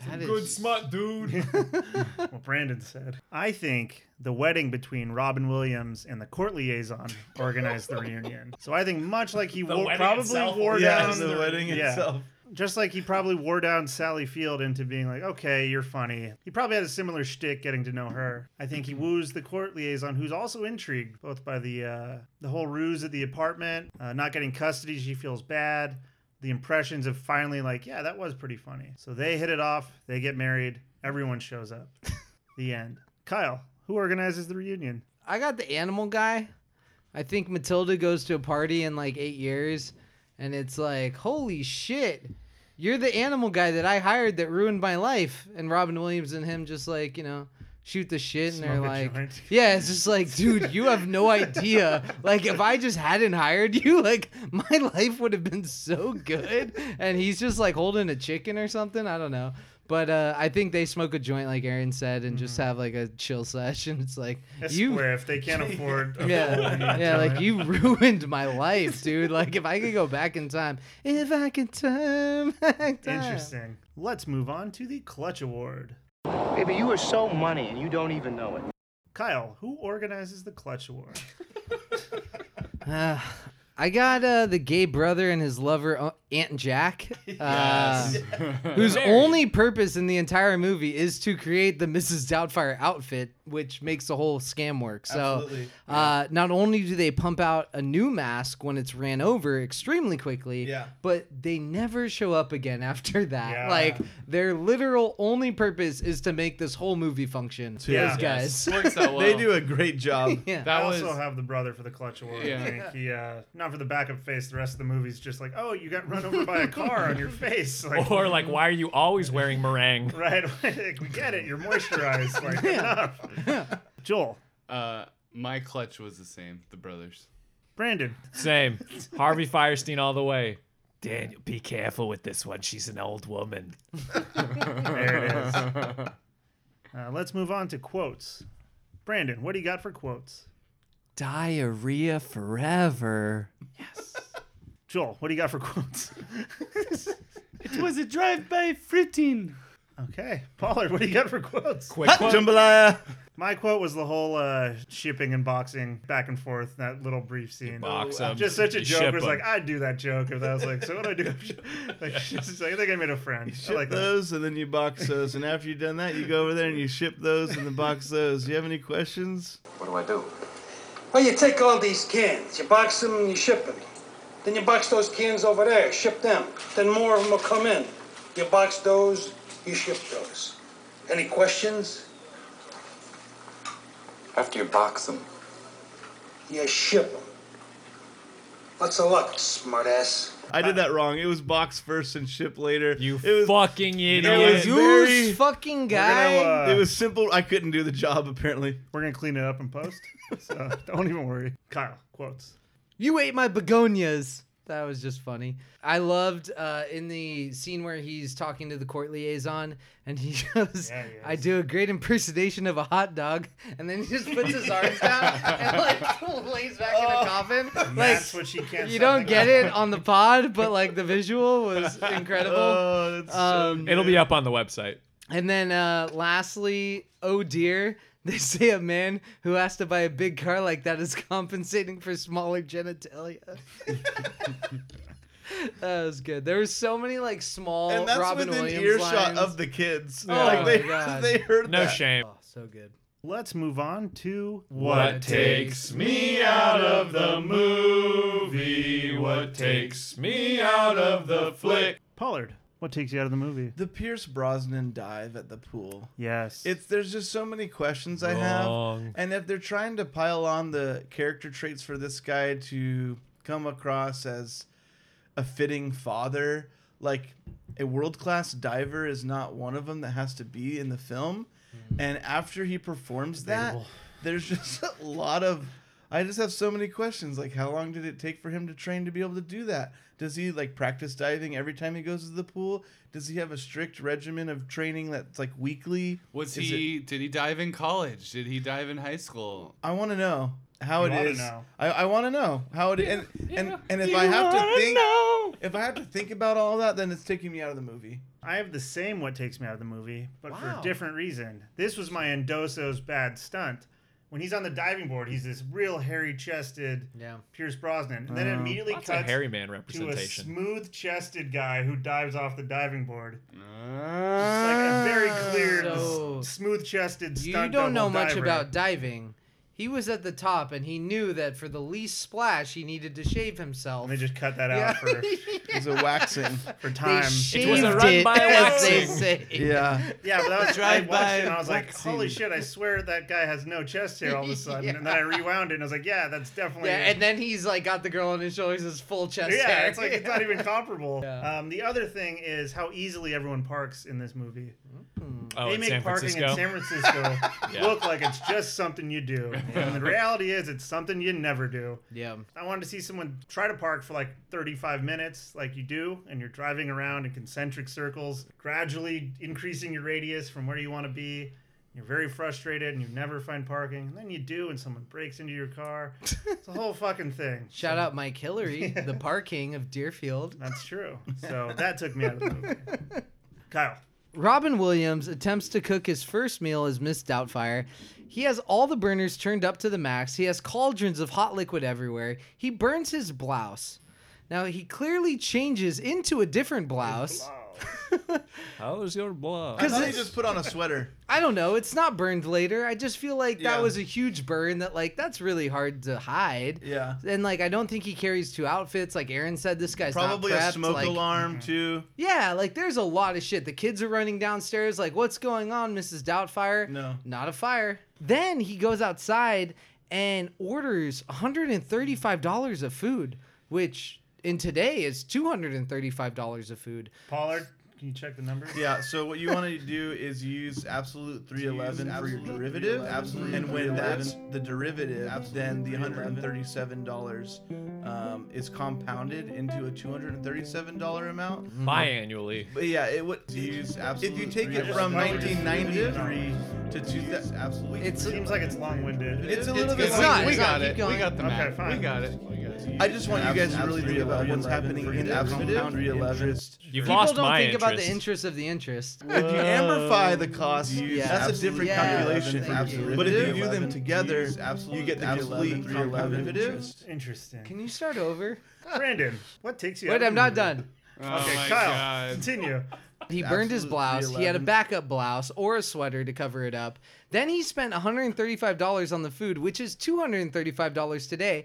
Speaker 1: That is- Good
Speaker 14: smart dude.
Speaker 1: what Brandon said. I think the wedding between Robin Williams and the court liaison organized the reunion. So I think much like he
Speaker 12: The
Speaker 1: wore,
Speaker 12: wedding
Speaker 1: probably
Speaker 12: itself
Speaker 1: wore
Speaker 12: organized
Speaker 1: down
Speaker 12: the wedding itself.
Speaker 1: Just like he probably wore down Sally Field into being like, okay, you're funny. He probably had a similar shtick getting to know her. I think
Speaker 9: Mm-hmm.
Speaker 1: he woos the court liaison, who's also intrigued both by the uh, the whole ruse at the apartment, uh, not getting custody. She feels bad. The impressions of finally like, yeah, that was pretty funny. So they hit it off. They get married. Everyone shows up. the end. Kyle, who organizes the reunion?
Speaker 9: I got the animal guy. I think Matilda goes to a party in like eight years, and it's like, holy shit, you're the animal guy that I hired that ruined my life. And Robin Williams and him just like, you know, shoot the shit, and they're
Speaker 2: Smoke a
Speaker 9: like,
Speaker 2: joint.
Speaker 9: yeah, it's just like, dude, you have no idea. Like, if I just hadn't hired you, like, my life would have been so good. And he's just like holding a chicken or something. I don't know. But uh, I think they smoke a joint, like Aaron said, and
Speaker 2: Mm-hmm.
Speaker 9: just have like a chill session. It's like
Speaker 1: I
Speaker 9: you
Speaker 1: swear, if they can't afford a full
Speaker 9: yeah,
Speaker 1: reunion
Speaker 9: yeah, like
Speaker 1: time-
Speaker 9: you ruined my life, dude. Like if I could go back in time, if I could time, back time.
Speaker 1: Interesting. Let's move on to the Clutch Award.
Speaker 22: Baby, you are so money and you don't even know it.
Speaker 1: Kyle, who organizes the Clutch Award?
Speaker 9: Uh, I got uh, the gay brother and his lover uh, Aunt Jack, uh,
Speaker 14: Yes.
Speaker 9: whose
Speaker 14: Married.
Speaker 9: only purpose in the entire movie is to create the Mrs. Doubtfire outfit, which makes the whole scam work. So,
Speaker 12: Absolutely.
Speaker 9: uh, not only do they pump out a new mask when it's ran over extremely quickly,
Speaker 12: Yeah.
Speaker 9: but they never show up again after that. Like their literal only purpose is to make this whole movie function. To
Speaker 1: Yeah. uh,
Speaker 9: those guys,
Speaker 1: Yes. Works out
Speaker 12: They
Speaker 1: well.
Speaker 12: do a great job.
Speaker 1: I also have the brother for the Clutch Award.
Speaker 12: Yeah.
Speaker 1: I think he, uh, not for the backup face. The rest of the movie's just like, oh, you got run over by a car on your face. Like,
Speaker 14: or like, why are you always wearing meringue?
Speaker 1: right? like, we get it. You're moisturized. Like, enough. Joel.
Speaker 11: Uh, my clutch was the same. The brothers.
Speaker 1: Brandon.
Speaker 14: Same. Harvey Firestein all the way. Daniel, be careful with this one. She's an old woman.
Speaker 1: There it is. Uh, let's move on to quotes. Brandon, what do you got for quotes?
Speaker 9: diarrhea forever.
Speaker 1: Joel, what do you got for quotes?
Speaker 13: It was a drive-by fritting.
Speaker 1: Okay, Pollard, what do you got for quotes?
Speaker 14: Quick Hot quote.
Speaker 1: My quote was the whole uh, shipping and boxing back and forth, that little brief scene.
Speaker 14: box 'em,
Speaker 1: just such a
Speaker 14: you
Speaker 1: joke.
Speaker 14: ship
Speaker 1: Was like,
Speaker 14: 'em.
Speaker 1: I'd do that joke if that was like. So what do I do? like, just like, I think I made a friend. I
Speaker 12: Ship
Speaker 1: like that.
Speaker 12: those and then you box those, and after you've done that, you go over there and you ship those and then box those. Do you have any questions?
Speaker 20: What do I do?
Speaker 23: Well, you take all these cans, you box them and you ship them. Then you box those cans over there, ship them. Then more of them will come in. You box those, you ship those. Any questions?
Speaker 20: After you box them,
Speaker 23: You ship them. Lots of luck, smartass.
Speaker 12: I did that wrong. It was box first and ship later. You
Speaker 14: fucking
Speaker 12: It
Speaker 9: idiot.
Speaker 12: was
Speaker 9: You
Speaker 12: very-
Speaker 9: fucking guy. We're gonna, uh,
Speaker 12: it was simple. I couldn't do the job apparently.
Speaker 1: We're gonna clean it up in post. So don't even worry. Kyle, quotes.
Speaker 9: You ate my begonias. That was just funny. I loved uh, in the scene where he's talking to the court liaison and he goes, I do a great impersonation of a hot dog. And then he just puts his arms down and like lays back in a coffin.
Speaker 1: Oh. And
Speaker 9: Like,
Speaker 1: that's what she can't.
Speaker 9: you
Speaker 1: stop
Speaker 9: don't
Speaker 1: thinking
Speaker 9: get
Speaker 1: about.
Speaker 9: it on the pod, but like the visual was incredible.
Speaker 14: Oh,
Speaker 9: Um,
Speaker 14: It'll be up on the website.
Speaker 9: And then uh, lastly, oh dear, they say a man who has to buy a big car like that is compensating for smaller genitalia. that was good. There were so many like small
Speaker 12: and that's
Speaker 9: Oh, Robin
Speaker 12: within
Speaker 9: Williams
Speaker 12: earshot
Speaker 9: lines.
Speaker 12: of the kids.
Speaker 9: Oh
Speaker 12: like
Speaker 9: my
Speaker 12: they,
Speaker 9: God.
Speaker 12: they heard
Speaker 14: No
Speaker 12: that.
Speaker 14: shame.
Speaker 9: So good.
Speaker 1: Let's move on to
Speaker 11: What takes me out of the movie? What takes me out of the flick?
Speaker 1: Pollard, what takes you out of the movie?
Speaker 12: The Pierce Brosnan dive at the pool.
Speaker 1: Yes.
Speaker 12: It's there's just so many questions I
Speaker 1: Wrong.
Speaker 12: have, and if they're trying to pile on the character traits for this guy to come across as a fitting father, like a world class diver is not one of them that has to be in the film.
Speaker 11: Hmm.
Speaker 12: And after he performs that, there's just a lot of I just have so many questions. Like, how long did it take for him to train to be able to do that? Does he like practice diving every time he goes to the pool? Does he have a strict regimen of training that's like weekly?
Speaker 11: Was
Speaker 12: Is
Speaker 11: he? Did he dive in college? Did he dive in high school?
Speaker 12: I want to know how
Speaker 11: You
Speaker 12: it
Speaker 11: wanna
Speaker 12: is.
Speaker 11: know.
Speaker 12: I, I want to know how it and and and if
Speaker 1: You
Speaker 12: I have
Speaker 1: wanna
Speaker 12: to think if I have to think about all that, then it's taking me out of the movie.
Speaker 1: I have the same what takes me out of the movie, but for
Speaker 12: Wow.
Speaker 1: a different reason. This was my Endoso's bad stunt. When he's on the diving board, he's this real hairy chested
Speaker 9: Yeah.
Speaker 1: Pierce Brosnan. And then it
Speaker 14: Oh.
Speaker 1: immediately
Speaker 14: Lots of
Speaker 1: cuts
Speaker 14: hairy man
Speaker 1: to a
Speaker 14: representation.
Speaker 1: smooth chested guy who dives off the diving board. It's like a very clear,
Speaker 9: Ah.
Speaker 12: Ah.
Speaker 9: So-
Speaker 1: smooth chested stunt.
Speaker 9: You don't know
Speaker 1: double
Speaker 9: much
Speaker 1: diver.
Speaker 9: about diving. He was at the top, and he knew that for the least splash, he needed to shave himself. And they
Speaker 1: just cut that
Speaker 12: out for- It's a waxing
Speaker 1: for time.
Speaker 9: It was a run by waxing.
Speaker 12: Yeah.
Speaker 1: Yeah, but that was I
Speaker 12: Drive-by
Speaker 1: watched it and I was like,
Speaker 12: waxing.
Speaker 1: holy shit, I swear that guy has no chest hair all of a sudden. And then I rewound it and I was like, yeah, that's definitely
Speaker 9: Yeah,
Speaker 1: it.
Speaker 9: and then he's like got the girl on his shoulders, his full chest
Speaker 1: yeah,
Speaker 9: hair.
Speaker 1: it's like it's not even comparable. Um, the other thing is how easily everyone parks in this movie.
Speaker 14: Oh,
Speaker 1: they
Speaker 14: in
Speaker 1: make
Speaker 14: San
Speaker 1: parking in
Speaker 14: Francisco?
Speaker 1: San Francisco
Speaker 14: Yeah.
Speaker 1: look like it's just something you do, and the reality is it's something you never do.
Speaker 9: Yeah.
Speaker 1: I wanted to see someone try to park for like 35 minutes, like you do, and you're driving around in concentric circles, gradually increasing your radius from where you want to be. You're very frustrated and you never find parking. And then you do, and someone breaks into your car. It's a whole fucking thing.
Speaker 9: Shout
Speaker 1: So-
Speaker 9: out Mike Hillary, the parking of Deerfield.
Speaker 1: That's true. So that took me out of the movie. Kyle.
Speaker 9: Robin Williams attempts to cook his first meal as Miss Doubtfire. He has all the burners turned up to the max. He has cauldrons of hot liquid everywhere. He burns his blouse. Now he clearly changes into a different blouse.
Speaker 14: How's your blouse?
Speaker 12: I thought he just put on a sweater.
Speaker 9: I don't know. It's not burned later. I just feel like
Speaker 12: Yeah.
Speaker 9: that was a huge burn that like that's really hard to hide.
Speaker 12: Yeah.
Speaker 9: And like I don't think he carries two outfits. Like Aaron said, this guy's not
Speaker 12: Probably a
Speaker 9: prepped,
Speaker 12: smoke
Speaker 9: like-
Speaker 12: alarm too.
Speaker 9: Yeah, like there's a lot of shit. The kids are running downstairs, like, what's going on, Mrs. Doubtfire? No. Not a fire. Then he goes outside and orders $135 of food, which in today is $235 of food.
Speaker 1: Pollard, can you check the numbers?
Speaker 12: Yeah, so what you want to do is use absolute 311 for your derivative, absolute, and when
Speaker 1: 311.
Speaker 12: that's the derivative, then the $137 um, is compounded into a $237 amount.
Speaker 14: Biannually.
Speaker 12: But yeah, it would Mm-hmm. use absolute. If you take it
Speaker 14: 311.
Speaker 12: from
Speaker 14: Why would you
Speaker 12: 1993 to 2000, absolute.
Speaker 1: It seems like it's long-winded.
Speaker 12: It's a little bit.
Speaker 1: Okay, fine.
Speaker 12: I just want you guys to really think about what's happening in absolute.
Speaker 14: You've
Speaker 9: People
Speaker 14: lost
Speaker 9: don't
Speaker 14: my
Speaker 9: think about the interest
Speaker 14: interest.
Speaker 9: of the interest.
Speaker 12: If you amplify the cost, that's a different calculation.
Speaker 9: Absolutely.
Speaker 12: But if you do them together, you get the absolute derivative.
Speaker 1: Interesting.
Speaker 9: Can you start over?
Speaker 1: Brandon, what takes you
Speaker 9: Wait,
Speaker 1: out of
Speaker 9: I'm
Speaker 1: the
Speaker 9: not
Speaker 1: movie?
Speaker 9: done.
Speaker 11: Oh
Speaker 1: okay, Kyle, continue.
Speaker 9: He burned his
Speaker 1: Absolute
Speaker 9: blouse. He had a
Speaker 1: 311.
Speaker 9: backup blouse or a sweater to cover it up. Then he spent $135 on the food, which is $235 today,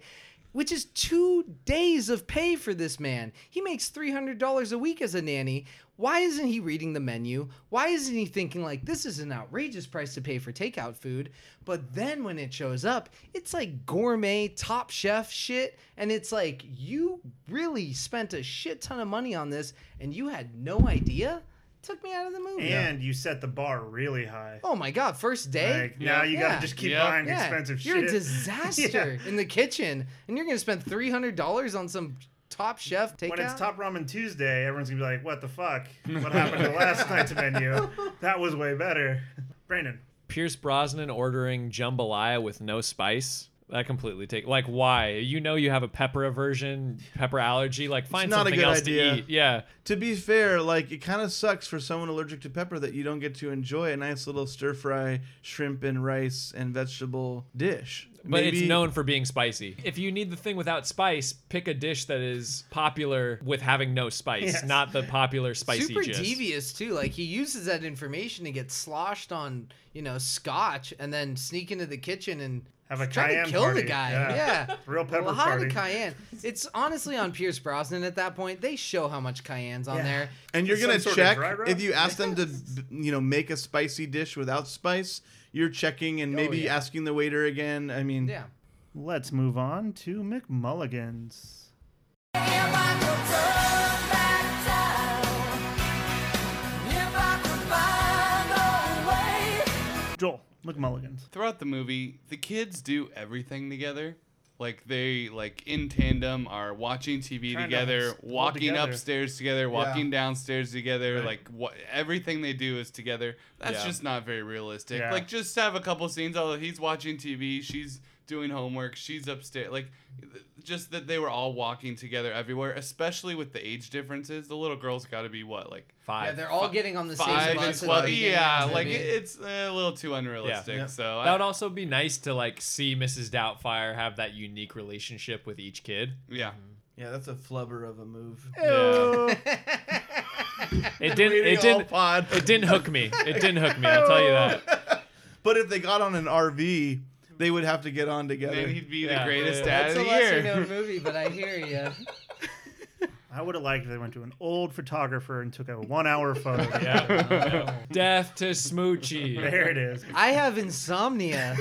Speaker 9: which is two days of pay for this man. He makes $300 a week as a nanny. Why isn't he reading the menu? Why isn't he thinking, like, this is an outrageous price to pay for takeout food? But then when it shows up, it's like gourmet top chef shit. And it's like, you really spent a shit ton of money on this and you had no idea? Took me out of the movie.
Speaker 1: And you set the bar really high.
Speaker 9: Oh my god, first day.
Speaker 1: Like, now you gotta just keep buying expensive
Speaker 9: you're
Speaker 1: shit.
Speaker 9: a disaster in the kitchen, and you're gonna spend three hundred dollars on some Top Chef takeout.
Speaker 1: When it's Top Ramen Tuesday, everyone's gonna be like, "What the fuck? What happened to last night's menu? That was way better." Brandon,
Speaker 14: Pierce Brosnan ordering jambalaya with no spice. That completely take like why? You know you have a pepper aversion, pepper allergy. Like find
Speaker 12: not a
Speaker 14: something
Speaker 12: good
Speaker 14: else
Speaker 12: idea.
Speaker 14: to eat. Yeah,
Speaker 12: To be fair, like it kind of sucks for someone allergic to pepper that you don't get to enjoy a nice little stir fry shrimp and rice and vegetable dish.
Speaker 14: But
Speaker 11: Maybe-
Speaker 14: it's known for being spicy. If you need the thing without spice, pick a dish that is popular with having no spice,
Speaker 9: Yes.
Speaker 14: not the popular spicy
Speaker 9: Super
Speaker 14: gist.
Speaker 9: devious too. Like he uses that information to get sloshed on, you know, scotch, and then sneak into the kitchen and
Speaker 1: Have a
Speaker 9: try
Speaker 1: cayenne
Speaker 9: to kill
Speaker 1: party,
Speaker 9: the guy.
Speaker 1: yeah.
Speaker 9: Yeah,
Speaker 1: Real pepper
Speaker 9: A lot
Speaker 1: party.
Speaker 9: of cayenne. It's honestly on Pierce Brosnan at that point. They show how much cayenne's on
Speaker 12: Yeah.
Speaker 9: there,
Speaker 12: And you're gonna check if you ask them to, b- you know, make a spicy dish without spice. You're checking and maybe
Speaker 9: Oh, yeah.
Speaker 12: asking the waiter again. I mean,
Speaker 9: yeah.
Speaker 1: Let's move on to McMulligan's. Joel McMulligan's.
Speaker 11: Throughout the movie, the kids do everything together. Like they like in tandem are watching TV
Speaker 2: Trying to
Speaker 11: together,
Speaker 2: hold
Speaker 11: walking
Speaker 2: together.
Speaker 11: upstairs together,
Speaker 2: Yeah.
Speaker 11: walking downstairs together.
Speaker 2: Right.
Speaker 11: Like what everything they do is together. That's
Speaker 2: Yeah.
Speaker 11: just not very realistic.
Speaker 2: Yeah.
Speaker 11: Like just have a couple scenes. Oh, he's watching TV. She's doing homework. She's upstairs. Like th- just that they were all walking together everywhere, especially with the age differences. The little girl's got to be what like five.
Speaker 9: Yeah, they're all
Speaker 11: fi-
Speaker 9: getting on the same
Speaker 11: five
Speaker 9: bus
Speaker 11: and
Speaker 9: at the
Speaker 11: twelve.
Speaker 9: beginning of
Speaker 11: Yeah,
Speaker 9: the
Speaker 11: like
Speaker 9: movie.
Speaker 11: it, it's a little too unrealistic.
Speaker 14: Yeah.
Speaker 11: So I-
Speaker 14: that would also be nice to like see Mrs. Doubtfire have that unique relationship with each kid.
Speaker 11: Yeah.
Speaker 12: yeah, that's a flubber of a move.
Speaker 14: Yeah. It didn't.
Speaker 12: Reading
Speaker 14: It
Speaker 12: all
Speaker 14: didn't.
Speaker 12: pod.
Speaker 14: It didn't hook me. It didn't hook me. I'll tell you that.
Speaker 12: But if they got on an RV, they would have to get on together.
Speaker 11: Then he'd be the Yeah.
Speaker 1: greatest
Speaker 9: That's a lesser known movie, but I hear you.
Speaker 1: I would have liked if they went to an old photographer and took a one-hour photo.
Speaker 14: Death to Smoochie.
Speaker 1: There it is.
Speaker 9: I have insomnia.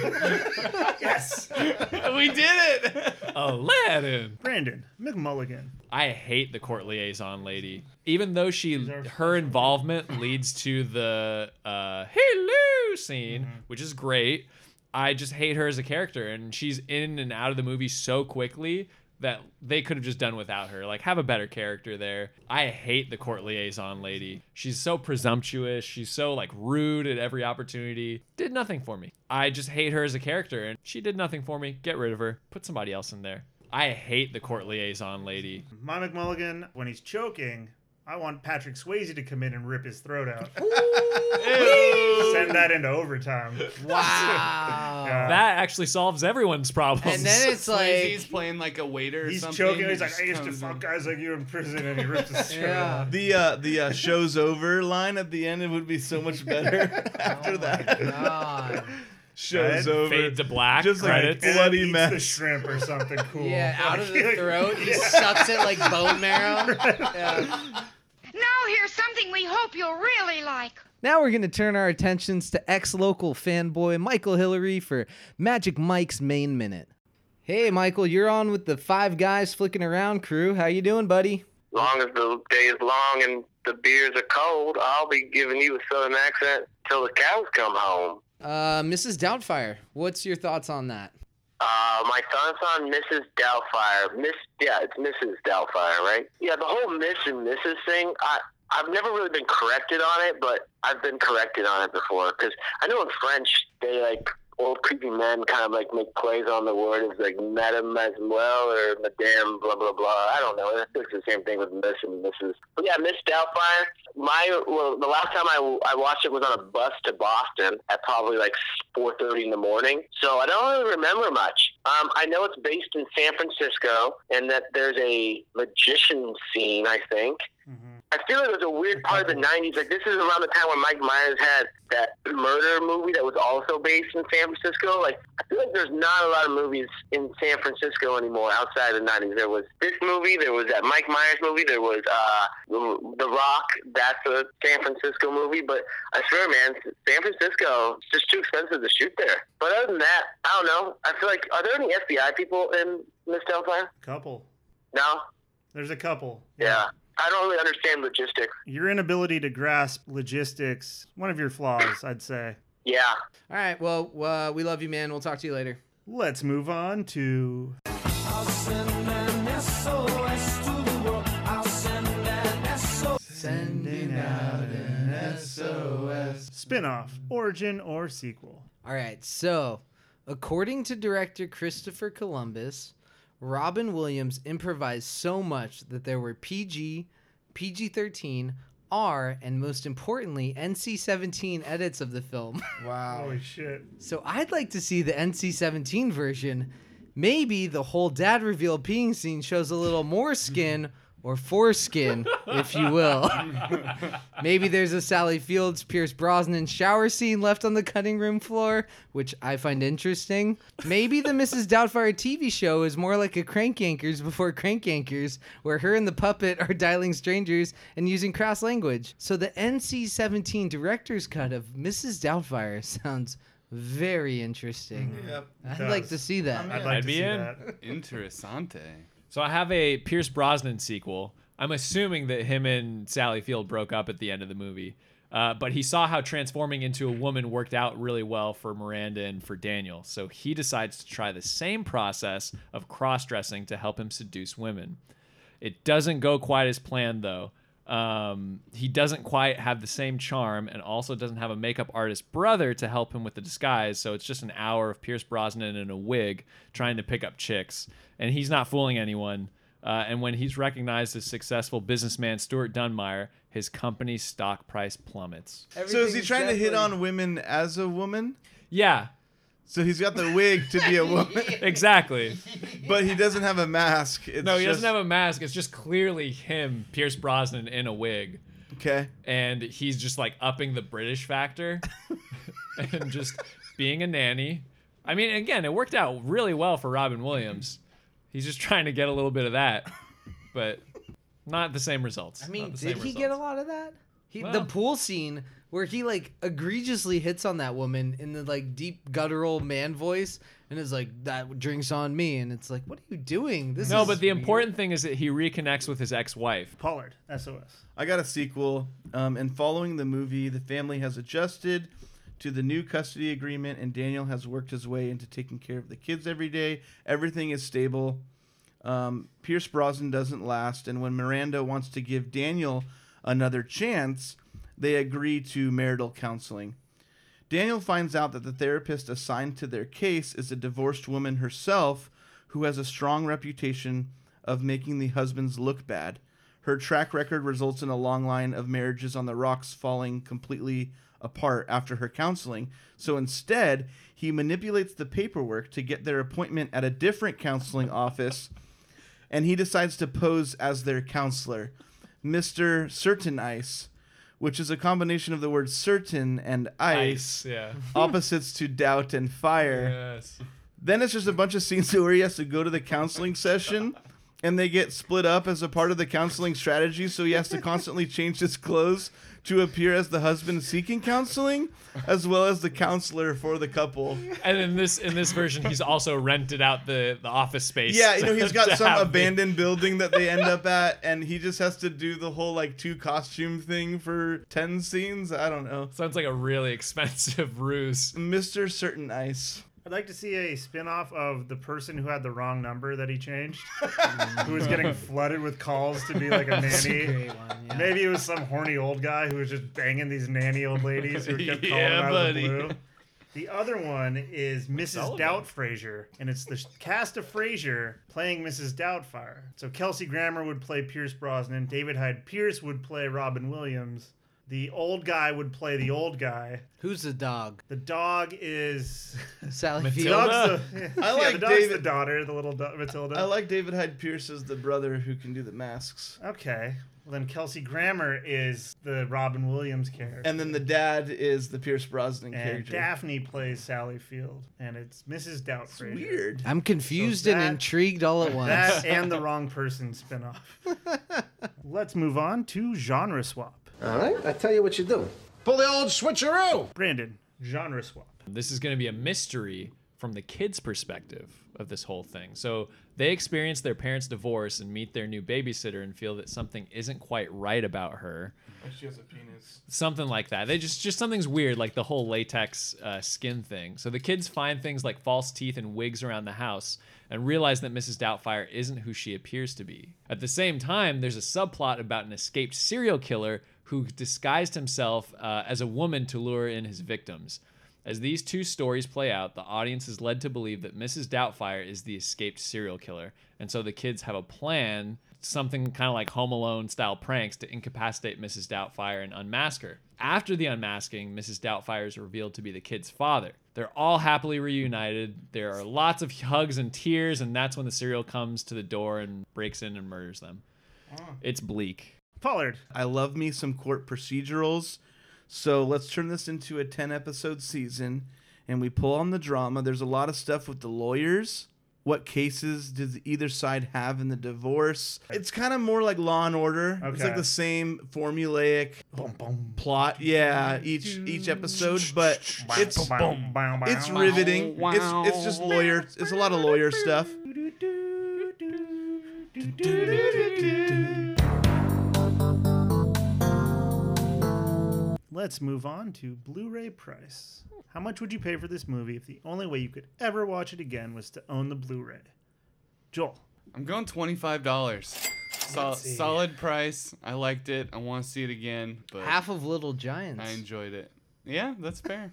Speaker 1: yes,
Speaker 11: we did it.
Speaker 14: Aladdin.
Speaker 1: Brandon McMulligan.
Speaker 14: I hate the court liaison lady. Even though she, her involvement leads to the uh, "Hello" scene, which is great. I just hate her as a character, and she's in and out of the movie so quickly that they could have just done without her. Like, have a better character there. I hate the court liaison lady. She's so presumptuous. She's so like rude at every opportunity. Did nothing for me. I just hate her as a character, and she did nothing for me. Get rid of her. Put somebody else in there. I hate the court liaison lady.
Speaker 1: My McMulligan, when he's choking, I want Patrick Swayze to come in and rip his throat out. Send that into overtime. Uh,
Speaker 9: Wow.
Speaker 14: That actually solves everyone's problems.
Speaker 11: he's playing like a waiter. Or
Speaker 1: He's
Speaker 11: something,
Speaker 1: choking. He's
Speaker 11: he
Speaker 1: like,
Speaker 11: just
Speaker 1: I used to
Speaker 11: comes
Speaker 1: fuck guys like you in prison, and he rips his throat out.
Speaker 12: The uh, the uh, show's over line at the end it would be so much better
Speaker 11: Oh
Speaker 12: after that. show's
Speaker 1: Right?
Speaker 12: over.
Speaker 1: Fade
Speaker 14: to black.
Speaker 12: Just like
Speaker 1: And
Speaker 12: a
Speaker 1: then
Speaker 12: bloody
Speaker 1: eats
Speaker 12: mess.
Speaker 1: the shrimp or something cool.
Speaker 9: Yeah, out of
Speaker 1: Like-
Speaker 9: the throat. He sucks it like bone marrow.
Speaker 1: Mm-hmm.
Speaker 9: Yeah.
Speaker 6: Now here's something we hope you'll really like.
Speaker 9: Now we're going to turn our attentions to ex local fanboy Michael Hillary for Magic Mike's main minute. Hey, Michael, you're on with the Five Guys Flicking Around crew. How you doing, buddy?
Speaker 8: long as the day is long and the beers are cold, I'll be giving you a southern accent till the cows come home.
Speaker 9: Uh, Mrs. Doubtfire, what's your thoughts on that?
Speaker 8: Uh, my thoughts on Mrs. Doubtfire. Miss, yeah, it's Mrs. Doubtfire, right? Yeah, the whole Miss and Mrs. thing. I I've never really been corrected on it, but I've been corrected on it before because I know in French they like old creepy men kind of like make plays on the word as like Madame Mademoiselle or Madame blah blah blah. I don't know. It's just the same thing with Miss and Mrs. But yeah, Miss Doubtfire. My well, the last time I, I watched it was on a bus to Boston at probably like four thirty in the morning. So I don't really remember much. Um, I know it's based in San Francisco and that there's a magician scene. I think. I feel like it was a weird part of the '90s. Like this is around the time when Mike Myers had that murder movie that was also based in San Francisco. Like I feel like there's not a lot of movies in San Francisco anymore outside of the '90s. There was this movie, there was that Mike Myers movie, there was uh, The The Rock. That's a San Francisco movie, but I swear, man, San Francisco it's just too expensive to shoot there. But other than that, I don't know. I feel like are there any FBI people in Miss Doubtfire?
Speaker 1: Couple.
Speaker 8: No.
Speaker 1: There's a couple.
Speaker 8: Yeah. I don't really understand logistics.
Speaker 1: Your inability to grasp logistics, one of your flaws, I'd say.
Speaker 8: Yeah.
Speaker 9: All right, well, uh, we love you, man. We'll talk to you later.
Speaker 1: Let's move on to
Speaker 9: Sending out an SOS.
Speaker 1: spin-off, origin or sequel.
Speaker 9: All right. So, according to director Christopher Columbus, Robin Williams improvised so much that there were PG, PG 13, R, and most importantly, NC 17 edits of the film.
Speaker 12: Wow.
Speaker 1: Holy shit.
Speaker 9: So I'd like to see the NC 17 version. Maybe the whole dad reveal peeing scene shows a little more skin or foreskin, if you will. Maybe there's a Sally Fields Pierce Brosnan shower scene left on the cutting room floor, which I find interesting. Maybe the Mrs. Doubtfire TV show is more like a Crank Yankers before Crank Yankers, where her and the puppet are dialing strangers and using crass language. So the NC 17 director's cut of Mrs. Doubtfire sounds very interesting.
Speaker 12: Yep.
Speaker 9: I'd like to see that.
Speaker 11: Interessante.
Speaker 14: So I have a Pierce Brosnan sequel. I'm assuming that him and Sally Field broke up at the end of the movie. Uh, but he saw how transforming into a woman worked out really well for Miranda and for Daniel. So he decides to try the same process of cross dressing to help him seduce women. It doesn't go quite as planned, though. Um, he doesn't quite have the same charm and also doesn't have a makeup artist brother to help him with the disguise. So it's just an hour of Pierce Brosnan in a wig trying to pick up chicks. And he's not fooling anyone. Uh, and when he's recognized as successful businessman Stuart Dunmire, his company's stock price plummets.
Speaker 12: So is he trying to hit on women as a woman?
Speaker 14: Yeah.
Speaker 12: So he's got the wig to be a woman.
Speaker 14: exactly.
Speaker 12: But he doesn't have a mask. It's
Speaker 14: no, he
Speaker 12: just,
Speaker 14: doesn't have a mask. It's just clearly him, Pierce Brosnan, in a wig.
Speaker 12: Okay.
Speaker 14: And he's just like upping the British factor and just being a nanny. I mean, again, it worked out really well for Robin Williams. He's just trying to get a little bit of that, but not the same results.
Speaker 9: I mean,
Speaker 14: Not
Speaker 9: did
Speaker 14: the
Speaker 9: he
Speaker 14: same results.
Speaker 9: get a lot of that? He, the
Speaker 14: Well-
Speaker 9: pool scene where he like egregiously hits on that woman in the like deep guttural man voice and is like that drinks on me and it's like what are you doing this
Speaker 14: no,
Speaker 9: is
Speaker 14: but the important thing is that he reconnects with his ex-wife.
Speaker 1: Pollard, SOS.
Speaker 12: I got a sequel. Um, and following the movie, the family has adjusted to the new custody agreement, and Daniel has worked his way into taking care of the kids every day. Everything is stable. Um, Pierce Brosnan doesn't last, and when Miranda wants to give Daniel another chance, they agree to marital counseling. Daniel finds out that the therapist assigned to their case is a divorced woman herself who has a strong reputation of making the husbands look bad. Her track record results in a long line of marriages on the rocks falling completely apart after her counseling. So instead, he manipulates the paperwork to get their appointment at a different counseling office and he decides to pose as their counselor, Mr. Certain Ice, which is a combination of the words certain and ice,
Speaker 14: Ice, yeah.
Speaker 12: opposites to doubt and fire.
Speaker 14: Yes.
Speaker 12: Then it's just a bunch of scenes where he has to go to the counseling session. And they get split up as a part of the counseling strategy, so he has to constantly change his clothes to appear as the husband seeking counseling, as well as the counselor for the couple.
Speaker 14: And in this in this version, he's also rented out the, the office space.
Speaker 12: Yeah, you know, he's
Speaker 14: to
Speaker 12: got some
Speaker 14: have the-
Speaker 12: abandoned building that they end up at, and he just has to do the whole like two costume thing for 10 scenes. I don't know.
Speaker 14: Sounds like a really expensive ruse.
Speaker 12: Mr. Certain Ice.
Speaker 1: I'd like to see a spin-off of the person who had the wrong number that he changed, who was getting flooded with calls to be like a
Speaker 9: That's a
Speaker 1: nanny.
Speaker 9: great one, yeah.
Speaker 1: Maybe it was some horny old guy who was just banging these nanny old ladies who kept calling
Speaker 14: Yeah,
Speaker 1: him out
Speaker 14: buddy.
Speaker 1: of the blue. The other one is Mrs.
Speaker 14: Sullivan.
Speaker 1: Doubt Frasier, and it's the cast of Frasier playing Mrs. Doubtfire. So Kelsey Grammer would play Pierce Brosnan, David Hyde Pierce would play Robin Williams, the old guy would play the old guy.
Speaker 9: Who's the dog?
Speaker 1: The dog is
Speaker 9: Sally
Speaker 1: The
Speaker 9: Field.
Speaker 1: dog's the,
Speaker 12: I
Speaker 1: I
Speaker 12: like
Speaker 1: the dog's
Speaker 12: David-
Speaker 1: the daughter, the little do- Matilda.
Speaker 12: I like David Hyde Pierce as the brother who can do the masks.
Speaker 1: Okay. Well, then Kelsey Grammer is the Robin Williams character.
Speaker 12: And then the dad is the Pierce Brosnan
Speaker 1: And
Speaker 12: character.
Speaker 1: Daphne plays Sally Field, and it's Mrs. Doubtfire.
Speaker 12: weird.
Speaker 9: I'm confused
Speaker 1: So that-
Speaker 9: and intrigued all at once.
Speaker 1: That and the wrong person spinoff. Let's move on to genre swap.
Speaker 2: All right, I tell you what you do.
Speaker 1: Pull the old switcheroo. Brandon, genre swap.
Speaker 14: This is going to be a mystery from the kids' perspective of this whole thing. So they experience their parents' divorce and meet their new babysitter and feel that something isn't quite right about her.
Speaker 12: She has a penis.
Speaker 14: something like that. They just just something's weird, like the whole latex uh, skin thing. So the kids find things like false teeth and wigs around the house and realize that Mrs. Doubtfire isn't who she appears to be. At the same time, there's a subplot about an escaped serial killer who disguised himself uh, as a woman to lure in his victims. As these two stories play out, the audience is led to believe that Mrs. Doubtfire is the escaped serial killer, and so the kids have a plan something kind of like Home Alone style pranks to incapacitate Mrs. Doubtfire and unmask her. After the unmasking, Mrs. Doubtfire is revealed to be the kid's father. They're all happily reunited. There are lots of hugs and tears, and that's when the serial comes to the door and breaks in and murders them. It's bleak.
Speaker 1: Pollard.
Speaker 12: I love me some court procedurals. So let's turn this into a 10 episode season and we pull on the drama. There's a lot of stuff with the lawyers. What cases does either side have in the divorce? It's kind of more like Law and Order. It's like
Speaker 1: Okay.
Speaker 12: the same formulaic plot. Yeah, each each episode, but it's it's riveting. It's it's just lawyer. It's a lot of lawyer stuff.
Speaker 1: Let's move on to Blu ray price. How much would you pay for this movie if the only way you could ever watch it again was to own the Blu ray? Joel.
Speaker 11: I'm going twenty five dollars. Sol-
Speaker 1: Let's see.
Speaker 11: solid price. I liked it. I want to see it again. But
Speaker 9: Half of Little Giants.
Speaker 11: I enjoyed it. Yeah, that's fair.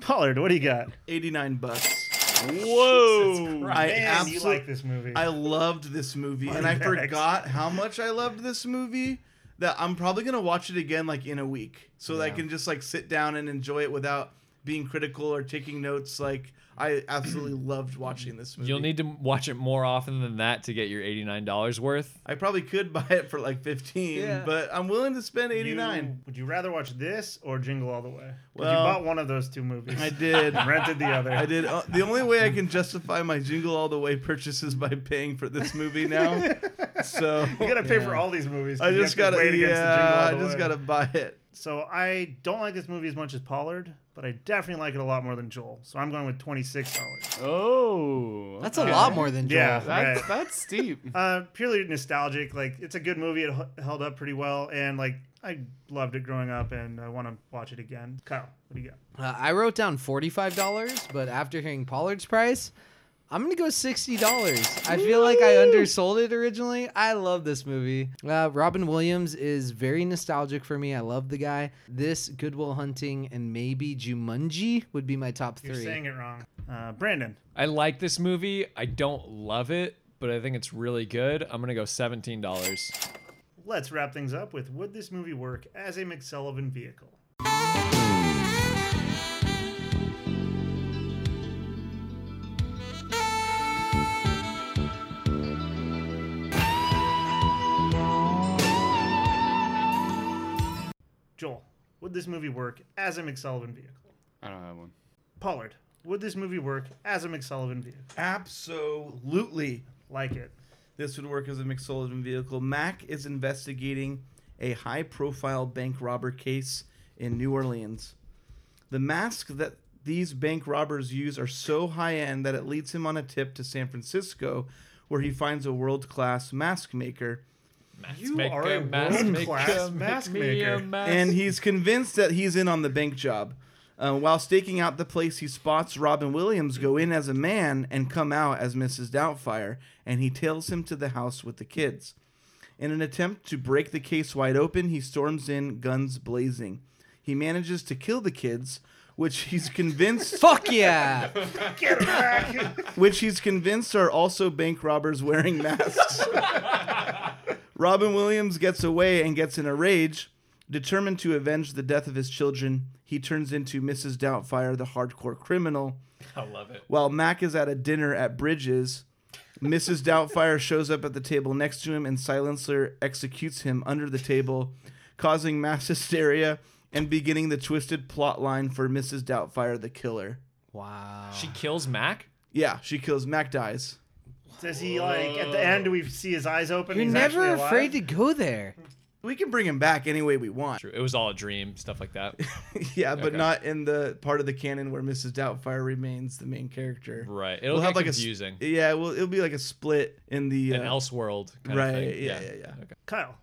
Speaker 1: Pollard, what do you got?
Speaker 12: 89 bucks.
Speaker 1: Whoa. Christ.
Speaker 12: I
Speaker 1: Man, you
Speaker 12: absol-
Speaker 1: like this movie.
Speaker 12: I loved this movie and
Speaker 1: Money
Speaker 12: I
Speaker 1: bags.
Speaker 12: forgot how much I loved this movie that I'm probably going to watch it again like in a week so that I
Speaker 1: Yeah.
Speaker 12: can just like sit down and enjoy it without being critical or taking notes like I absolutely loved watching this movie.
Speaker 14: You'll need to watch it more often than that to get your $89 worth.
Speaker 12: I probably could buy it for like 15,
Speaker 1: Yeah.
Speaker 12: but I'm willing to spend 89.
Speaker 1: You- would you rather watch this or Jingle All the Way? Well, you
Speaker 12: Well,
Speaker 1: bought one of those two movies.
Speaker 12: I did.
Speaker 1: And rented the other.
Speaker 12: I did. Uh, the only way I can justify my Jingle All the Way purchase is by paying for this movie now. So
Speaker 1: You gotta pay for all these movies. 'cause
Speaker 12: I
Speaker 1: you
Speaker 12: just
Speaker 1: have to
Speaker 12: gotta.
Speaker 1: weigh it against the Jingle
Speaker 12: yeah,
Speaker 1: All
Speaker 12: I
Speaker 1: the
Speaker 12: just
Speaker 1: Way.
Speaker 12: gotta buy it.
Speaker 1: So I don't like this movie as much as Pollard, but I definitely like it a lot more than Joel. So I'm going with twenty six dollars.
Speaker 11: Oh,
Speaker 9: That's a lot more than Joel.
Speaker 1: Yeah,
Speaker 9: That's-
Speaker 11: that's steep.
Speaker 1: Uh, purely nostalgic. Like it's a good movie. It h- held up pretty well, and like I loved it growing up, and I want to watch it again. Kyle, what do you got?
Speaker 9: Uh, I wrote down forty-five dollars, but after hearing Pollard's price, I'm gonna go sixty dollars. I feel like I undersold it originally. I love this movie. Uh, Robin Williams is very nostalgic for me. I love the guy. This Goodwill Hunting and maybe Jumanji would be my top 3
Speaker 1: You're saying it wrong, uh, Brandon.
Speaker 14: I like this movie. I don't love it, but I think it's really good. I'm going to go $17.
Speaker 1: Let's wrap things up with would this movie work as a McSullivan vehicle? Joel, would this movie work as a McSullivan vehicle?
Speaker 11: I don't have one.
Speaker 1: Pollard, would this movie work as a McSullivan vehicle?
Speaker 12: Absolutely.
Speaker 1: Like it.
Speaker 12: This would work as a McSullivan vehicle. Mac is investigating a high profile bank robber case in New Orleans. The mask that these bank robbers use are so high end that it leads him on a tip to San Francisco, where he finds a world class mask maker.
Speaker 1: You are a world-class mask maker.
Speaker 12: And he's convinced that he's in on the bank job. Uh, while staking out the place, he spots Robin Williams go in as a man and come out as Mrs. Doubtfire, and he tails him to the house with the kids. In an attempt to break the case wide open, he storms in, guns blazing. He manages to kill the kids, which he's convinced.
Speaker 9: Fuck yeah!
Speaker 1: Get back!
Speaker 12: which he's convinced are also bank robbers wearing masks. Robin Williams gets away and gets in a rage. Determined to avenge the death of his children, he turns into Mrs. Doubtfire, the hardcore criminal.
Speaker 14: I love it.
Speaker 12: While Mac is at a dinner at Bridges, Mrs. Doubtfire shows up at the table next to him and Silencer executes him under the table, causing mass hysteria and beginning the twisted plot line for Mrs. Doubtfire, the killer.
Speaker 9: Wow.
Speaker 14: She kills Mac?
Speaker 12: Yeah, she kills Mac dies.
Speaker 1: Does he like at the end we see his eyes open? and he's actually alive?
Speaker 12: to
Speaker 9: go there.
Speaker 12: We can bring him back any way we want.
Speaker 14: True. It was all a dream, stuff like that.
Speaker 12: yeah, but
Speaker 14: Okay.
Speaker 12: not in the part of the canon where Mrs. Doubtfire remains the main character.
Speaker 14: Right. It'll get
Speaker 12: like
Speaker 14: confusing.
Speaker 12: A, s- yeah, well, it'll be like a split in the uh,
Speaker 14: An Elseworld kind
Speaker 12: right?
Speaker 14: of thing.
Speaker 12: Yeah, yeah, yeah.
Speaker 1: Kyle.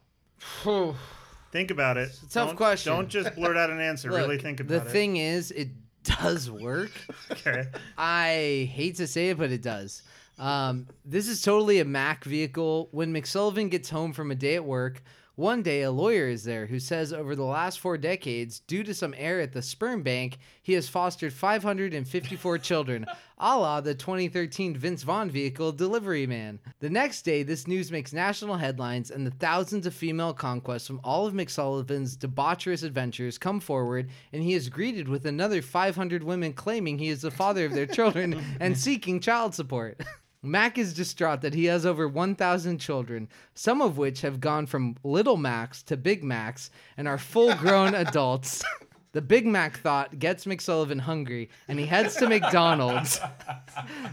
Speaker 1: think about it.
Speaker 9: a tough
Speaker 1: Don't-
Speaker 9: question.
Speaker 1: Don't just blurt out an answer. really
Speaker 9: Look,
Speaker 1: think about
Speaker 9: the
Speaker 1: it.
Speaker 9: thing is, it does work.
Speaker 1: okay.
Speaker 9: I hate to say it, but it does. Um, this is totally a Mac vehicle. When McSullivan gets home from a day at work, One day, a lawyer is there who says over the last four decades, due to some error at the sperm bank, he has fostered 554 children, a la the 2013 Vince Vaughn vehicle Delivery Man. The next day, this news makes national headlines, and the thousands of female conquests from all of McSullivan's debaucherous adventures come forward, and he is greeted with another 500 women claiming he is the father of their children and seeking child support. Mac is distraught that he has over 1,000 children, some of which have gone from little Macs to Big Macs and are full grown adults. The Big Mac thought gets McSullivan hungry, and he heads to McDonald's,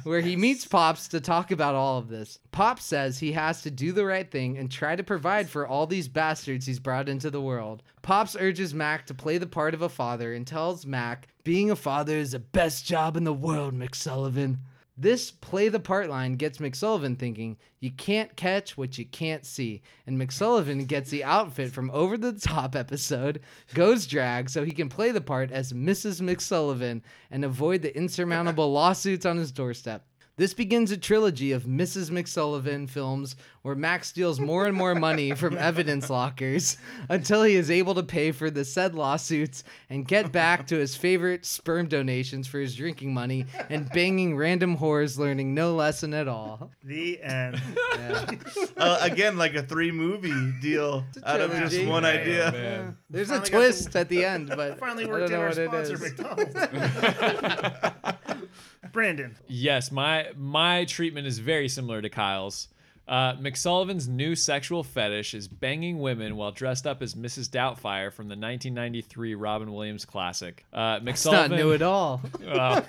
Speaker 9: where he meets Pops to talk about all of this. Pops says he has to do the right thing and try to provide for all these bastards he's brought into the world. Pops urges Mac to play the part of a father and tells Mac, Being a father is the best job in the world, McSullivan. This play the part line gets McSullivan thinking, you can't catch what you can't see. And McSullivan gets the outfit from Over the Top episode, goes drag so he can play the part as Mrs. McSullivan and avoid the insurmountable lawsuits on his doorstep. This begins a trilogy of Mrs. McSullivan films where Max steals more and more money from evidence lockers until he is able to pay for the said lawsuits and get back to his favorite sperm donations for his drinking money and banging random whores, learning no lesson at all.
Speaker 1: The end.
Speaker 12: Uh, again, like a three movie deal out of just
Speaker 9: trilogy.
Speaker 12: one
Speaker 9: Yeah,
Speaker 1: Oh,
Speaker 12: idea.
Speaker 9: man. There's a twist at the end, but
Speaker 1: Finally
Speaker 9: I
Speaker 1: worked
Speaker 9: don't know
Speaker 1: in our
Speaker 9: what it
Speaker 1: sponsor,
Speaker 9: is.
Speaker 1: McDonald's. Brandon.
Speaker 14: Yes, my my treatment is very similar to Kyle's. Uh, McSullivan's new sexual fetish is banging women while dressed up as Mrs. Doubtfire from the 1993 Robin Williams classic. Uh, McSullivan,
Speaker 9: It's not new at all.
Speaker 14: Well,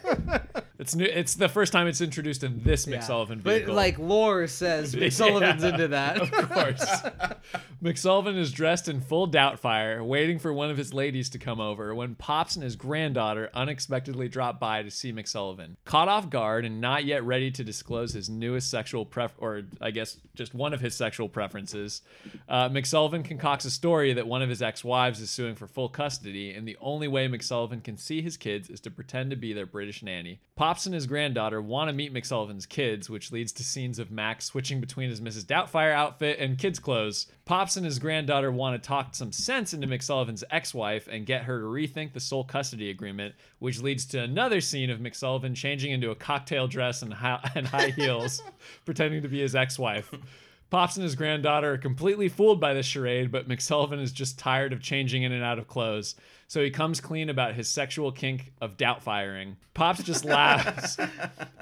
Speaker 14: it's new. It's the first time it's introduced in this McSullivan
Speaker 9: But
Speaker 14: vehicle.
Speaker 9: like lore says, McSullivan's
Speaker 14: Yeah,
Speaker 9: into that.
Speaker 14: of course. McSullivan is dressed in full Doubtfire, waiting for one of his ladies to come over when Pops and his granddaughter unexpectedly drop by to see McSullivan. Caught off guard and not yet ready to disclose his newest sexual pref, or I guess just one of his sexual preferences, uh, McSullivan concocts a story that one of his ex-wives is suing for full custody, and the only way McSullivan can see his kids is to pretend to be their British nanny. Pops and his granddaughter want to meet McSullivan's kids, which leads to scenes of Max switching between his Mrs. Doubtfire outfit and kids' clothes. Pops and his granddaughter want to talk some sense into McSullivan's ex wife and get her to rethink the sole custody agreement, which leads to another scene of McSullivan changing into a cocktail dress and high, and high heels, pretending to be his ex wife. Pops and his granddaughter are completely fooled by this charade, but McSullivan is just tired of changing in and out of clothes. So he comes clean about his sexual kink of doubt firing. Pops just laughs.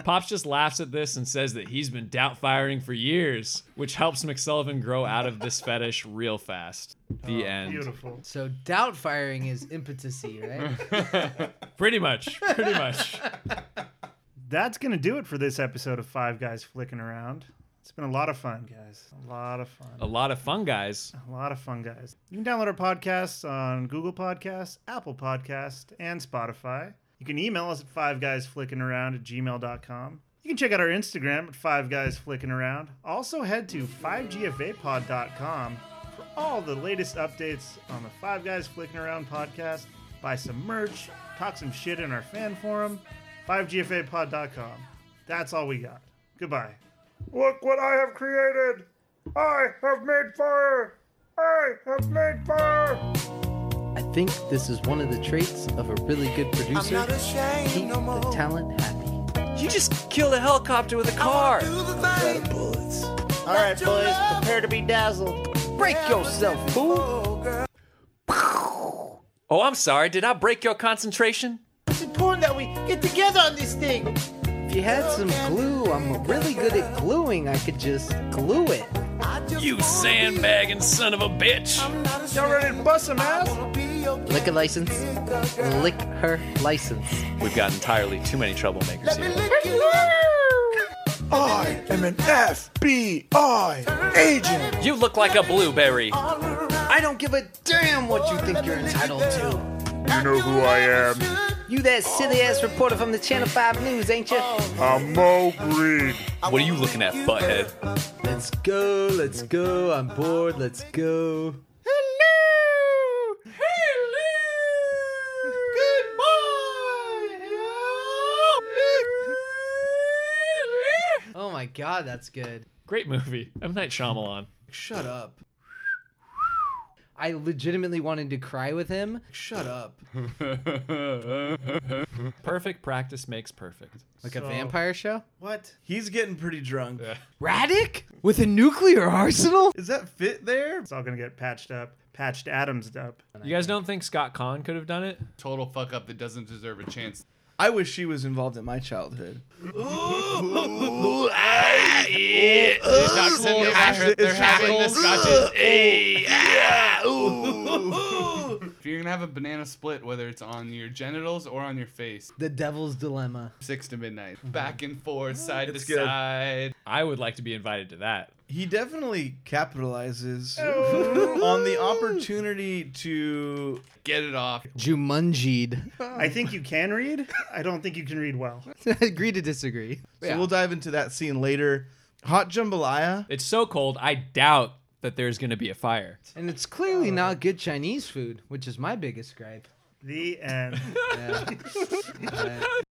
Speaker 14: Pops just laughs at this and says that he's been doubt firing for years, which helps McSullivan grow out of this fetish real fast. The end.
Speaker 9: So doubt firing is impotency, right?
Speaker 14: Pretty much. Pretty much.
Speaker 1: That's going to do it for this episode of Five Guys Flicking Around. It's been a lot of fun, guys. A lot of fun.
Speaker 14: A lot of fun, guys.
Speaker 1: A lot of fun, guys. You can download our podcasts on Google Podcasts, Apple Podcasts, and Spotify. You can email us at fiveguysflickingaround at gmail.com. You can check out our Instagram at Five Guys Flicking Around. Also, head to 5gfapod.com for all the latest updates on the Five Guys Flicking Around podcast. Buy some merch, talk some shit in our fan forum, 5gfapod.com. That's all we got. Goodbye.
Speaker 2: Look what I have created! I have made fire! I have made fire!
Speaker 9: I think this is one of the traits of a really good producer.
Speaker 16: not ashamed
Speaker 9: Keep
Speaker 16: no
Speaker 9: the
Speaker 16: more.
Speaker 9: talent happy.
Speaker 5: You just killed a helicopter with a car.
Speaker 16: bullets.
Speaker 5: All right, boys, prepare to be dazzled. Break yourself, fool. Oh, I'm sorry. Did I break your concentration?
Speaker 16: It's important that we get together on this thing.
Speaker 9: If you had some glue, I'm really good at gluing. I could just glue it.
Speaker 14: You sandbagging son of a bitch.
Speaker 16: Y'all ready to bust some ass?
Speaker 9: Lick a license. Lick her license.
Speaker 14: We've got entirely too many troublemakers here.
Speaker 2: I am an FBI agent!
Speaker 5: You look like a blueberry.
Speaker 9: I don't give a damn what you think you're entitled to.
Speaker 2: You know who I am.
Speaker 9: You that silly ass reporter from the Channel 5 News, ain't you?
Speaker 2: I'm Mo Green.
Speaker 5: What are you looking at, butthead?
Speaker 9: Let's go, let's go. I'm bored, let's go.
Speaker 5: Hello! Hello!
Speaker 9: Oh my god, that's good.
Speaker 14: Great movie. M. Night Shyamalan.
Speaker 9: Shut up. I legitimately wanted to cry with him.
Speaker 12: Shut up.
Speaker 14: perfect practice makes perfect.
Speaker 9: Like a vampire show?
Speaker 12: What? He's getting pretty drunk.
Speaker 9: Radic? With a nuclear arsenal?
Speaker 12: Is that fit there?
Speaker 1: It's all gonna get patched up. Patched Adams up.
Speaker 14: You guys don't think Scott Kahn could have done it?
Speaker 11: Total fuck up that doesn't deserve a chance.
Speaker 12: I wish she was involved in my childhood.
Speaker 11: If you're gonna have a banana split, whether it's on your genitals or on your face,
Speaker 9: The Devil's Dilemma.
Speaker 11: six to midnight, back and forth, side
Speaker 12: It's
Speaker 11: to
Speaker 12: good.
Speaker 11: side.
Speaker 14: I would like to be invited to that.
Speaker 12: He definitely capitalizes
Speaker 14: Oh.
Speaker 12: on the opportunity to
Speaker 11: get it off.
Speaker 9: Jumunjied.
Speaker 1: I think you can read. I don't think you can read well.
Speaker 9: Agree to disagree.
Speaker 12: So we'll dive into that scene later. Hot jambalaya.
Speaker 14: It's so cold, I doubt that there's going to be a fire.
Speaker 9: And it's clearly not good Chinese food, which is my biggest gripe.
Speaker 1: The end.
Speaker 9: Yeah.